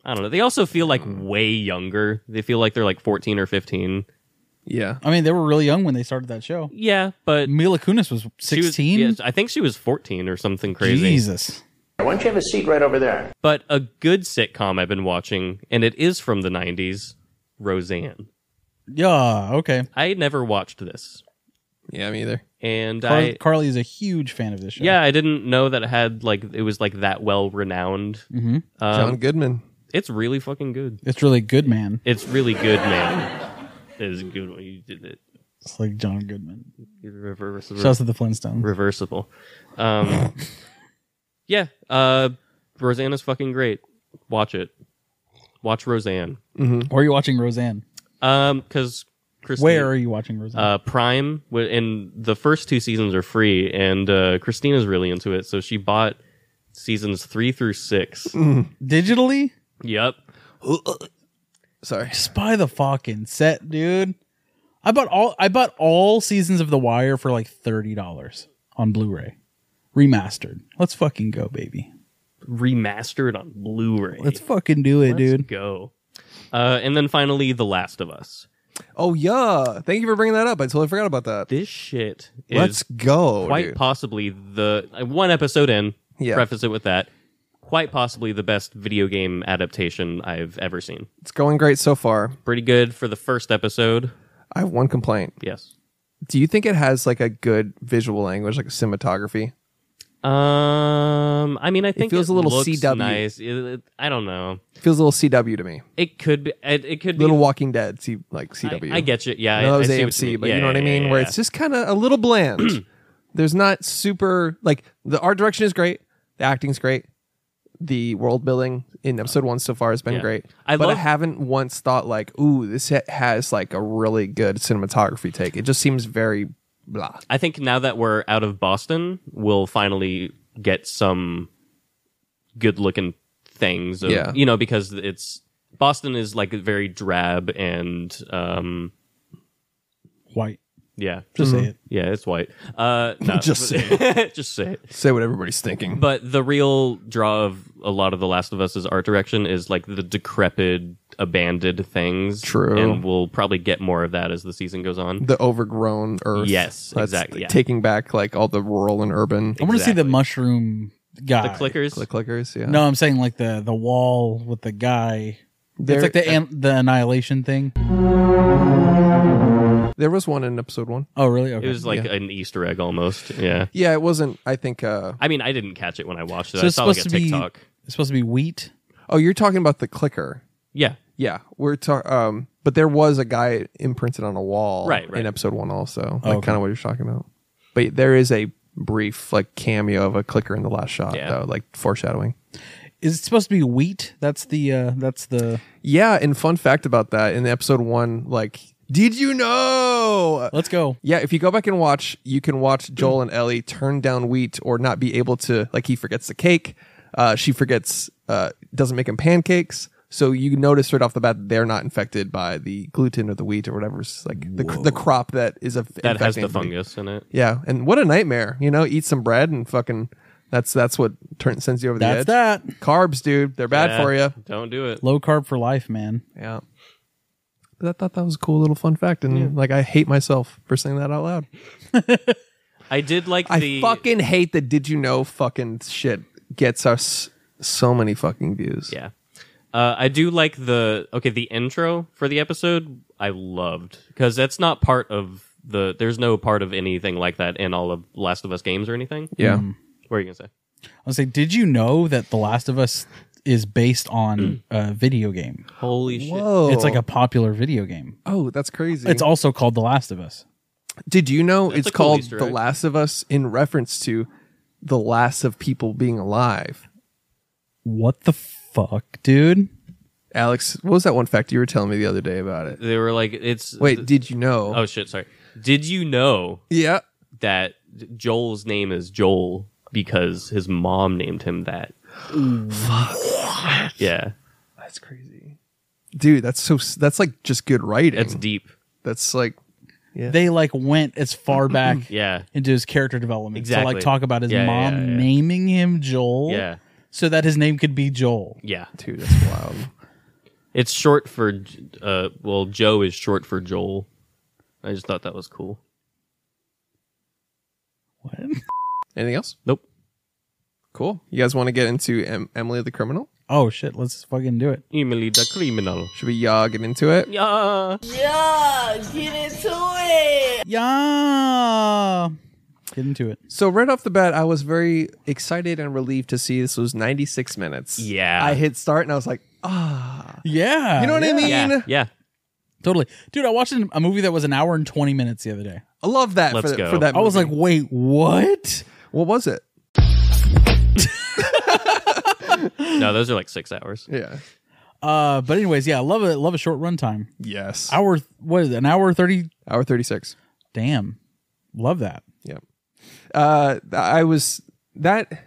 [SPEAKER 3] i don't know they also feel like way younger they feel like they're like 14 or 15
[SPEAKER 1] Yeah.
[SPEAKER 5] I mean, they were really young when they started that show.
[SPEAKER 3] yeah but
[SPEAKER 5] Mila Kunis was
[SPEAKER 3] she was-
[SPEAKER 5] sixteen.
[SPEAKER 3] yes, i think she was 14 or something crazy
[SPEAKER 5] Jesus.
[SPEAKER 9] Why don't you have a seat right over there?
[SPEAKER 3] but a good sitcom i've been watching and it is from the 90s roseanne
[SPEAKER 5] Yeah. Okay.
[SPEAKER 3] i never watched this
[SPEAKER 1] Yeah, me either.
[SPEAKER 3] and
[SPEAKER 5] Car-
[SPEAKER 3] i
[SPEAKER 5] Carly is a huge fan of this show.
[SPEAKER 3] yeah i didn't know that it had like it was like that well renowned um,
[SPEAKER 1] John Goodman.
[SPEAKER 3] it's really fucking good
[SPEAKER 5] Mm-hmm. It's really good, man.
[SPEAKER 3] It's really good, man. It is a good one. You did it.
[SPEAKER 5] It's like John Goodman.
[SPEAKER 3] You're reverse-
[SPEAKER 5] Shouts to the Flintstones.
[SPEAKER 3] reversible. Um, yeah. Uh, Roseanne is fucking great. Watch it. Watch Roseanne.
[SPEAKER 5] Or are you watching Roseanne?
[SPEAKER 3] Um, because Christine,
[SPEAKER 5] Where are you watching Roseanne?
[SPEAKER 3] Uh, Prime wi- and the first two seasons are free, and uh, Christina's really into it, so she bought seasons three through six.
[SPEAKER 1] Mm.
[SPEAKER 5] Digitally?
[SPEAKER 3] Yep.
[SPEAKER 1] Sorry.
[SPEAKER 5] Just buy the fucking set, dude. I bought all I bought all seasons of The Wire for like thirty dollars on Blu-ray, remastered. Let's fucking go, baby.
[SPEAKER 3] Remastered on Blu-ray.
[SPEAKER 5] Let's fucking do it,
[SPEAKER 3] Let's
[SPEAKER 5] dude.
[SPEAKER 3] go. Uh, and then finally, The Last of Us.
[SPEAKER 1] Oh yeah. Thank you for bringing that up. I totally forgot about that.
[SPEAKER 3] This shit is
[SPEAKER 1] Let's go.
[SPEAKER 3] quite
[SPEAKER 1] dude.
[SPEAKER 3] possibly the uh, one episode in.
[SPEAKER 1] Yeah.
[SPEAKER 3] Preface it with that. Quite possibly the best video game adaptation I've ever seen.
[SPEAKER 1] it's going great so far.
[SPEAKER 3] Pretty good for the first episode.
[SPEAKER 1] I have one complaint.
[SPEAKER 3] Yes.
[SPEAKER 1] Do you think it has like a good visual language, like cinematography?
[SPEAKER 3] Um, I mean, I think
[SPEAKER 1] feels
[SPEAKER 3] it
[SPEAKER 1] a little
[SPEAKER 3] looks
[SPEAKER 1] CW.
[SPEAKER 3] Nice. It- it- I don't know.
[SPEAKER 1] It feels a little CW to me.
[SPEAKER 3] It could be. It, it could
[SPEAKER 1] Little
[SPEAKER 3] be.
[SPEAKER 1] Walking Dead, C- like CW.
[SPEAKER 3] I, I get you. Yeah,
[SPEAKER 1] I know
[SPEAKER 3] I,
[SPEAKER 1] that was
[SPEAKER 3] I see what
[SPEAKER 1] AMC,
[SPEAKER 3] you mean.
[SPEAKER 1] but
[SPEAKER 3] Yeah,
[SPEAKER 1] you know what I
[SPEAKER 3] yeah,
[SPEAKER 1] mean?
[SPEAKER 3] yeah,
[SPEAKER 1] Where
[SPEAKER 3] yeah.
[SPEAKER 1] it's just kind of a little bland. There's not super like the art direction is great, the acting's great, the world building in episode one so far has been
[SPEAKER 3] Yeah.
[SPEAKER 1] great.
[SPEAKER 3] I
[SPEAKER 1] but
[SPEAKER 3] love-
[SPEAKER 1] I haven't once thought like, ooh, this ha- has like a really good cinematography take. It just seems very blah.
[SPEAKER 3] I think now that we're out of Boston, we'll finally get some good looking things. Of,
[SPEAKER 1] Yeah.
[SPEAKER 3] You know, because it's Boston is like very drab and um
[SPEAKER 5] White.
[SPEAKER 3] Yeah,
[SPEAKER 5] Just say it.
[SPEAKER 3] yeah, it's white. Uh, no,
[SPEAKER 1] Just say
[SPEAKER 3] it. just say it.
[SPEAKER 1] Say what everybody's thinking.
[SPEAKER 3] But the real draw of a lot of The Last of Us's art direction is like the decrepit, abandoned things.
[SPEAKER 1] True.
[SPEAKER 3] and we'll probably get more of that as the season goes on.
[SPEAKER 1] the overgrown earth.
[SPEAKER 3] Yes, exactly,
[SPEAKER 1] like,
[SPEAKER 3] yeah.
[SPEAKER 1] Taking back like all the rural and urban
[SPEAKER 5] I want to see the
[SPEAKER 3] Exactly.
[SPEAKER 5] mushroom guy.
[SPEAKER 3] The clickers.
[SPEAKER 1] click clickers. Yeah.
[SPEAKER 5] No, I'm saying like the the wall with the guy.
[SPEAKER 1] There-
[SPEAKER 5] it's like the an- the annihilation thing.
[SPEAKER 1] There was one in episode one.
[SPEAKER 5] Oh, really? Okay.
[SPEAKER 3] It was like an Easter egg almost. Yeah.
[SPEAKER 1] Yeah, it wasn't. I think. uh
[SPEAKER 3] I mean, I didn't catch it when I watched it.
[SPEAKER 5] So
[SPEAKER 3] I
[SPEAKER 5] it's
[SPEAKER 3] saw like a
[SPEAKER 5] supposed to be-
[SPEAKER 3] TikTok.
[SPEAKER 5] it's supposed to be wheat.
[SPEAKER 1] Oh, you're talking about the clicker.
[SPEAKER 3] Yeah.
[SPEAKER 1] Yeah, we're talking. Um, but there was a guy imprinted on a wall,
[SPEAKER 3] Right, right.
[SPEAKER 1] in episode one also, like
[SPEAKER 5] okay.
[SPEAKER 1] kind of what you're talking about. But there is a brief like cameo of a clicker in the last shot,
[SPEAKER 3] Yeah.
[SPEAKER 1] though, like foreshadowing.
[SPEAKER 5] Is it supposed to be wheat? That's the uh that's the
[SPEAKER 1] Yeah, and fun fact about that in episode one, like, did you know?
[SPEAKER 5] Let's go.
[SPEAKER 1] Yeah, if you go back and watch, you can
[SPEAKER 3] Hmm.
[SPEAKER 1] watch Joel and Ellie turn down wheat or not be able to like he forgets the cake. Uh, she forgets uh, doesn't make him pancakes. So you notice right off the bat that they're not infected by the gluten or the wheat or whatever's like the, the crop that is a
[SPEAKER 3] That has the fungus in it.
[SPEAKER 1] Yeah, and what a nightmare! You know, eat some bread and fucking that's that's what turn, sends you over the
[SPEAKER 5] That's
[SPEAKER 1] edge.
[SPEAKER 5] that.
[SPEAKER 1] Carbs, dude, they're bad
[SPEAKER 3] Yeah,
[SPEAKER 1] for you.
[SPEAKER 3] Don't do it.
[SPEAKER 5] Low carb for life, man.
[SPEAKER 1] Yeah. But I thought that was a cool little fun fact, and like I hate myself for saying that out loud.
[SPEAKER 3] I did like
[SPEAKER 1] I
[SPEAKER 3] the
[SPEAKER 1] fucking hate that. Did you know? Fucking shit gets us so many fucking views.
[SPEAKER 3] Yeah. Uh, I do like the okay the intro for the episode. I loved because that's not part of the. There's no part of anything like that in all of Last of Us games or anything.
[SPEAKER 1] yeah.
[SPEAKER 5] Mm.
[SPEAKER 3] What are you gonna say?
[SPEAKER 5] I was like, did you know that The Last of Us is based
[SPEAKER 3] Mm.
[SPEAKER 5] on a video game?
[SPEAKER 3] Holy shit!
[SPEAKER 1] Whoa,
[SPEAKER 5] It's like
[SPEAKER 3] Oh.
[SPEAKER 5] a popular video game.
[SPEAKER 1] oh, that's crazy.
[SPEAKER 5] It's also called The Last of Us.
[SPEAKER 1] Did you know
[SPEAKER 3] That's
[SPEAKER 1] it's
[SPEAKER 3] a cool
[SPEAKER 1] called
[SPEAKER 3] Easter
[SPEAKER 1] The
[SPEAKER 3] egg.
[SPEAKER 1] Last of Us in reference to the last of people being alive?
[SPEAKER 5] What the fuck, dude?
[SPEAKER 1] Alex, what was that one fact you were telling me the other day about it?
[SPEAKER 3] They were like, it's
[SPEAKER 1] Wait, did you know?
[SPEAKER 3] oh shit! Sorry. Did you know
[SPEAKER 1] yeah.
[SPEAKER 3] that Joel's name is Joel because his mom named him that? Yeah,
[SPEAKER 1] That's crazy. Dude, that's so that's like just good writing.
[SPEAKER 3] that's deep.
[SPEAKER 1] that's like
[SPEAKER 5] They like went as far back
[SPEAKER 3] Yeah,
[SPEAKER 5] into his character development to
[SPEAKER 3] Exactly.
[SPEAKER 5] like talk about his
[SPEAKER 3] Yeah, yeah,
[SPEAKER 5] mom
[SPEAKER 3] yeah, yeah.
[SPEAKER 5] naming him Joel.
[SPEAKER 3] yeah,
[SPEAKER 5] So that his name could be Joel.
[SPEAKER 3] yeah.
[SPEAKER 1] dude, that's wild.
[SPEAKER 3] It's short for, uh, well, Joe is short for Joel. I just thought that was cool.
[SPEAKER 5] What?
[SPEAKER 1] Anything else?
[SPEAKER 3] Nope.
[SPEAKER 1] Cool. You guys want to get into em- Emily the Criminal?
[SPEAKER 5] Oh shit, let's fucking do it.
[SPEAKER 3] Emily the criminal.
[SPEAKER 1] Should we uh, get into it?
[SPEAKER 3] Yeah.
[SPEAKER 5] Yeah. Get into it.
[SPEAKER 1] So right off the bat, I was very excited and relieved to see this was 96 minutes.
[SPEAKER 3] Yeah.
[SPEAKER 1] I hit start and I was like, "Ah,
[SPEAKER 5] Yeah.
[SPEAKER 1] you know what I mean?
[SPEAKER 3] yeah. Yeah.
[SPEAKER 5] Totally. Dude, I watched an- a movie that was an hour and 20 minutes the other day.
[SPEAKER 1] I love that
[SPEAKER 3] Let's
[SPEAKER 1] for, the,
[SPEAKER 3] go.
[SPEAKER 1] for that.
[SPEAKER 5] I was like,
[SPEAKER 1] movie.
[SPEAKER 5] wait, what?
[SPEAKER 1] what was it?
[SPEAKER 3] No, those are like six hours.
[SPEAKER 1] Yeah.
[SPEAKER 5] Uh, but anyways, yeah, I love it. Love a short runtime.
[SPEAKER 1] Yes. Hour,
[SPEAKER 5] Hour, what is it? An hour 30?
[SPEAKER 1] 36.
[SPEAKER 5] Damn. Love that.
[SPEAKER 1] Uh, th- I was that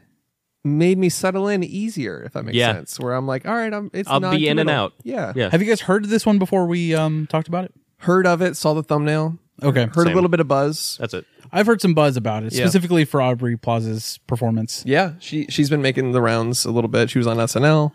[SPEAKER 1] made me settle in easier, if that makes
[SPEAKER 3] Yeah.
[SPEAKER 1] sense. Where I'm like, all right, I'm. It's
[SPEAKER 3] I'll be in and
[SPEAKER 1] non-committal.
[SPEAKER 3] out.
[SPEAKER 1] Yeah.
[SPEAKER 3] Yeah.
[SPEAKER 5] Have you guys heard of this one before we um talked about it?
[SPEAKER 1] Heard of it? Saw the thumbnail.
[SPEAKER 5] Okay.
[SPEAKER 1] Heard
[SPEAKER 3] Same.
[SPEAKER 1] a little bit of buzz.
[SPEAKER 3] That's it.
[SPEAKER 5] I've heard some buzz about it,
[SPEAKER 1] Yeah.
[SPEAKER 5] specifically for Aubrey Plaza's performance.
[SPEAKER 1] Yeah, she she's been making the rounds a little bit. She was on SNL.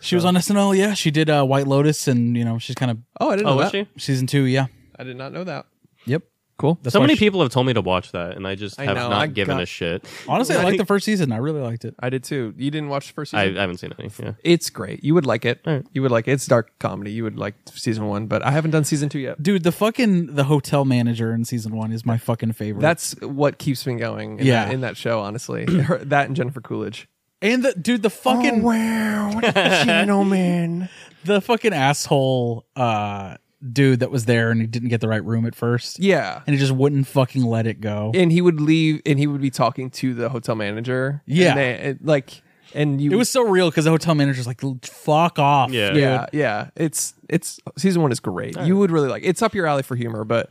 [SPEAKER 5] She was on SNL, yeah. She did uh, White Lotus, and, you know, she's kind of
[SPEAKER 1] Oh, I didn't
[SPEAKER 3] Oh,
[SPEAKER 1] know
[SPEAKER 3] was
[SPEAKER 1] that.
[SPEAKER 3] she?
[SPEAKER 5] season two, yeah.
[SPEAKER 1] I did not know that.
[SPEAKER 5] Yep.
[SPEAKER 1] Cool.
[SPEAKER 5] That's
[SPEAKER 3] So
[SPEAKER 5] why
[SPEAKER 3] many
[SPEAKER 5] she-
[SPEAKER 3] people have told me to watch that, and I just
[SPEAKER 1] I
[SPEAKER 3] have
[SPEAKER 1] know,
[SPEAKER 3] not
[SPEAKER 1] I
[SPEAKER 3] given
[SPEAKER 1] got-
[SPEAKER 3] a shit.
[SPEAKER 5] Honestly, I
[SPEAKER 1] Like-
[SPEAKER 5] liked the first season. I really liked it.
[SPEAKER 1] I did too. You didn't watch the first
[SPEAKER 3] I, I
[SPEAKER 1] season?
[SPEAKER 3] haven't seen any. Yeah.
[SPEAKER 1] it's great. You would like it.
[SPEAKER 3] Alright.
[SPEAKER 1] You would like it. It's dark comedy. You would like season one, but I haven't done season two yet.
[SPEAKER 5] Dude, the fucking the hotel manager in season one is my fucking favorite.
[SPEAKER 1] That's what keeps me going. In
[SPEAKER 5] Yeah.
[SPEAKER 1] that, in that show, honestly, Her- that and Jennifer Coolidge.
[SPEAKER 5] and the dude, the fucking
[SPEAKER 1] wow, gentleman.
[SPEAKER 5] the fucking asshole uh dude that was there and he didn't get the right room at first.
[SPEAKER 1] Yeah,
[SPEAKER 5] And he just wouldn't fucking let it go.
[SPEAKER 1] and he would leave, and he would be talking to the hotel manager.
[SPEAKER 5] Yeah.
[SPEAKER 1] and they, it- like, and you.
[SPEAKER 5] it was so real because the hotel manager's like, "L- fuck off.
[SPEAKER 3] Yeah.
[SPEAKER 5] dude."
[SPEAKER 1] yeah, yeah. It's it's season one is great. You would really like. It's up your alley for humor, but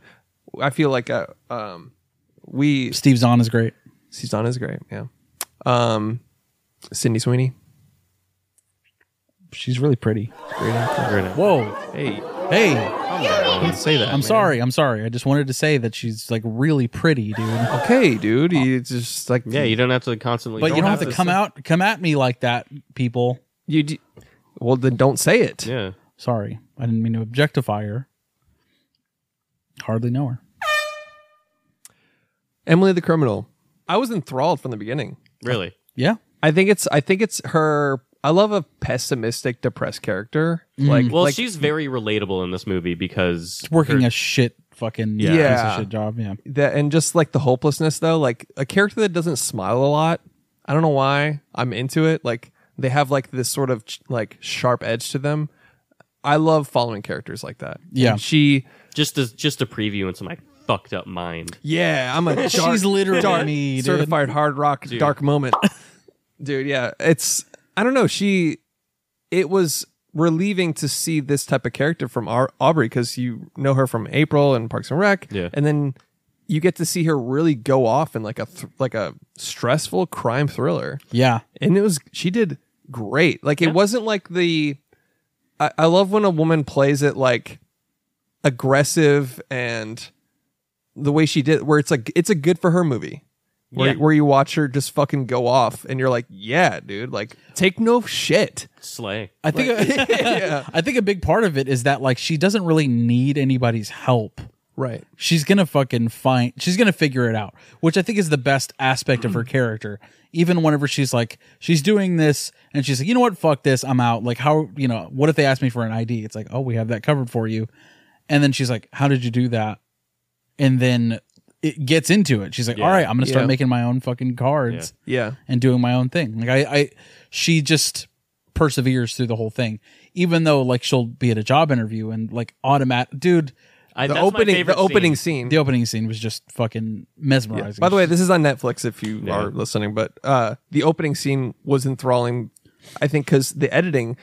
[SPEAKER 1] I feel like uh, um, we
[SPEAKER 5] Steve Zahn is great.
[SPEAKER 1] Susanna is great. Yeah, um, Sydney Sweeney.
[SPEAKER 5] She's really pretty.
[SPEAKER 1] Great actor.
[SPEAKER 3] Very nice.
[SPEAKER 5] Whoa.
[SPEAKER 1] Hey,
[SPEAKER 5] Hey,
[SPEAKER 1] Don't say that.
[SPEAKER 5] I'm sorry. I'm sorry. I just wanted to say that she's like really pretty, dude.
[SPEAKER 1] Okay, dude. You just like
[SPEAKER 3] Yeah, you don't have to constantly.
[SPEAKER 5] But you don't have to come out come at me like that, people.
[SPEAKER 1] you. d- Well, then don't say it.
[SPEAKER 3] Yeah.
[SPEAKER 5] Sorry. I didn't mean to objectify her. Hardly know her.
[SPEAKER 1] Emily the criminal. I was enthralled from the beginning.
[SPEAKER 3] Really?
[SPEAKER 5] Yeah.
[SPEAKER 1] I think it's. I think it's her. I love a pessimistic, depressed character.
[SPEAKER 5] Mm.
[SPEAKER 1] Like,
[SPEAKER 3] Well,
[SPEAKER 1] Mm. like,
[SPEAKER 3] she's very relatable in this movie because
[SPEAKER 5] Working a shit fucking
[SPEAKER 1] Yeah.
[SPEAKER 5] piece
[SPEAKER 1] Yeah.
[SPEAKER 5] of shit job. Yeah.
[SPEAKER 1] that and just like the hopelessness though like a character that doesn't smile a lot i don't know why i'm into it like they have like this sort of ch- like sharp edge to them i love following characters like that
[SPEAKER 5] Yeah.
[SPEAKER 1] And she
[SPEAKER 3] just as just a preview into my fucked up mind.
[SPEAKER 1] yeah i'm a dark,
[SPEAKER 5] She's literally
[SPEAKER 1] dark
[SPEAKER 5] me, dude.
[SPEAKER 1] certified hard rock dark moment dude yeah it's i don't know she it was relieving to see this type of character from Au- aubrey because you know her from april and parks and rec
[SPEAKER 3] Yeah.
[SPEAKER 1] and then you get to see her really go off in like a th- like a stressful crime thriller
[SPEAKER 5] Yeah.
[SPEAKER 1] and it was she did great like it wasn't like the I, I love when a woman plays it like aggressive and the way she did where it's like it's a good for her movie where,
[SPEAKER 3] Yeah.
[SPEAKER 1] where you watch her just fucking go off and you're like yeah dude like take no shit
[SPEAKER 3] Slay.
[SPEAKER 5] I think I think a big part of it is that like she doesn't really need anybody's help.
[SPEAKER 1] right
[SPEAKER 5] She's gonna fucking find she's gonna figure it out, which I think is the best aspect
[SPEAKER 1] Mm-hmm.
[SPEAKER 5] of her character. Even whenever she's like she's doing this and she's like, you know what, fuck this, I'm out. Like how you know, what if they ask me for an ID? It's like, oh, we have that covered for you. And then she's like, How did you do that? And then it gets into it. She's like, All right, I'm gonna start
[SPEAKER 1] Yeah.
[SPEAKER 5] making my own fucking cards
[SPEAKER 1] yeah
[SPEAKER 5] and doing my own thing. Like I, I she just perseveres through the whole thing, even though like she'll be at a job interview and like automatic dude.
[SPEAKER 3] I,
[SPEAKER 1] the
[SPEAKER 3] that's my
[SPEAKER 1] opening the
[SPEAKER 3] favorite
[SPEAKER 1] opening scene,
[SPEAKER 5] The opening scene was just fucking mesmerizing.
[SPEAKER 1] By the way, this is on Netflix if you are listening, but uh, the opening scene was enthralling, I think, because the editing,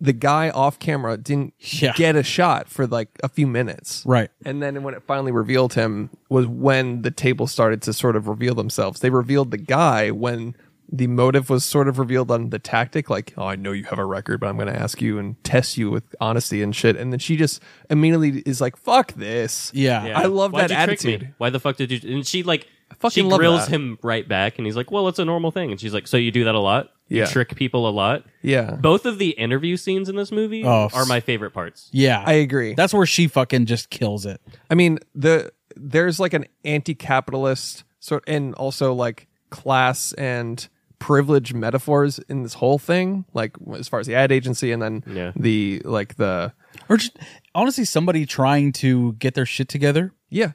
[SPEAKER 1] the guy off camera didn't
[SPEAKER 5] Yeah.
[SPEAKER 1] get a shot for like a few minutes.
[SPEAKER 5] right?
[SPEAKER 1] And then when it finally revealed him was when the table started to sort of reveal themselves. They revealed the guy when the motive was sort of revealed on the tactic, like, oh, I know you have a record, but I'm going to ask you and test you with honesty and shit. And then she just immediately is like, fuck this.
[SPEAKER 5] Yeah.
[SPEAKER 1] I love
[SPEAKER 3] Why'd
[SPEAKER 1] that
[SPEAKER 3] you trick
[SPEAKER 1] attitude.
[SPEAKER 3] Me? Why the fuck did you? And she like
[SPEAKER 1] fucking
[SPEAKER 3] she
[SPEAKER 1] love
[SPEAKER 3] grills
[SPEAKER 1] that.
[SPEAKER 3] him right back, and he's like, "Well, it's a normal thing." And she's like, "So you do that a lot?
[SPEAKER 1] Yeah.
[SPEAKER 3] You trick people a lot?
[SPEAKER 1] Yeah.
[SPEAKER 3] Both of the interview scenes in this movie
[SPEAKER 5] Oh,
[SPEAKER 3] are my favorite parts.
[SPEAKER 5] Yeah,
[SPEAKER 1] I agree.
[SPEAKER 5] That's where she fucking just kills it.
[SPEAKER 1] I mean, the there's like an anti-capitalist sort and also like class and privilege metaphors in this whole thing, like as far as the ad agency and then
[SPEAKER 3] Yeah.
[SPEAKER 1] the like the
[SPEAKER 5] Or just honestly, somebody trying to get their shit together
[SPEAKER 1] yeah.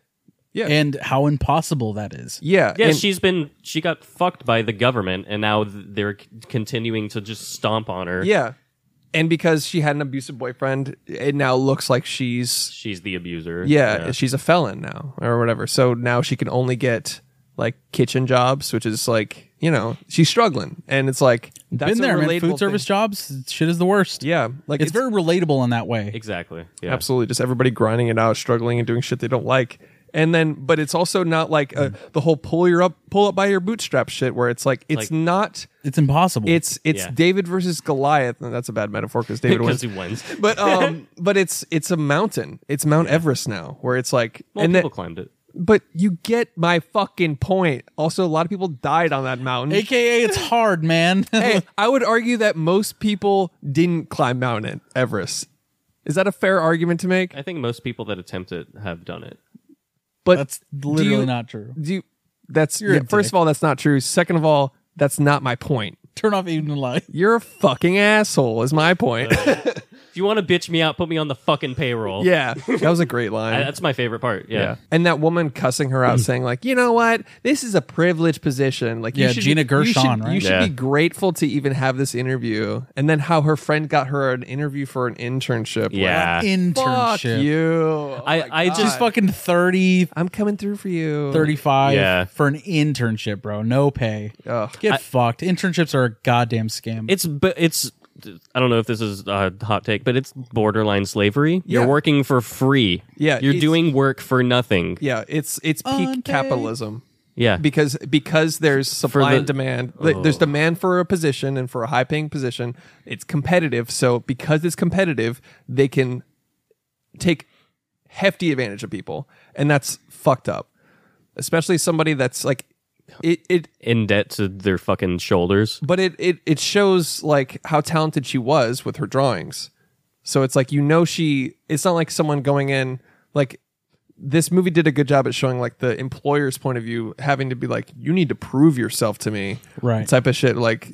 [SPEAKER 1] Yeah.
[SPEAKER 5] and how impossible that is.
[SPEAKER 1] yeah.
[SPEAKER 3] Yeah,
[SPEAKER 1] and-
[SPEAKER 3] she's been she got fucked by the government, and now th- they're c- continuing to just stomp on her.
[SPEAKER 1] yeah. And because she had an abusive boyfriend, it now looks like she's
[SPEAKER 3] she's the abuser.
[SPEAKER 1] yeah, she's a felon now or whatever. So now she can only get like kitchen jobs, which is like, you know, she's struggling. And it's like that's
[SPEAKER 5] Been
[SPEAKER 1] a
[SPEAKER 5] there, man.
[SPEAKER 1] relatable
[SPEAKER 5] Food service
[SPEAKER 1] thing.
[SPEAKER 5] jobs, shit is the worst.
[SPEAKER 1] Yeah. Like
[SPEAKER 5] it's, very relatable in that way.
[SPEAKER 3] exactly. Yeah,
[SPEAKER 1] absolutely just everybody grinding it out struggling and doing shit they don't like and then but it's also not like uh the whole pull your up pull up by your bootstrap shit where it's like it's
[SPEAKER 3] Mm. Like-
[SPEAKER 1] not
[SPEAKER 5] It's impossible.
[SPEAKER 1] it's it's
[SPEAKER 3] Yeah.
[SPEAKER 1] david versus goliath and that's a bad metaphor because david
[SPEAKER 3] because
[SPEAKER 1] wins
[SPEAKER 3] he wins.
[SPEAKER 1] but um but it's it's a mountain it's mount everest now where it's like
[SPEAKER 3] Well,
[SPEAKER 1] and
[SPEAKER 3] people
[SPEAKER 1] then
[SPEAKER 3] climbed it.
[SPEAKER 1] but you get my fucking point also a lot of people died on that mountain
[SPEAKER 5] AKA it's hard, man.
[SPEAKER 1] hey i would argue that most people didn't climb mount everest is that a fair argument to make
[SPEAKER 3] I think most people that attempt it have done it.
[SPEAKER 1] but
[SPEAKER 5] That's
[SPEAKER 1] do
[SPEAKER 5] literally
[SPEAKER 1] you-
[SPEAKER 5] not true.
[SPEAKER 1] do you, that's
[SPEAKER 5] You're a
[SPEAKER 1] yeah, first
[SPEAKER 5] dick.
[SPEAKER 1] of all that's not true second of all that's not my point
[SPEAKER 5] Turn off evening light.
[SPEAKER 1] you're a fucking asshole is my point
[SPEAKER 3] If you want to bitch me out, put me on the fucking payroll.
[SPEAKER 1] yeah that was a great
[SPEAKER 3] I-
[SPEAKER 1] line
[SPEAKER 3] that's my favorite part. Yeah.
[SPEAKER 1] and that woman cussing her
[SPEAKER 5] Hmm.
[SPEAKER 1] out saying like you know what this is a privileged position like
[SPEAKER 5] Yeah,
[SPEAKER 1] you should,
[SPEAKER 5] Gina
[SPEAKER 1] you
[SPEAKER 5] Gershon,
[SPEAKER 1] should,
[SPEAKER 5] right?
[SPEAKER 1] you should
[SPEAKER 3] Yeah.
[SPEAKER 1] be grateful to even have this interview and then how her friend got her an interview for an internship
[SPEAKER 3] Yeah.
[SPEAKER 5] Internship.
[SPEAKER 1] like, fuck you Oh
[SPEAKER 3] I-
[SPEAKER 1] my
[SPEAKER 3] I
[SPEAKER 1] God.
[SPEAKER 5] She's fucking 30,
[SPEAKER 1] i'm coming through for you
[SPEAKER 5] 35
[SPEAKER 3] Yeah.
[SPEAKER 5] for an internship, bro. No pay.
[SPEAKER 1] Ugh.
[SPEAKER 5] Get fucked. Internships are a goddamn scam.
[SPEAKER 3] It's but it's I don't know if this is a hot take, but it's borderline slavery.
[SPEAKER 1] Yeah.
[SPEAKER 3] You're working for free.
[SPEAKER 1] Yeah,
[SPEAKER 3] You're
[SPEAKER 1] it's-
[SPEAKER 3] doing work for nothing.
[SPEAKER 1] yeah it's it's
[SPEAKER 5] Unpaid.
[SPEAKER 1] peak capitalism
[SPEAKER 3] Yeah.
[SPEAKER 1] because because there's supply
[SPEAKER 3] the- Oh.
[SPEAKER 1] and demand th- there's demand for a position and for a high paying position it's competitive so because it's competitive they can take hefty advantage of people, and that's fucked up. Especially somebody that's like it. it
[SPEAKER 3] in debt to their fucking shoulders.
[SPEAKER 1] but it, it it shows like how talented she was with her drawings. So it's like you know she. It's not like someone going in like this movie did a good job at showing like the employer's point of view, having to be like you need to prove yourself to me,
[SPEAKER 5] Right.
[SPEAKER 1] Type of shit. Like,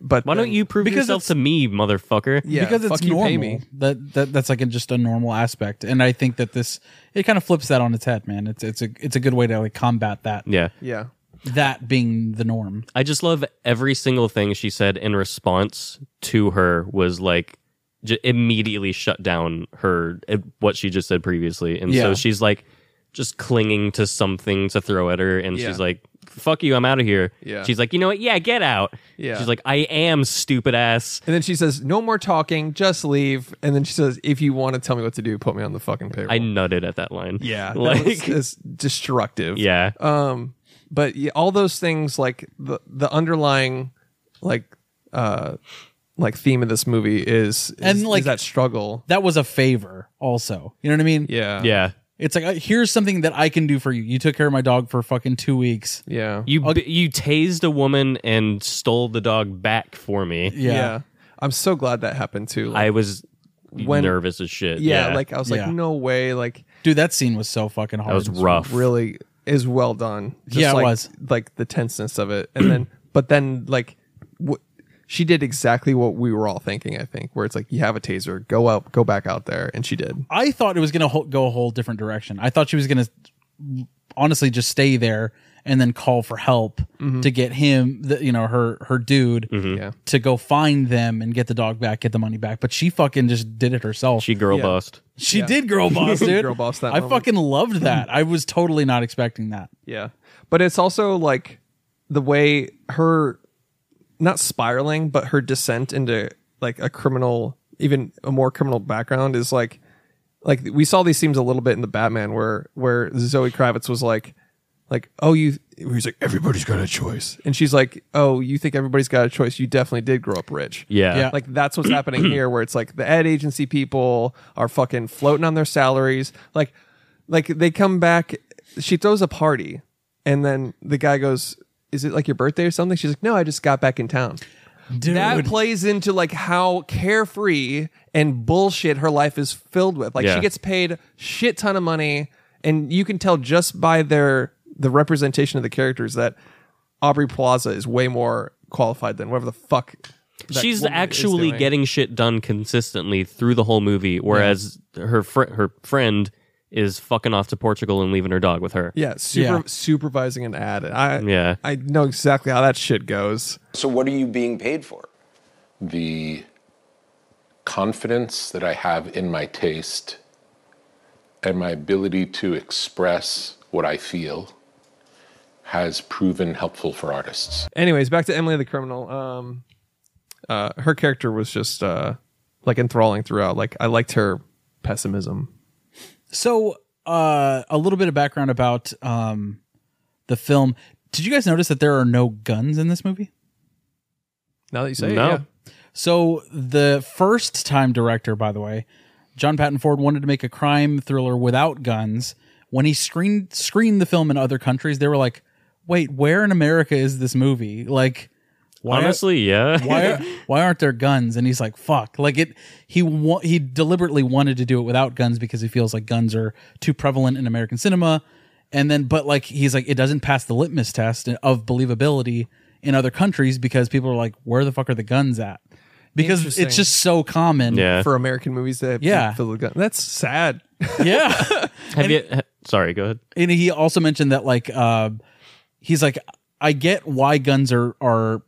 [SPEAKER 1] but
[SPEAKER 3] Why don't you prove
[SPEAKER 5] Because
[SPEAKER 3] yourself
[SPEAKER 5] it's-
[SPEAKER 3] to me, motherfucker?
[SPEAKER 1] Yeah,
[SPEAKER 5] because
[SPEAKER 1] fuck
[SPEAKER 5] it's
[SPEAKER 1] you,
[SPEAKER 5] normal.
[SPEAKER 1] pay me.
[SPEAKER 5] That, that that's like a, just a normal aspect, and I think that this it kind of flips that on its head, man. It's it's a it's a good way to like combat that
[SPEAKER 3] Yeah.
[SPEAKER 1] Yeah.
[SPEAKER 5] that being the norm.
[SPEAKER 3] I just love every single thing she said in response to her was like j- immediately shut down her eh, what she just said previously, and
[SPEAKER 5] Yeah.
[SPEAKER 3] so she's like just clinging to something to throw at her, and
[SPEAKER 1] Yeah.
[SPEAKER 3] she's like, "Fuck you, I'm out of here."
[SPEAKER 1] Yeah.
[SPEAKER 3] She's like, "You know what? Yeah, get out."
[SPEAKER 1] Yeah.
[SPEAKER 3] She's like, "I am stupid ass."
[SPEAKER 1] And then she says, "No more talking, just leave." And then she says, "If you want to tell me what to do, put me on the fucking payroll."
[SPEAKER 3] I nutted at that line.
[SPEAKER 1] yeah, that
[SPEAKER 3] like
[SPEAKER 1] was- that's destructive.
[SPEAKER 3] yeah,
[SPEAKER 1] Um, but yeah, all those things, like the the underlying, like, uh, like theme of this movie is, is
[SPEAKER 5] And, like-
[SPEAKER 1] is that struggle.
[SPEAKER 5] That was a favor, also. You know what I mean?
[SPEAKER 1] Yeah,
[SPEAKER 3] yeah.
[SPEAKER 5] It's like uh, here's something that I can do for you. You took care of my dog for fucking two weeks.
[SPEAKER 1] yeah,
[SPEAKER 3] You bi- you tased a woman and stole the dog back for me.
[SPEAKER 1] yeah. I'm so glad that happened too. Like,
[SPEAKER 3] I was
[SPEAKER 1] When-
[SPEAKER 3] nervous as shit.
[SPEAKER 1] yeah, like I was
[SPEAKER 5] Yeah.
[SPEAKER 1] like, no way, like
[SPEAKER 5] dude, that scene was so fucking hard.
[SPEAKER 3] that was rough.
[SPEAKER 1] really is well done. Just
[SPEAKER 5] Yeah, it
[SPEAKER 1] like,
[SPEAKER 5] was.
[SPEAKER 1] like the tenseness of it, and then but then like what she did exactly what we were all thinking. I think where it's like you have a taser, go out, go back out there, and she did.
[SPEAKER 5] I thought it was gonna ho- go a whole different direction. I thought she was gonna honestly just stay there and then call for help
[SPEAKER 1] Mm-hmm.
[SPEAKER 5] to get him, the, you know, her her dude
[SPEAKER 1] Yeah.
[SPEAKER 5] to go find them and get the dog back, get the money back. But she fucking just did it herself.
[SPEAKER 3] She girl
[SPEAKER 1] Yeah.
[SPEAKER 3] bust.
[SPEAKER 5] She did girl boss, dude.
[SPEAKER 1] Girl boss that
[SPEAKER 5] I
[SPEAKER 1] moment.
[SPEAKER 5] fucking loved that. I was totally not expecting that.
[SPEAKER 1] Yeah. But it's also like the way her not spiraling, but her descent into like a criminal even a more criminal background is like like we saw these themes a little bit in the Batman where where Zoe Kravitz was like like oh you he's like everybody's got a choice and she's like oh you think everybody's got a choice you definitely did grow up rich
[SPEAKER 3] Yeah.
[SPEAKER 5] Yeah.
[SPEAKER 1] like that's what's happening here where it's like the ad agency people are fucking floating on their salaries like like they come back she throws a party and then the guy goes is it like your birthday or something she's like no i just got back in town
[SPEAKER 5] Dude,
[SPEAKER 1] that plays into like how carefree and bullshit her life is filled with like
[SPEAKER 3] Yeah.
[SPEAKER 1] she gets paid shit ton of money and you can tell just by their the representation of the characters that aubrey plaza is way more qualified than whatever the fuck that
[SPEAKER 3] She's
[SPEAKER 1] woman is
[SPEAKER 3] actually
[SPEAKER 1] doing.
[SPEAKER 3] getting shit done consistently through the whole movie, whereas her fr- her friend is fucking off to Portugal and leaving her dog with her.
[SPEAKER 1] Yeah, super,
[SPEAKER 5] Yeah.
[SPEAKER 1] supervising an ad. I
[SPEAKER 3] Yeah.
[SPEAKER 1] I know exactly how that shit goes.
[SPEAKER 10] So, what are you being paid for?
[SPEAKER 6] The confidence that I have in my taste and my ability to express what I feel has proven helpful for artists.
[SPEAKER 1] Anyways, back to Emily the criminal. Um, uh, her character was just uh, like enthralling throughout. Like I liked her pessimism.
[SPEAKER 5] So, uh, a little bit of background about um, the film. Did you guys notice that there are no guns in this movie?
[SPEAKER 1] Now that you say
[SPEAKER 3] No.
[SPEAKER 1] it,
[SPEAKER 5] So, the first time director, by the way, John Patton Ford wanted to make a crime thriller without guns. When he screened screened the film in other countries, they were like, "Wait, where in America is this movie?" Like, why
[SPEAKER 3] Honestly, yeah.
[SPEAKER 5] why are, why aren't there guns and he's like fuck like it he wa- he deliberately wanted to do it without guns because he feels like guns are too prevalent in american cinema and then but like he's like it doesn't pass the litmus test of believability in other countries because people are like where the fuck are the guns at because
[SPEAKER 1] Interesting.
[SPEAKER 5] it's just so common
[SPEAKER 1] yeah.
[SPEAKER 3] yeah.
[SPEAKER 1] For American movies, that
[SPEAKER 5] Yeah.
[SPEAKER 1] fill the gun. That's sad.
[SPEAKER 5] yeah
[SPEAKER 3] Have you? ha- sorry, go ahead.
[SPEAKER 5] and he also mentioned that like uh, he's like I get why guns are are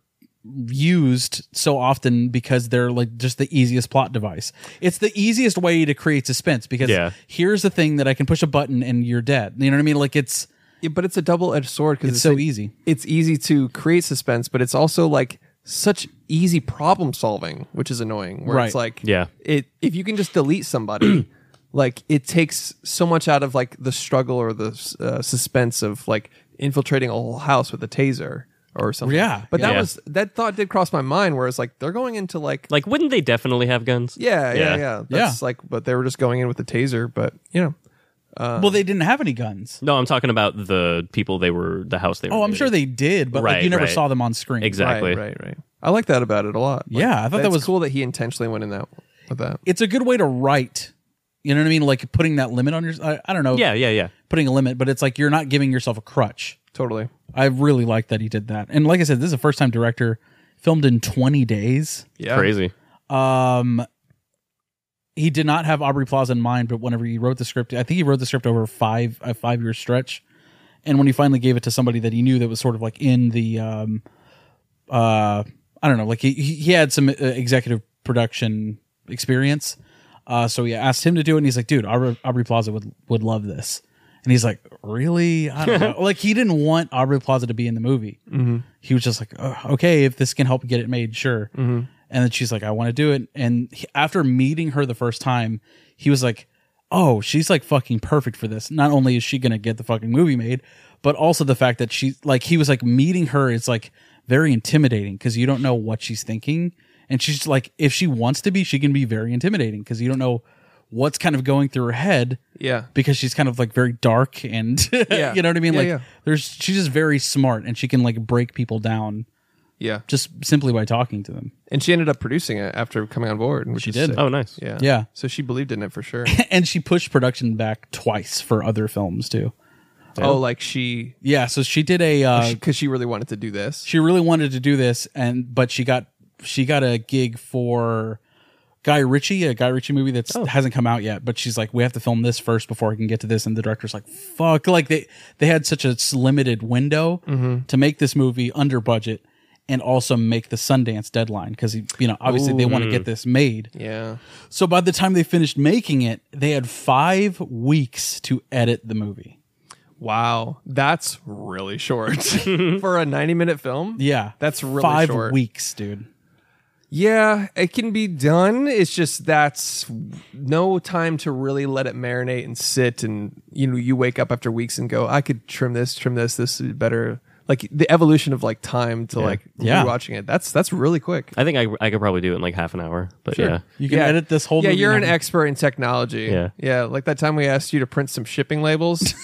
[SPEAKER 5] used so often because they're like just the easiest plot device. It's the easiest way to create suspense because
[SPEAKER 3] Yeah.
[SPEAKER 5] here's the thing that I can push a button and you're dead. You know what I mean? Like it's
[SPEAKER 1] Yeah, but it's a double edged sword because
[SPEAKER 5] it's so easy.
[SPEAKER 1] It's easy to create suspense, but it's also like such easy problem solving, which is annoying. Where
[SPEAKER 5] Right.
[SPEAKER 1] it's like,
[SPEAKER 3] Yeah.
[SPEAKER 1] it if you can just delete somebody, like it takes so much out of like the struggle or the uh, suspense of like infiltrating a whole house with a taser or something.
[SPEAKER 5] Yeah,
[SPEAKER 1] but that
[SPEAKER 3] yeah.
[SPEAKER 1] was that thought did cross my mind, where it's like they're going into like,
[SPEAKER 3] Like, wouldn't they definitely have guns?
[SPEAKER 1] yeah, yeah, yeah,
[SPEAKER 3] Yeah.
[SPEAKER 1] That's
[SPEAKER 5] Yeah.
[SPEAKER 1] like, but they were just going in with the taser. But you know,
[SPEAKER 3] uh,
[SPEAKER 5] well, they didn't have any guns.
[SPEAKER 3] No, I'm talking about the people they were, the house they were.
[SPEAKER 5] Oh, I'm
[SPEAKER 3] raiding.
[SPEAKER 5] sure they did, but like
[SPEAKER 3] Right,
[SPEAKER 5] you never
[SPEAKER 3] right.
[SPEAKER 5] saw them on screen.
[SPEAKER 3] Exactly.
[SPEAKER 1] right, right, right. I like that about it a lot. Like,
[SPEAKER 5] Yeah, I thought that
[SPEAKER 1] that's
[SPEAKER 5] was-
[SPEAKER 1] cool that he intentionally went in that with that.
[SPEAKER 5] It's a good way to write. You know what I mean? Like putting that limit on your. I, I don't know.
[SPEAKER 3] Yeah, yeah, yeah.
[SPEAKER 5] Putting a limit, but it's like you're not giving yourself a crutch.
[SPEAKER 1] Totally.
[SPEAKER 5] I really like that he did that. And like I said, this is a first time director. Filmed in 20 days.
[SPEAKER 1] Yeah.
[SPEAKER 3] Crazy.
[SPEAKER 5] Um, he did not have Aubrey Plaza in mind, but whenever he wrote the script, I think he wrote the script over five a five year stretch, and when he finally gave it to somebody that he knew that was sort of like in the, um, uh, I don't know, like he he he had some uh, executive production experience, uh, so he asked him to do it, and he's like, dude, Aubrey, Aubrey Plaza would would love this, and he's like, really, I don't know, like he didn't want Aubrey Plaza to be in the movie, he was just like, "Oh, okay, if this can help get it made, sure. And then she's like, I want to do it. And he- after meeting her the first time, he was like, oh, she's like fucking perfect for this. Not only is she going to get the fucking movie made, but also the fact that she, like, he was like, meeting her is like very intimidating because you don't know what she's thinking. And she's like, if she wants to be, she can be very intimidating because you don't know what's kind of going through her head
[SPEAKER 1] Yeah.
[SPEAKER 5] because she's kind of like very dark and
[SPEAKER 1] Yeah.
[SPEAKER 5] you know what I mean?
[SPEAKER 1] Yeah,
[SPEAKER 5] like
[SPEAKER 1] yeah.
[SPEAKER 5] there's she's just very smart and she can like break people down
[SPEAKER 1] Yeah.
[SPEAKER 5] just simply by talking to them.
[SPEAKER 1] And she ended up producing it after coming on board. Which
[SPEAKER 5] She
[SPEAKER 1] is
[SPEAKER 5] did.
[SPEAKER 1] sick.
[SPEAKER 3] Oh, nice.
[SPEAKER 1] Yeah.
[SPEAKER 5] Yeah.
[SPEAKER 1] So she believed in it for sure.
[SPEAKER 5] And she pushed production back twice for other films too.
[SPEAKER 1] oh, like she
[SPEAKER 5] Yeah, so she did a uh,
[SPEAKER 1] because she really wanted to do this.
[SPEAKER 5] she really wanted to do this and but she got she got a gig for Guy Ritchie, a Guy Ritchie movie
[SPEAKER 1] Oh.
[SPEAKER 5] that's hasn't come out yet, but she's like, we have to film this first before I can get to this, and the director's like, fuck, like they they had such a s- limited window
[SPEAKER 1] Mm-hmm.
[SPEAKER 5] to make this movie under budget and also make the Sundance deadline because you know obviously they want to get this made.
[SPEAKER 1] Yeah.
[SPEAKER 5] So by the time they finished making it, they had five weeks to edit the movie.
[SPEAKER 1] Wow. That's really short for a 90 minute film.
[SPEAKER 5] Yeah,
[SPEAKER 1] That's really
[SPEAKER 5] five
[SPEAKER 1] short.
[SPEAKER 5] weeks, dude.
[SPEAKER 1] Yeah, it can be done. It's just that's no time to really let it marinate and sit. And you know, you wake up after weeks and go, I could trim this, trim this, this is better. Like the evolution of like time to like
[SPEAKER 5] Yeah.
[SPEAKER 1] rewatching it. That's that's really quick.
[SPEAKER 3] I think I, I could probably do it in like half an hour. But yeah.
[SPEAKER 5] You can
[SPEAKER 1] Yeah.
[SPEAKER 5] edit this whole.
[SPEAKER 1] Yeah,
[SPEAKER 5] movie
[SPEAKER 1] you're
[SPEAKER 5] in
[SPEAKER 1] an
[SPEAKER 5] a-
[SPEAKER 1] expert in technology.
[SPEAKER 3] Yeah.
[SPEAKER 1] yeah. Like that time we asked you to print some shipping labels,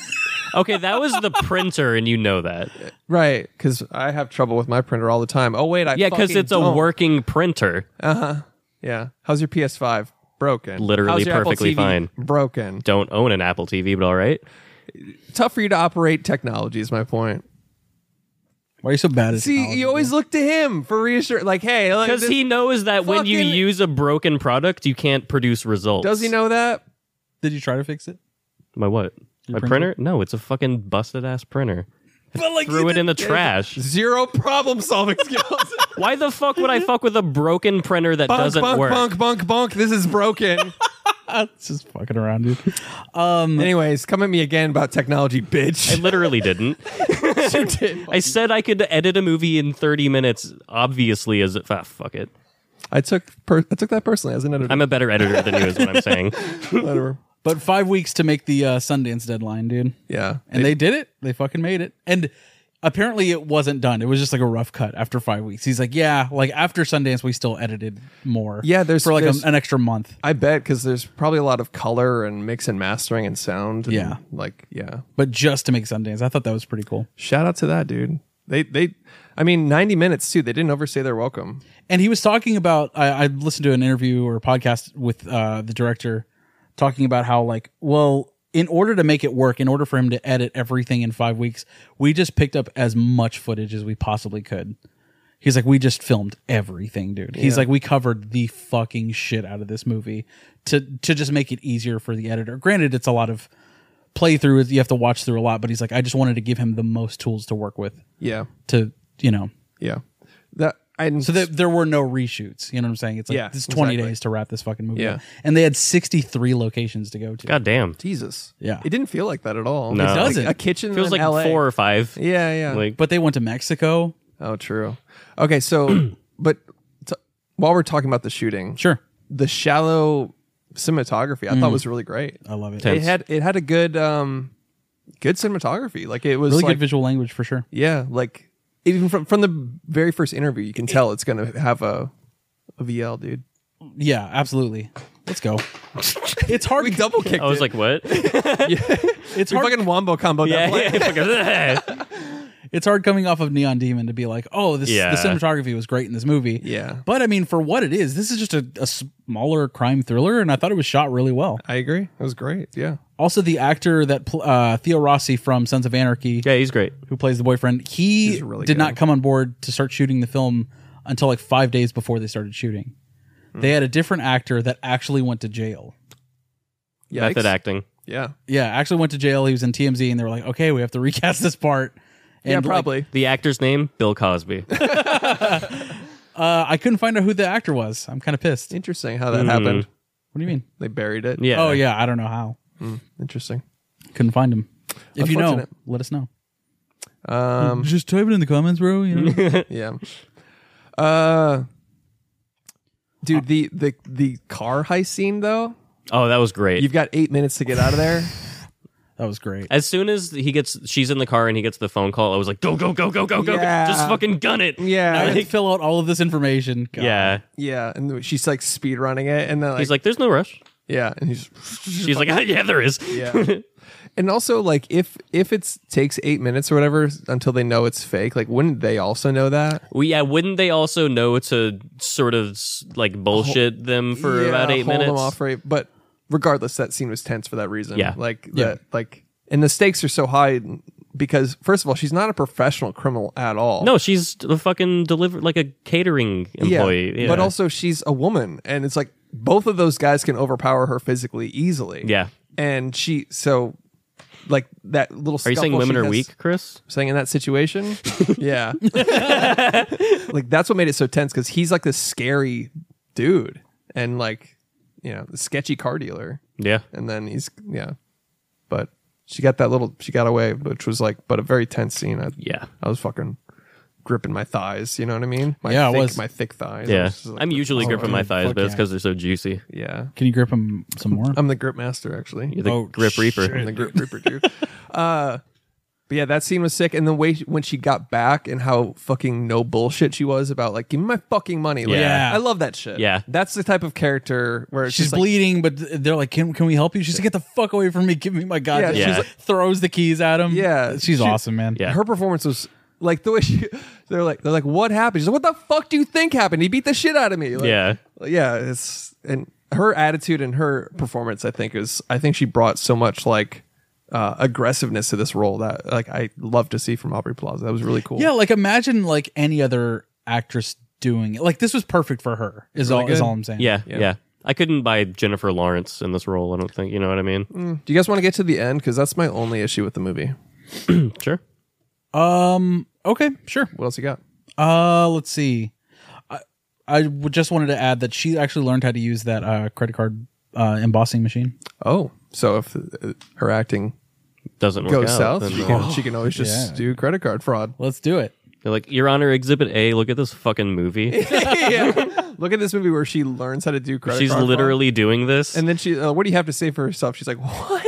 [SPEAKER 3] Okay, that was the printer, and you know that.
[SPEAKER 1] right? Because I have trouble with my printer all the time. Oh wait, I
[SPEAKER 3] Yeah, because
[SPEAKER 1] fucking
[SPEAKER 3] it's a
[SPEAKER 1] don't.
[SPEAKER 3] working printer.
[SPEAKER 1] Yeah. How's your PS5? Broken.
[SPEAKER 3] Literally
[SPEAKER 1] How's your Apple
[SPEAKER 3] perfectly
[SPEAKER 1] TV?
[SPEAKER 3] fine.
[SPEAKER 1] Broken.
[SPEAKER 3] Don't own an Apple TV, but all right.
[SPEAKER 1] Tough for you to operate technology is my point.
[SPEAKER 5] Why are you so bad at?
[SPEAKER 1] See, you always look to him for reassurance. Like, hey, like,
[SPEAKER 3] Because
[SPEAKER 1] this-
[SPEAKER 3] he knows that when you
[SPEAKER 1] fucking-
[SPEAKER 3] use a broken product, you can't produce results.
[SPEAKER 1] does he know that?
[SPEAKER 5] Did you try to fix it?
[SPEAKER 3] My what? My printer? No, it's a fucking busted ass printer.
[SPEAKER 5] But like
[SPEAKER 3] Threw it in the trash.
[SPEAKER 1] Zero problem solving skills.
[SPEAKER 3] Why the fuck would I fuck with a broken printer that
[SPEAKER 1] bunk,
[SPEAKER 3] doesn't
[SPEAKER 1] bunk,
[SPEAKER 3] work?
[SPEAKER 1] bunk, bunk, bunk. This is broken.
[SPEAKER 5] It's just fucking around, dude.
[SPEAKER 1] Anyways, come at me again about technology,
[SPEAKER 3] I
[SPEAKER 1] bitch.
[SPEAKER 3] literally didn't. I said I could edit a movie in 30 minutes, obviously, as if, ah, fuck it.
[SPEAKER 1] I took per- I took that personally as an editor.
[SPEAKER 3] I'm a better editor than you, is what I'm saying.
[SPEAKER 1] Whatever.
[SPEAKER 5] But five weeks to make the uh, Sundance deadline, dude.
[SPEAKER 1] Yeah.
[SPEAKER 5] And they did it. They fucking made it. And apparently it wasn't done. It was just like a rough cut after five weeks. He's like, yeah, like after Sundance, we still edited more.
[SPEAKER 1] Yeah, there's-
[SPEAKER 5] for like
[SPEAKER 1] there's-
[SPEAKER 5] a, an extra month.
[SPEAKER 1] I bet because there's probably a lot of color and mix and mastering and sound. and,
[SPEAKER 5] Yeah.
[SPEAKER 1] Like, yeah.
[SPEAKER 5] But just to make Sundance, I thought that was pretty cool.
[SPEAKER 1] Shout out to that dude. They they, I mean, 90 minutes too. They didn't overstay their welcome.
[SPEAKER 5] And he was talking about I, I listened to an interview or podcast with uh, the director talking about how like well in order to make it work, in order for him to edit everything in five weeks, we just picked up as much footage as we possibly could. He's like, we just filmed everything, dude. He's like, we covered the fucking shit out of this movie to to just make it easier for the editor. Granted, it's a lot of playthrough; you have to watch through a lot. But he's like, I just wanted to give him the most tools to work with
[SPEAKER 1] Yeah.
[SPEAKER 5] to you know
[SPEAKER 1] Yeah. That and
[SPEAKER 5] so there, there were no reshoots. You know what I'm saying? It's like
[SPEAKER 1] Yeah,
[SPEAKER 5] this is 20
[SPEAKER 1] exactly.
[SPEAKER 5] days to wrap this fucking movie
[SPEAKER 1] Yeah.
[SPEAKER 5] up. And they had 63 locations to go to.
[SPEAKER 3] God damn.
[SPEAKER 1] Jesus.
[SPEAKER 5] Yeah.
[SPEAKER 1] It didn't feel like that at all.
[SPEAKER 3] No. It
[SPEAKER 5] doesn't.
[SPEAKER 1] Like a kitchen
[SPEAKER 3] Feels
[SPEAKER 1] in
[SPEAKER 3] like
[SPEAKER 1] LA.
[SPEAKER 3] four or five.
[SPEAKER 1] Yeah, yeah.
[SPEAKER 3] Like,
[SPEAKER 5] But they went to Mexico.
[SPEAKER 1] oh, true. Okay, so but t- while we're talking about the shooting,
[SPEAKER 5] Sure.
[SPEAKER 1] the shallow cinematography I thought was really great.
[SPEAKER 5] I love it.
[SPEAKER 1] It had it had a good um good cinematography. Like it was
[SPEAKER 5] Really
[SPEAKER 1] like,
[SPEAKER 5] good visual language for sure.
[SPEAKER 1] yeah, like even from from the very first interview, you can tell it's going to have a a VL, dude.
[SPEAKER 5] Yeah, absolutely. Let's go. It's hard.
[SPEAKER 1] We double kicked.
[SPEAKER 3] I was
[SPEAKER 1] it.
[SPEAKER 3] like, what?
[SPEAKER 5] it's
[SPEAKER 1] we
[SPEAKER 5] hard.
[SPEAKER 1] fucking wombo combo. that
[SPEAKER 3] yeah,
[SPEAKER 1] play.
[SPEAKER 3] yeah, fucking-
[SPEAKER 5] it's hard coming off of Neon Demon to be like, oh, this
[SPEAKER 3] Yeah.
[SPEAKER 5] the cinematography was great in this movie.
[SPEAKER 1] Yeah.
[SPEAKER 5] But I mean, for what it is, this is just a, a smaller crime thriller, and I thought it was shot really well.
[SPEAKER 1] I agree. It was great. Yeah.
[SPEAKER 5] Also, the actor that pl- uh, Theo Rossi from Sons of Anarchy,
[SPEAKER 3] yeah, he's great.
[SPEAKER 5] who plays the boyfriend, he
[SPEAKER 1] He's really
[SPEAKER 5] did
[SPEAKER 1] good.
[SPEAKER 5] not come on board to start shooting the film until like five days before they started shooting.
[SPEAKER 1] Hmm.
[SPEAKER 5] They had a different actor that actually went to jail.
[SPEAKER 1] Yeah.
[SPEAKER 3] Method acting.
[SPEAKER 1] Yeah.
[SPEAKER 5] Yeah, actually went to jail. He was in TMZ, and they were like, "Okay, we have to recast this part." And
[SPEAKER 1] yeah.
[SPEAKER 5] like,
[SPEAKER 1] Probably.
[SPEAKER 3] The actor's name Bill Cosby.
[SPEAKER 1] Oh,
[SPEAKER 5] uh, I couldn't find out who the actor was. I'm kind of pissed. What
[SPEAKER 1] Interesting how
[SPEAKER 3] Mm.
[SPEAKER 1] that happened.
[SPEAKER 5] do you mean?
[SPEAKER 1] They buried it.
[SPEAKER 3] Yeah.
[SPEAKER 5] Oh yeah, I don't know how.
[SPEAKER 1] Interesting.
[SPEAKER 5] Couldn't find him. If you know,
[SPEAKER 1] Unfortunate.
[SPEAKER 5] let us know.
[SPEAKER 1] Um.
[SPEAKER 5] Just type it in the comments, bro. You know?
[SPEAKER 1] yeah. Uh. Dude, the the the car heist scene though.
[SPEAKER 3] Oh, that was great.
[SPEAKER 1] You've got eight minutes to get out of there.
[SPEAKER 5] that was great.
[SPEAKER 3] as soon as he gets, she's in the car and he gets the phone call. I was like, go, go, go, go, go, go,
[SPEAKER 1] Yeah.
[SPEAKER 3] go. just fucking gun it.
[SPEAKER 5] I
[SPEAKER 1] Yeah.
[SPEAKER 5] had to fill out all of this information. God.
[SPEAKER 3] yeah.
[SPEAKER 1] Yeah. And she's like speed running it, and then like,
[SPEAKER 3] He's like, there's no rush.
[SPEAKER 1] yeah, and he's
[SPEAKER 3] She's like, "Ah, yeah, there is.
[SPEAKER 1] Yeah. and also like if if it takes eight minutes or whatever until they know it's fake, like wouldn't they also know that?
[SPEAKER 3] Well, yeah, wouldn't they also know to sort of s- like bullshit them for
[SPEAKER 1] Yeah,
[SPEAKER 3] about eight
[SPEAKER 1] hold
[SPEAKER 3] minutes?
[SPEAKER 1] Them off for eight, but regardless, that scene was tense for that reason.
[SPEAKER 3] Yeah.
[SPEAKER 1] Like that like and the stakes are so high because first of all, she's not a professional criminal at all.
[SPEAKER 3] No, she's a fucking deliver like a catering employee. Yeah,
[SPEAKER 1] But also she's a woman and it's like both of those guys can overpower her physically easily.
[SPEAKER 3] yeah.
[SPEAKER 1] And she so like that little
[SPEAKER 3] Are you saying
[SPEAKER 1] scuffle
[SPEAKER 3] women
[SPEAKER 1] she
[SPEAKER 3] are
[SPEAKER 1] has-
[SPEAKER 3] weak, Chris?
[SPEAKER 1] saying in that situation. yeah. like that's what made it so tense because he's like this scary dude and like, you know, the sketchy car dealer.
[SPEAKER 3] Yeah,
[SPEAKER 1] And then he's, yeah. But she got that little, she got away, which was like, but a very tense scene. I,
[SPEAKER 3] yeah,
[SPEAKER 1] I was fucking gripping my thighs. You know what I mean? My
[SPEAKER 5] Yeah, I
[SPEAKER 1] thick,
[SPEAKER 5] was.
[SPEAKER 1] My thick thighs. I
[SPEAKER 3] yeah.
[SPEAKER 1] was just like- oh,
[SPEAKER 3] I'm usually gripping my
[SPEAKER 5] dude,
[SPEAKER 3] thighs,
[SPEAKER 5] fuck
[SPEAKER 3] but it's
[SPEAKER 5] yeah.
[SPEAKER 3] because they're so juicy.
[SPEAKER 1] yeah.
[SPEAKER 5] Can you grip him some more?
[SPEAKER 1] I'm the grip master, actually.
[SPEAKER 3] You're the
[SPEAKER 5] Oh,
[SPEAKER 3] grip reaper.
[SPEAKER 1] I'm the grip reaper, dude. Uh, but yeah, that scene was sick, and the way she- when she got back and how fucking no bullshit she was about like, give me my fucking money. Like,
[SPEAKER 3] Yeah.
[SPEAKER 1] I love that shit.
[SPEAKER 3] Yeah.
[SPEAKER 1] that's the type of character where it's
[SPEAKER 5] She's
[SPEAKER 1] just like,
[SPEAKER 5] bleeding, but they're like, "Can can we help you?" She's like, "Get the fuck away from me! Give me my goddamn!"
[SPEAKER 1] Yeah,
[SPEAKER 5] Yeah,
[SPEAKER 3] she's
[SPEAKER 5] She's
[SPEAKER 3] like-
[SPEAKER 5] throws the keys at him.
[SPEAKER 1] Yeah,
[SPEAKER 5] she's
[SPEAKER 1] she-
[SPEAKER 5] awesome, man.
[SPEAKER 3] Yeah.
[SPEAKER 1] her performance was like the way she. They're like, they're like, what happened? She's like, what the fuck do you think happened? He beat the shit out of me. Like,
[SPEAKER 3] Yeah.
[SPEAKER 1] yeah. It's and her attitude and her performance, I think, is I think she brought so much like. Uh, aggressiveness to this role that like I love to see from Aubrey Plaza. That was really cool.
[SPEAKER 5] yeah. Like imagine like any other actress doing it. Like this was perfect for her. Is all is
[SPEAKER 1] good.
[SPEAKER 5] all I'm saying.
[SPEAKER 3] Yeah, yeah, I couldn't buy Jennifer Lawrence in this role. I don't think you know what I mean.
[SPEAKER 1] Do you guys want to get to the end? Because that's my only issue with the movie.
[SPEAKER 3] Mm, Sure.
[SPEAKER 5] Um. Okay. Sure.
[SPEAKER 1] What else you got?
[SPEAKER 5] Uh. Let's see. I I would just wanted to add that she actually learned how to use that uh, credit card uh, embossing machine.
[SPEAKER 1] Oh, so if uh, her acting
[SPEAKER 3] Doesn't work
[SPEAKER 1] goes
[SPEAKER 3] out.
[SPEAKER 1] south,
[SPEAKER 3] then,
[SPEAKER 1] she
[SPEAKER 3] uh,
[SPEAKER 1] can, she can always just
[SPEAKER 5] Yeah.
[SPEAKER 1] do credit card fraud.
[SPEAKER 5] Let's do it.
[SPEAKER 3] They're like, Your Honor, Exhibit A. Look at this fucking movie.
[SPEAKER 1] yeah. Look at this movie where she learns how to do credit
[SPEAKER 3] She's
[SPEAKER 1] card fraud.
[SPEAKER 3] literally doing this.
[SPEAKER 1] And then she, uh, what do you have to say for herself? She's like, what?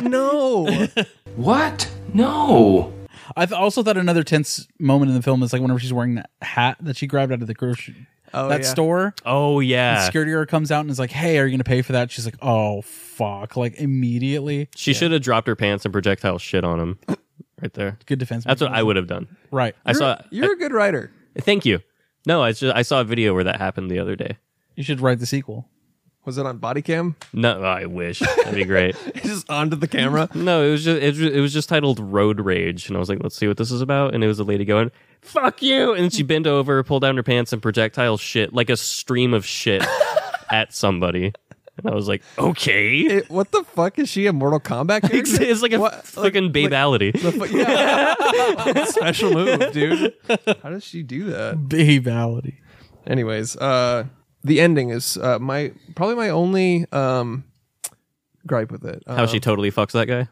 [SPEAKER 1] no.
[SPEAKER 4] What? No.
[SPEAKER 5] I th- also thought another tense moment in the film is like whenever she's wearing that hat that she grabbed out of the grocery
[SPEAKER 1] Oh,
[SPEAKER 5] that
[SPEAKER 1] yeah.
[SPEAKER 5] store.
[SPEAKER 3] oh
[SPEAKER 5] The
[SPEAKER 3] yeah.
[SPEAKER 5] security guard comes out and is like, "Hey, are you going to pay for that?" She's like, "Oh fuck!" Like immediately.
[SPEAKER 3] She should have dropped her pants and projectile shit on him. Right there.
[SPEAKER 5] Good defense.
[SPEAKER 3] That's what I would have done.
[SPEAKER 5] Right.
[SPEAKER 3] I saw.
[SPEAKER 1] You're a good writer.
[SPEAKER 3] I- thank you. No, I just I saw a video where that happened the other day.
[SPEAKER 5] You should write the sequel.
[SPEAKER 1] Was it on body cam?
[SPEAKER 3] No, I wish that'd be great.
[SPEAKER 1] just onto the camera.
[SPEAKER 3] No, it was just it, was- it was just titled Road Rage, and I was like, let's see what this is about. And it was a lady going, "Fuck you!" And she bent over, pulled down her pants, and projectile shit like a stream of shit at somebody. And I was like, okay.
[SPEAKER 1] It- what the fuck is she a Mortal Kombat character?
[SPEAKER 3] It's, it's like a
[SPEAKER 1] What-
[SPEAKER 3] fucking babality.
[SPEAKER 1] But yeah. Special move, dude. How does she do that?
[SPEAKER 5] Babality.
[SPEAKER 1] anyways uh the ending is uh my probably my only um gripe with it
[SPEAKER 3] How
[SPEAKER 1] uh,
[SPEAKER 3] she totally fucks that guy.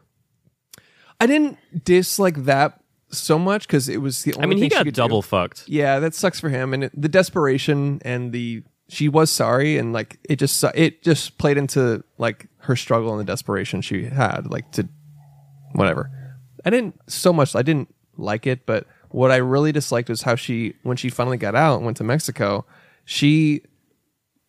[SPEAKER 1] i didn't dislike that so much because it was the only
[SPEAKER 3] I mean, he
[SPEAKER 1] thing she
[SPEAKER 3] got
[SPEAKER 1] could do.
[SPEAKER 3] double fucked.
[SPEAKER 1] yeah that sucks for him and it, the desperation and the she was sorry and like it just su- it just played into like her struggle and the desperation she had like to whatever i didn't so much i didn't like it but What I really disliked was how she, when she finally got out and went to Mexico, she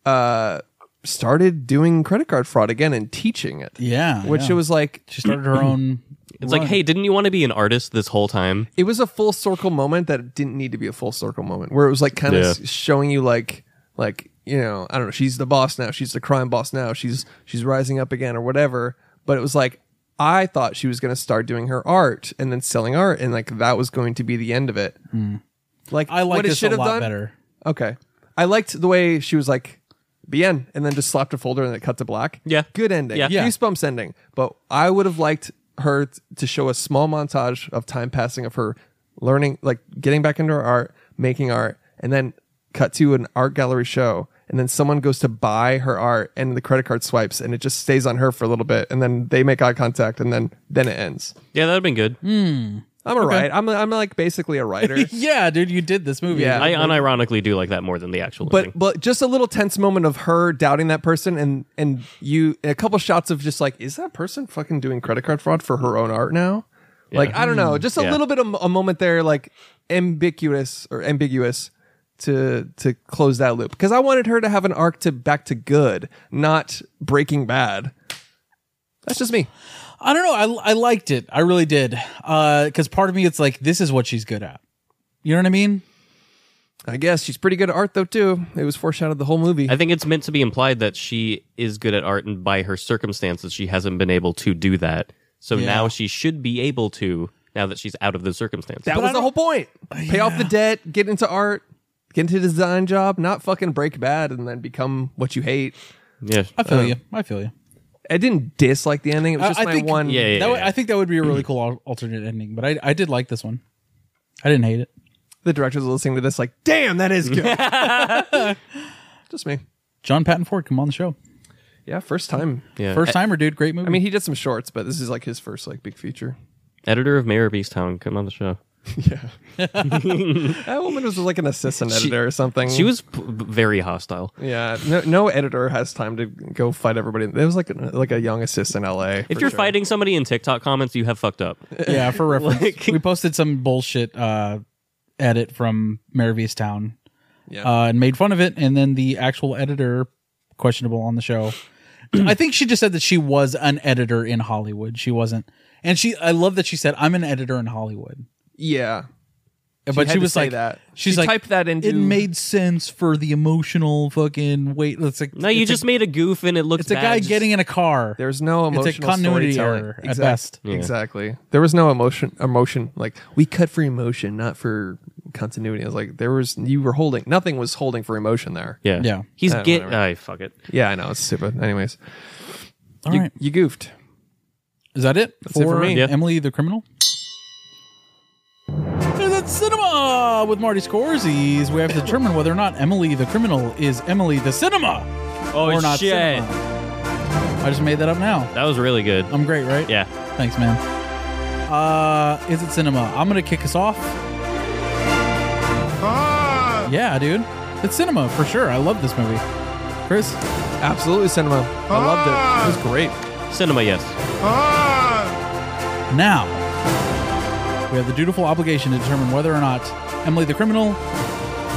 [SPEAKER 1] uh, started doing credit card fraud again and teaching it.
[SPEAKER 5] Yeah,
[SPEAKER 1] Which
[SPEAKER 5] yeah.
[SPEAKER 1] it was like,
[SPEAKER 5] She started her own.
[SPEAKER 3] It's like, hey, didn't you want to be an artist this whole time?
[SPEAKER 1] it was a full circle moment that didn't need to be a full circle moment where it was like kind
[SPEAKER 3] Yeah.
[SPEAKER 1] of showing you like like you know i don't know she's the boss now she's the crime boss now she's she's rising up again or whatever but it was like i thought she was going to start doing her art and then selling art and like that was going to be the end of it like
[SPEAKER 5] Mm. I like
[SPEAKER 1] what it
[SPEAKER 5] this a
[SPEAKER 1] should have
[SPEAKER 5] lot
[SPEAKER 1] done
[SPEAKER 5] better.
[SPEAKER 1] okay i liked the way she was like bien and then just slapped a folder and it cut to black
[SPEAKER 3] Yeah.
[SPEAKER 1] good ending
[SPEAKER 3] Yeah.
[SPEAKER 5] Yeah.
[SPEAKER 1] goosebumps ending but i would have liked her t- to show a small montage of time passing of her learning like getting back into her art making art and then cut to an art gallery show and then someone goes to buy her art and the credit card swipes and it just stays on her for a little bit and then they make eye contact and then then it ends
[SPEAKER 3] Yeah, that'd have been good.
[SPEAKER 1] Mm. i'm a writer i'm, a, I'm like basically a writer
[SPEAKER 5] Yeah, dude, you did this movie.
[SPEAKER 1] Yeah.
[SPEAKER 3] I unironically do like that more than the actual ending.
[SPEAKER 1] but but just a little tense moment of her doubting that person and and you and a couple shots of just like is that person fucking doing credit card fraud for her own art now like i don't know just a
[SPEAKER 3] Yeah.
[SPEAKER 1] little bit of a moment there like ambiguous or ambiguous to to close that loop because i wanted her to have an arc to back to good not breaking bad that's just me
[SPEAKER 5] I don't know. I, I liked it. I really did. Because part of me, it's like, this is what she's good at. You know what I mean?
[SPEAKER 1] i guess she's pretty good at art though too it was foreshadowed the whole movie
[SPEAKER 3] I think it's meant to be implied that she is good at art, and by her circumstances, she hasn't been able to do that. So
[SPEAKER 5] Yeah.
[SPEAKER 3] now she should be able to. Now that she's out of those circumstances,
[SPEAKER 1] that was the whole point pay off the debt get into art get into a design job not fucking break bad and then become what you hate
[SPEAKER 3] yeah,
[SPEAKER 5] I feel
[SPEAKER 1] Uh-huh.
[SPEAKER 5] you. I feel you.
[SPEAKER 1] I didn't dislike the ending. It was
[SPEAKER 5] I-
[SPEAKER 1] just
[SPEAKER 5] I
[SPEAKER 1] my
[SPEAKER 5] think-
[SPEAKER 1] one.
[SPEAKER 3] yeah, yeah,
[SPEAKER 5] that would-
[SPEAKER 3] yeah.
[SPEAKER 5] I think that would be a really cool al- alternate ending, but I, I did like this one. I didn't hate it.
[SPEAKER 1] The directors are listening to this, like, damn, that is good. just me.
[SPEAKER 5] John Patton Ford, come on the show.
[SPEAKER 1] Yeah, first time.
[SPEAKER 3] yeah.
[SPEAKER 5] First timer, dude. Great movie.
[SPEAKER 1] I mean, he did some shorts, but this is like his first like big feature.
[SPEAKER 3] E- editor of Mayor of Easttown, come on the show.
[SPEAKER 1] That woman was like an assistant editor or something.
[SPEAKER 3] She was p- b- very hostile.
[SPEAKER 1] Yeah, no, no editor has time to go fight everybody. It was like a, like a young assistant in L.A.
[SPEAKER 3] If
[SPEAKER 1] for
[SPEAKER 3] you're
[SPEAKER 1] sure.
[SPEAKER 3] fighting somebody in TikTok comments, you have fucked up.
[SPEAKER 5] yeah, for reference,
[SPEAKER 3] Like-
[SPEAKER 5] we posted some bullshit uh, edit from Mayor of Easttown
[SPEAKER 1] Yeah.
[SPEAKER 5] uh, and made fun of it. And then the actual editor, questionable on the show. I think she just said that she was an editor in Hollywood. She wasn't, and she. I love that she said, "I'm an editor in Hollywood."
[SPEAKER 1] yeah,
[SPEAKER 5] but
[SPEAKER 1] had
[SPEAKER 5] she
[SPEAKER 1] to
[SPEAKER 5] was
[SPEAKER 1] say
[SPEAKER 5] like
[SPEAKER 1] that.
[SPEAKER 5] She's
[SPEAKER 1] She
[SPEAKER 5] like
[SPEAKER 1] typed that into-
[SPEAKER 5] It made sense for the emotional fucking wait. It's like
[SPEAKER 3] No, you
[SPEAKER 5] it's
[SPEAKER 3] just
[SPEAKER 5] a,
[SPEAKER 3] made a goof and it looks.
[SPEAKER 5] it's a
[SPEAKER 3] bad.
[SPEAKER 5] guy
[SPEAKER 3] Just-
[SPEAKER 5] getting in a car.
[SPEAKER 1] There's no
[SPEAKER 5] It's a
[SPEAKER 1] emotional
[SPEAKER 5] continuity
[SPEAKER 1] storytelling.
[SPEAKER 5] error at
[SPEAKER 1] Exact-
[SPEAKER 5] best.
[SPEAKER 3] Yeah.
[SPEAKER 1] Exactly. There was no emotion. Emotion. Like we cut for emotion, not for continuity. I was like, there was you were holding. Nothing was holding for emotion there.
[SPEAKER 3] Yeah,
[SPEAKER 5] Yeah.
[SPEAKER 3] He's
[SPEAKER 1] Uh,
[SPEAKER 3] get.
[SPEAKER 1] whatever.
[SPEAKER 3] I fuck it.
[SPEAKER 1] Yeah, I know it's stupid. Anyways,
[SPEAKER 5] All
[SPEAKER 1] you,
[SPEAKER 5] right,
[SPEAKER 1] you goofed.
[SPEAKER 5] is that it
[SPEAKER 1] it for me. Yeah.
[SPEAKER 5] Emily the criminal? There's that cinema with Marty Scorsese. We have to determine whether or not Emily the criminal is Emily the cinema
[SPEAKER 3] Oh
[SPEAKER 5] or not.
[SPEAKER 3] shit!
[SPEAKER 5] Cinema. I just made that up now.
[SPEAKER 3] That was really good.
[SPEAKER 5] I'm great, right?
[SPEAKER 3] Yeah.
[SPEAKER 5] Thanks, man. Uh, is it cinema? I'm gonna kick us off. Yeah, dude, it's cinema for sure. I love this movie, Chris.
[SPEAKER 1] Absolutely, cinema. I loved it. It was great.
[SPEAKER 3] Cinema, yes.
[SPEAKER 5] Now we have the dutiful obligation to determine whether or not Emily the criminal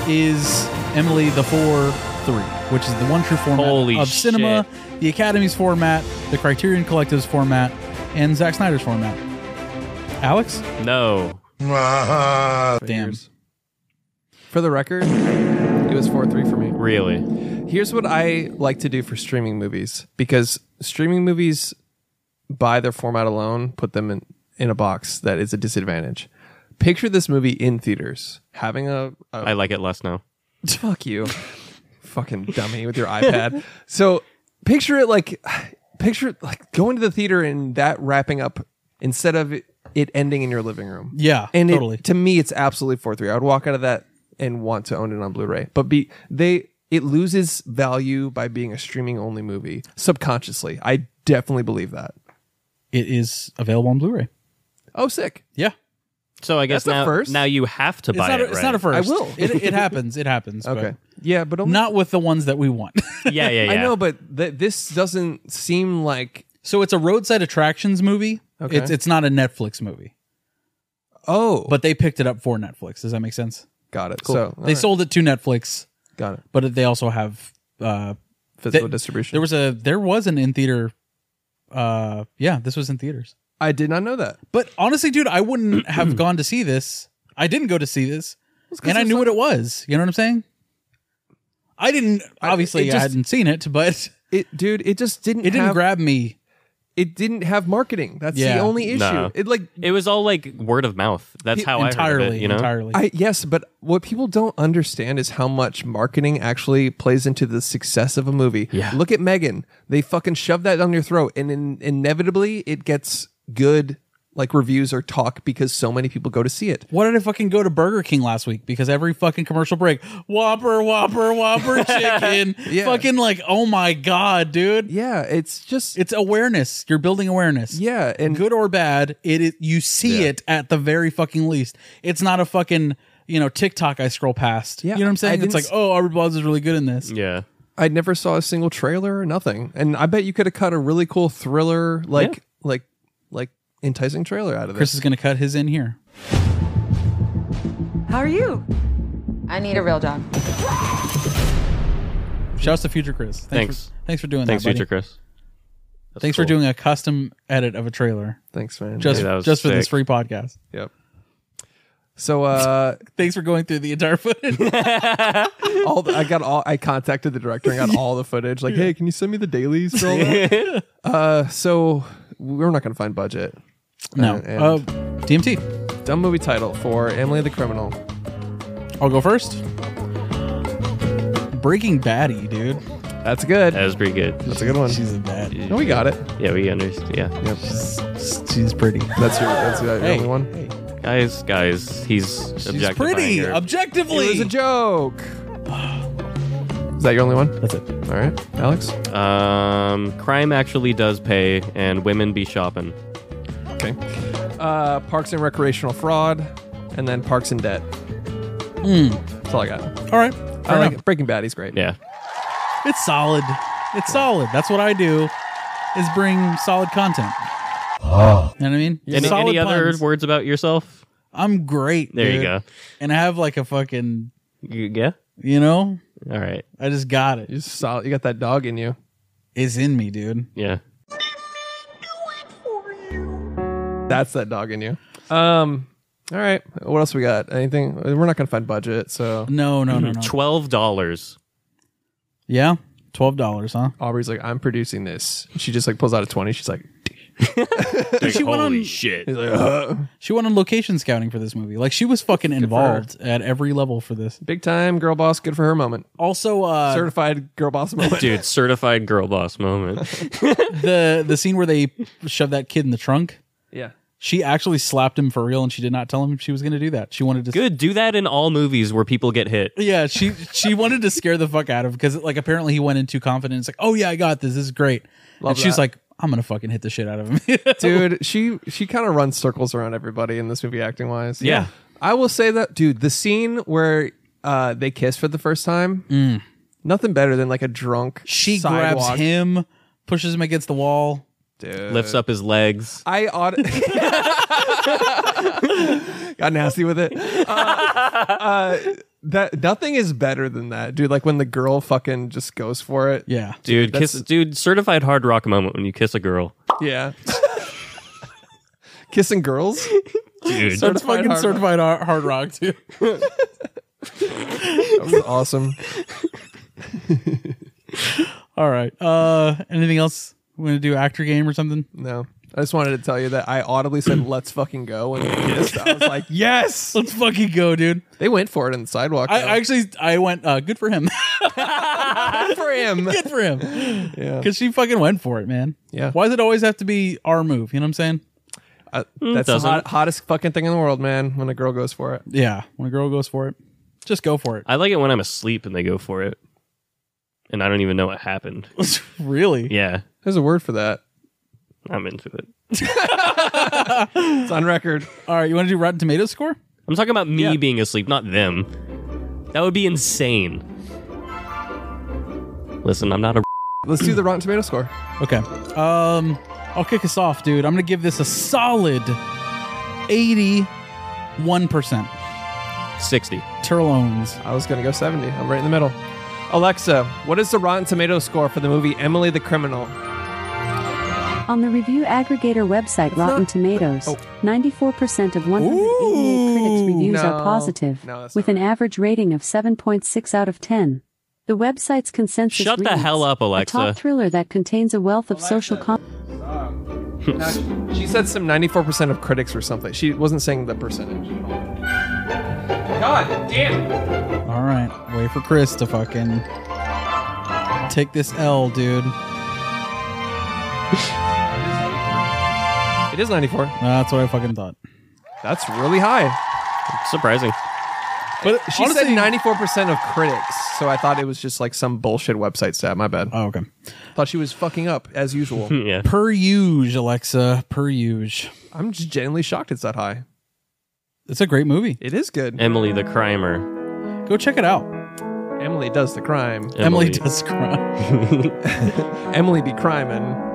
[SPEAKER 5] is Emily the four three, which is the one true format
[SPEAKER 3] Holy
[SPEAKER 5] of cinema,
[SPEAKER 3] shit.
[SPEAKER 5] the Academy's format, the Criterion Collective's format, and Zack Snyder's format. Alex,
[SPEAKER 3] No.
[SPEAKER 5] Oh, damn.
[SPEAKER 1] For the record, it was four three for me.
[SPEAKER 3] Really?
[SPEAKER 1] Here's what I like to do for streaming movies because streaming movies, by their format alone, put them in, in a box that is a disadvantage. Picture this movie in theaters, having a, a
[SPEAKER 3] I like it less now.
[SPEAKER 1] Fuck you. Fucking dummy with your iPad. So picture it like picture like going to the theater and that wrapping up instead of it- it ending in your living room.
[SPEAKER 5] Yeah,
[SPEAKER 1] And it-
[SPEAKER 5] totally.
[SPEAKER 1] to me it's absolutely 4-3. I would walk out of that and want to own it on Blu-ray. But be they it loses value by being a streaming only movie subconsciously. I definitely believe that.
[SPEAKER 5] It is available on Blu-ray.
[SPEAKER 1] Oh sick.
[SPEAKER 5] Yeah.
[SPEAKER 3] So I guess
[SPEAKER 1] That's a
[SPEAKER 3] now,
[SPEAKER 1] first.
[SPEAKER 3] now you have to
[SPEAKER 5] It's
[SPEAKER 3] buy
[SPEAKER 5] not,
[SPEAKER 3] it.
[SPEAKER 5] a, it's
[SPEAKER 3] right?
[SPEAKER 5] not a first.
[SPEAKER 1] I will.
[SPEAKER 5] It, it happens. It happens. but
[SPEAKER 1] Okay. Yeah, but only
[SPEAKER 5] Not with the ones that we want.
[SPEAKER 3] Yeah, yeah, yeah.
[SPEAKER 1] I know, but th- this doesn't seem like
[SPEAKER 5] so it's a roadside attractions movie.
[SPEAKER 1] Okay.
[SPEAKER 5] It's it's not a Netflix movie.
[SPEAKER 1] Oh,
[SPEAKER 5] but they picked it up for Netflix. Does that make sense?
[SPEAKER 1] got it. So all
[SPEAKER 5] they
[SPEAKER 1] right.
[SPEAKER 5] sold it to Netflix,
[SPEAKER 1] got it.
[SPEAKER 5] but they also have uh,
[SPEAKER 1] Physical
[SPEAKER 5] They-
[SPEAKER 1] distribution.
[SPEAKER 5] there was a there was an in theater. Uh, yeah, this was in theaters.
[SPEAKER 1] I did not know that.
[SPEAKER 5] But honestly, dude, I wouldn't have gone to see this. I didn't go to see this,
[SPEAKER 1] 'cause
[SPEAKER 5] and I
[SPEAKER 1] there's
[SPEAKER 5] knew
[SPEAKER 1] not-
[SPEAKER 5] what it was. You know what I'm saying? I didn't.
[SPEAKER 1] I-
[SPEAKER 5] Obviously,
[SPEAKER 1] it
[SPEAKER 5] I
[SPEAKER 1] just-
[SPEAKER 5] hadn't seen it, but
[SPEAKER 1] It, dude, it just didn't.
[SPEAKER 5] it didn't
[SPEAKER 1] have,
[SPEAKER 5] grab me.
[SPEAKER 1] It didn't have marketing. That's the
[SPEAKER 5] Yeah.
[SPEAKER 1] only issue.
[SPEAKER 3] No.
[SPEAKER 1] It like
[SPEAKER 3] It was all like word of mouth. That's how
[SPEAKER 5] entirely,
[SPEAKER 3] I heard of it. You know,
[SPEAKER 5] entirely.
[SPEAKER 1] I yes, but what people don't understand is how much marketing actually plays into the success of a movie.
[SPEAKER 3] Yeah.
[SPEAKER 1] Look at Megan. They fucking shove that down your throat and in, inevitably it gets good like reviews or talk because so many people go to see it.
[SPEAKER 5] Why did I fucking go to Burger King last week? Because every fucking commercial break, Whopper, Whopper, Whopper chicken.
[SPEAKER 1] Yeah.
[SPEAKER 5] Fucking like, oh my God, dude.
[SPEAKER 1] Yeah, it's just
[SPEAKER 5] It's awareness. You're building awareness.
[SPEAKER 1] yeah, and
[SPEAKER 5] Good or bad, it is, you see it at the very fucking least. It's not a fucking, you know, TikTok I scroll past.
[SPEAKER 1] Yeah,
[SPEAKER 5] You know what I'm
[SPEAKER 1] I
[SPEAKER 5] saying?
[SPEAKER 1] didn't
[SPEAKER 5] It's like,
[SPEAKER 1] s-
[SPEAKER 5] oh, Aubrey Plaza is really good in this.
[SPEAKER 3] yeah.
[SPEAKER 1] I never saw a single trailer or nothing. And I bet you could have cut a really cool thriller like
[SPEAKER 3] Yeah.
[SPEAKER 1] like like enticing trailer out of
[SPEAKER 5] Chris
[SPEAKER 1] this.
[SPEAKER 5] is going to cut his in here.
[SPEAKER 11] How are you? I need a real job.
[SPEAKER 5] Shouts to Future Chris.
[SPEAKER 3] Thanks.
[SPEAKER 5] For, thanks for doing
[SPEAKER 3] Thanks,
[SPEAKER 5] that. buddy.
[SPEAKER 3] future Chris. That's
[SPEAKER 5] Thanks
[SPEAKER 3] cool.
[SPEAKER 5] for doing a custom edit of a trailer
[SPEAKER 1] Thanks, man.
[SPEAKER 5] just,
[SPEAKER 3] Yeah, that was
[SPEAKER 5] just for this
[SPEAKER 3] sick.
[SPEAKER 5] free podcast.
[SPEAKER 1] yep. So uh
[SPEAKER 5] Thanks for going through the entire footage.
[SPEAKER 1] all the, I got all I contacted the director and got all the footage. Like, hey, can you send me the dailies for all that? uh, so we're not gonna find budget.
[SPEAKER 5] No.
[SPEAKER 1] Uh, and-
[SPEAKER 5] Uh, DMT.
[SPEAKER 1] Dumb movie title for Emily the Criminal.
[SPEAKER 5] I'll go first. Breaking Batty, dude.
[SPEAKER 1] That's good.
[SPEAKER 3] That was pretty good.
[SPEAKER 1] That's a good one.
[SPEAKER 5] She's a bad.
[SPEAKER 1] No, we got it.
[SPEAKER 3] Yeah, we understand. Yeah,
[SPEAKER 1] Yep.
[SPEAKER 5] She's pretty.
[SPEAKER 1] That's your that's your
[SPEAKER 5] Hey.
[SPEAKER 1] only one.
[SPEAKER 3] guys, guys, he's
[SPEAKER 5] She's pretty. Objectively.
[SPEAKER 1] It was a joke. Is that your only one?
[SPEAKER 5] That's it.
[SPEAKER 1] All right, Alex.
[SPEAKER 3] um, crime actually does pay, and women be shopping.
[SPEAKER 1] Okay. Uh, parks and recreational fraud, and then Parks and Debt. That's all I got.
[SPEAKER 5] All right.
[SPEAKER 1] I like it. Breaking Bad. He's great.
[SPEAKER 3] Hmm. Yeah,
[SPEAKER 5] It's solid. It's solid. That's what I do. Is bring solid content.
[SPEAKER 1] Ah.
[SPEAKER 5] You know what I mean?
[SPEAKER 3] Any,
[SPEAKER 5] solid
[SPEAKER 3] any other
[SPEAKER 5] puns.
[SPEAKER 3] words about yourself?
[SPEAKER 5] I'm great.
[SPEAKER 3] There you
[SPEAKER 5] dude.
[SPEAKER 3] go.
[SPEAKER 5] And I have like a fucking,
[SPEAKER 3] You, yeah.
[SPEAKER 5] you know,
[SPEAKER 3] All right.
[SPEAKER 5] I just got it.
[SPEAKER 1] You're solid. You got that dog in you.
[SPEAKER 5] It's in me, dude.
[SPEAKER 3] Yeah.
[SPEAKER 1] That's that dog in you. Um. All right. What else we got? Anything? We're not gonna find budget. So
[SPEAKER 5] No, no, no, no.
[SPEAKER 3] Twelve dollars.
[SPEAKER 5] Yeah. Twelve dollars, huh?
[SPEAKER 1] Aubrey's like, I'm producing this. She just like pulls out a twenty. She's like,
[SPEAKER 5] she went on-
[SPEAKER 3] shit.
[SPEAKER 1] He's like, "Uh."
[SPEAKER 5] She went on location scouting for this movie. Like she was fucking involved at every level for this.
[SPEAKER 1] big time girl boss. Good for her moment.
[SPEAKER 5] Also, uh,
[SPEAKER 1] Certified girl boss moment.
[SPEAKER 3] Dude, certified girl boss moment.
[SPEAKER 5] the the scene where they shoved that kid in the trunk.
[SPEAKER 1] Yeah.
[SPEAKER 5] She actually slapped him for real, and she did not tell him she was going to do that. She wanted to.
[SPEAKER 3] Good. Do that in all movies where people get hit.
[SPEAKER 5] Yeah, she she wanted to scare the fuck out of him because like apparently he went in too confident. It's like, oh yeah, I got this. This is great.
[SPEAKER 1] Love
[SPEAKER 5] and she was
[SPEAKER 1] that.
[SPEAKER 5] like, I'm gonna fucking hit the shit out of him.
[SPEAKER 1] Dude, she she kind of runs circles around everybody in this movie, acting wise.
[SPEAKER 3] Yeah.
[SPEAKER 1] I will say that, dude. The scene where uh they kiss for the first time. Nothing better than like a drunk.
[SPEAKER 5] Mm. she
[SPEAKER 1] sidewalk.
[SPEAKER 5] grabs him, pushes him against the wall.
[SPEAKER 1] Dude.
[SPEAKER 3] Lifts up his legs.
[SPEAKER 1] I ought got nasty with it. Uh, uh, that nothing is better than that, dude. Like when the girl fucking just goes for it.
[SPEAKER 5] Yeah,
[SPEAKER 3] Dude,
[SPEAKER 1] that's-
[SPEAKER 3] kiss dude, certified hard rock moment when you kiss a girl.
[SPEAKER 1] Yeah. Kissing girls.
[SPEAKER 3] Dude.
[SPEAKER 5] that's
[SPEAKER 1] hard
[SPEAKER 5] fucking
[SPEAKER 1] rock.
[SPEAKER 5] certified hard, hard rock too.
[SPEAKER 1] That was awesome.
[SPEAKER 5] All right. Uh, anything else? We gonna do actor game or something?
[SPEAKER 1] No. I just wanted to tell you that I audibly said "Let's fucking go" when they kissed. I was like, "Yes!"
[SPEAKER 5] Let's fucking go, dude.
[SPEAKER 1] They went for it on the sidewalk.
[SPEAKER 5] I,
[SPEAKER 1] though.
[SPEAKER 5] I actually I went uh, good for him.
[SPEAKER 1] Good for him.
[SPEAKER 5] good for him.
[SPEAKER 1] Yeah,
[SPEAKER 5] Because she fucking went for it, man.
[SPEAKER 1] Yeah.
[SPEAKER 5] Why does it always have to be our move? You know what I'm saying?
[SPEAKER 1] I- Uh, that's the
[SPEAKER 3] doesn't.
[SPEAKER 1] hot, hottest fucking thing in the world, man. When a girl goes for it,
[SPEAKER 5] Yeah. When a girl goes for it, just go for it.
[SPEAKER 3] I like it when I'm asleep and they go for it. And I don't even know what happened.
[SPEAKER 5] really?
[SPEAKER 3] Yeah.
[SPEAKER 1] there's a word for that.
[SPEAKER 3] I'm into it.
[SPEAKER 1] It's on record.
[SPEAKER 5] All right. You want to do Rotten Tomatoes score?
[SPEAKER 3] I'm talking about me being asleep, not them. That would be insane. Listen, I'm not a
[SPEAKER 1] Let's do the Rotten Tomato score.
[SPEAKER 5] Okay. Um, I'll kick us off, dude. I'm gonna give this a solid 80 One percent.
[SPEAKER 3] 60.
[SPEAKER 5] Turlones.
[SPEAKER 1] I was going to go 70. I'm right in the middle. Alexa, what is the Rotten Tomato score for the movie Emily the Criminal?
[SPEAKER 2] On the review aggregator website Rotten Tomatoes,
[SPEAKER 1] Oh.
[SPEAKER 2] 94% of 188 critics' reviews
[SPEAKER 1] No.
[SPEAKER 2] are positive,
[SPEAKER 1] No, that's
[SPEAKER 2] with an average rating of 7.6 out of 10. The website's consensus
[SPEAKER 3] Shut the
[SPEAKER 2] reads,
[SPEAKER 3] hell up,
[SPEAKER 2] A
[SPEAKER 3] Alexa."
[SPEAKER 2] top thriller that contains a wealth of social com-
[SPEAKER 1] She said some 94% of critics or something. She wasn't saying the percentage. God damn.
[SPEAKER 5] All right, wait for Chris to fucking take this L, dude. Uh,
[SPEAKER 1] It is 94.
[SPEAKER 5] that's what I fucking thought.
[SPEAKER 1] That's really high.
[SPEAKER 3] Surprising.
[SPEAKER 5] But
[SPEAKER 1] She said 94% of critics, so I thought it was just like some bullshit website stat. My bad.
[SPEAKER 5] Oh, okay.
[SPEAKER 1] Thought she was fucking up as usual.
[SPEAKER 3] Yeah.
[SPEAKER 5] Per use, Alexa. Per use.
[SPEAKER 1] I'm just genuinely shocked it's that high.
[SPEAKER 5] It's a great movie.
[SPEAKER 1] It is good.
[SPEAKER 3] Emily the Crimer.
[SPEAKER 5] Go check it out.
[SPEAKER 1] Emily does the crime.
[SPEAKER 5] Emily, does cry.
[SPEAKER 1] Emily be crimin'.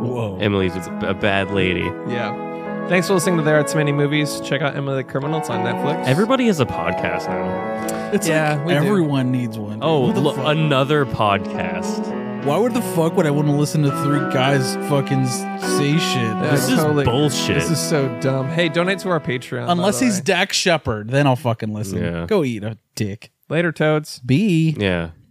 [SPEAKER 5] Whoa.
[SPEAKER 3] Emily's a a bad lady.
[SPEAKER 1] Yeah. Thanks for listening to There Are Too Many Movies. Check out Emily the Criminal. It's on Netflix.
[SPEAKER 3] Everybody has a podcast now.
[SPEAKER 5] It's
[SPEAKER 1] Yeah,
[SPEAKER 5] like
[SPEAKER 1] we do.
[SPEAKER 5] everyone needs one.
[SPEAKER 3] Oh,
[SPEAKER 5] Who the
[SPEAKER 3] look,
[SPEAKER 5] fuck-
[SPEAKER 3] another podcast.
[SPEAKER 5] why would the fuck would I want to listen to three guys fucking s- say shit?
[SPEAKER 1] Yeah,
[SPEAKER 3] This is bullshit.
[SPEAKER 1] This is so dumb. Hey, donate to our Patreon. by
[SPEAKER 5] Unless
[SPEAKER 1] the
[SPEAKER 5] he's
[SPEAKER 1] way.
[SPEAKER 5] Dak Shepard, then I'll fucking listen.
[SPEAKER 3] Yeah.
[SPEAKER 5] Go eat a dick.
[SPEAKER 1] later, toads.
[SPEAKER 5] B.
[SPEAKER 3] Yeah.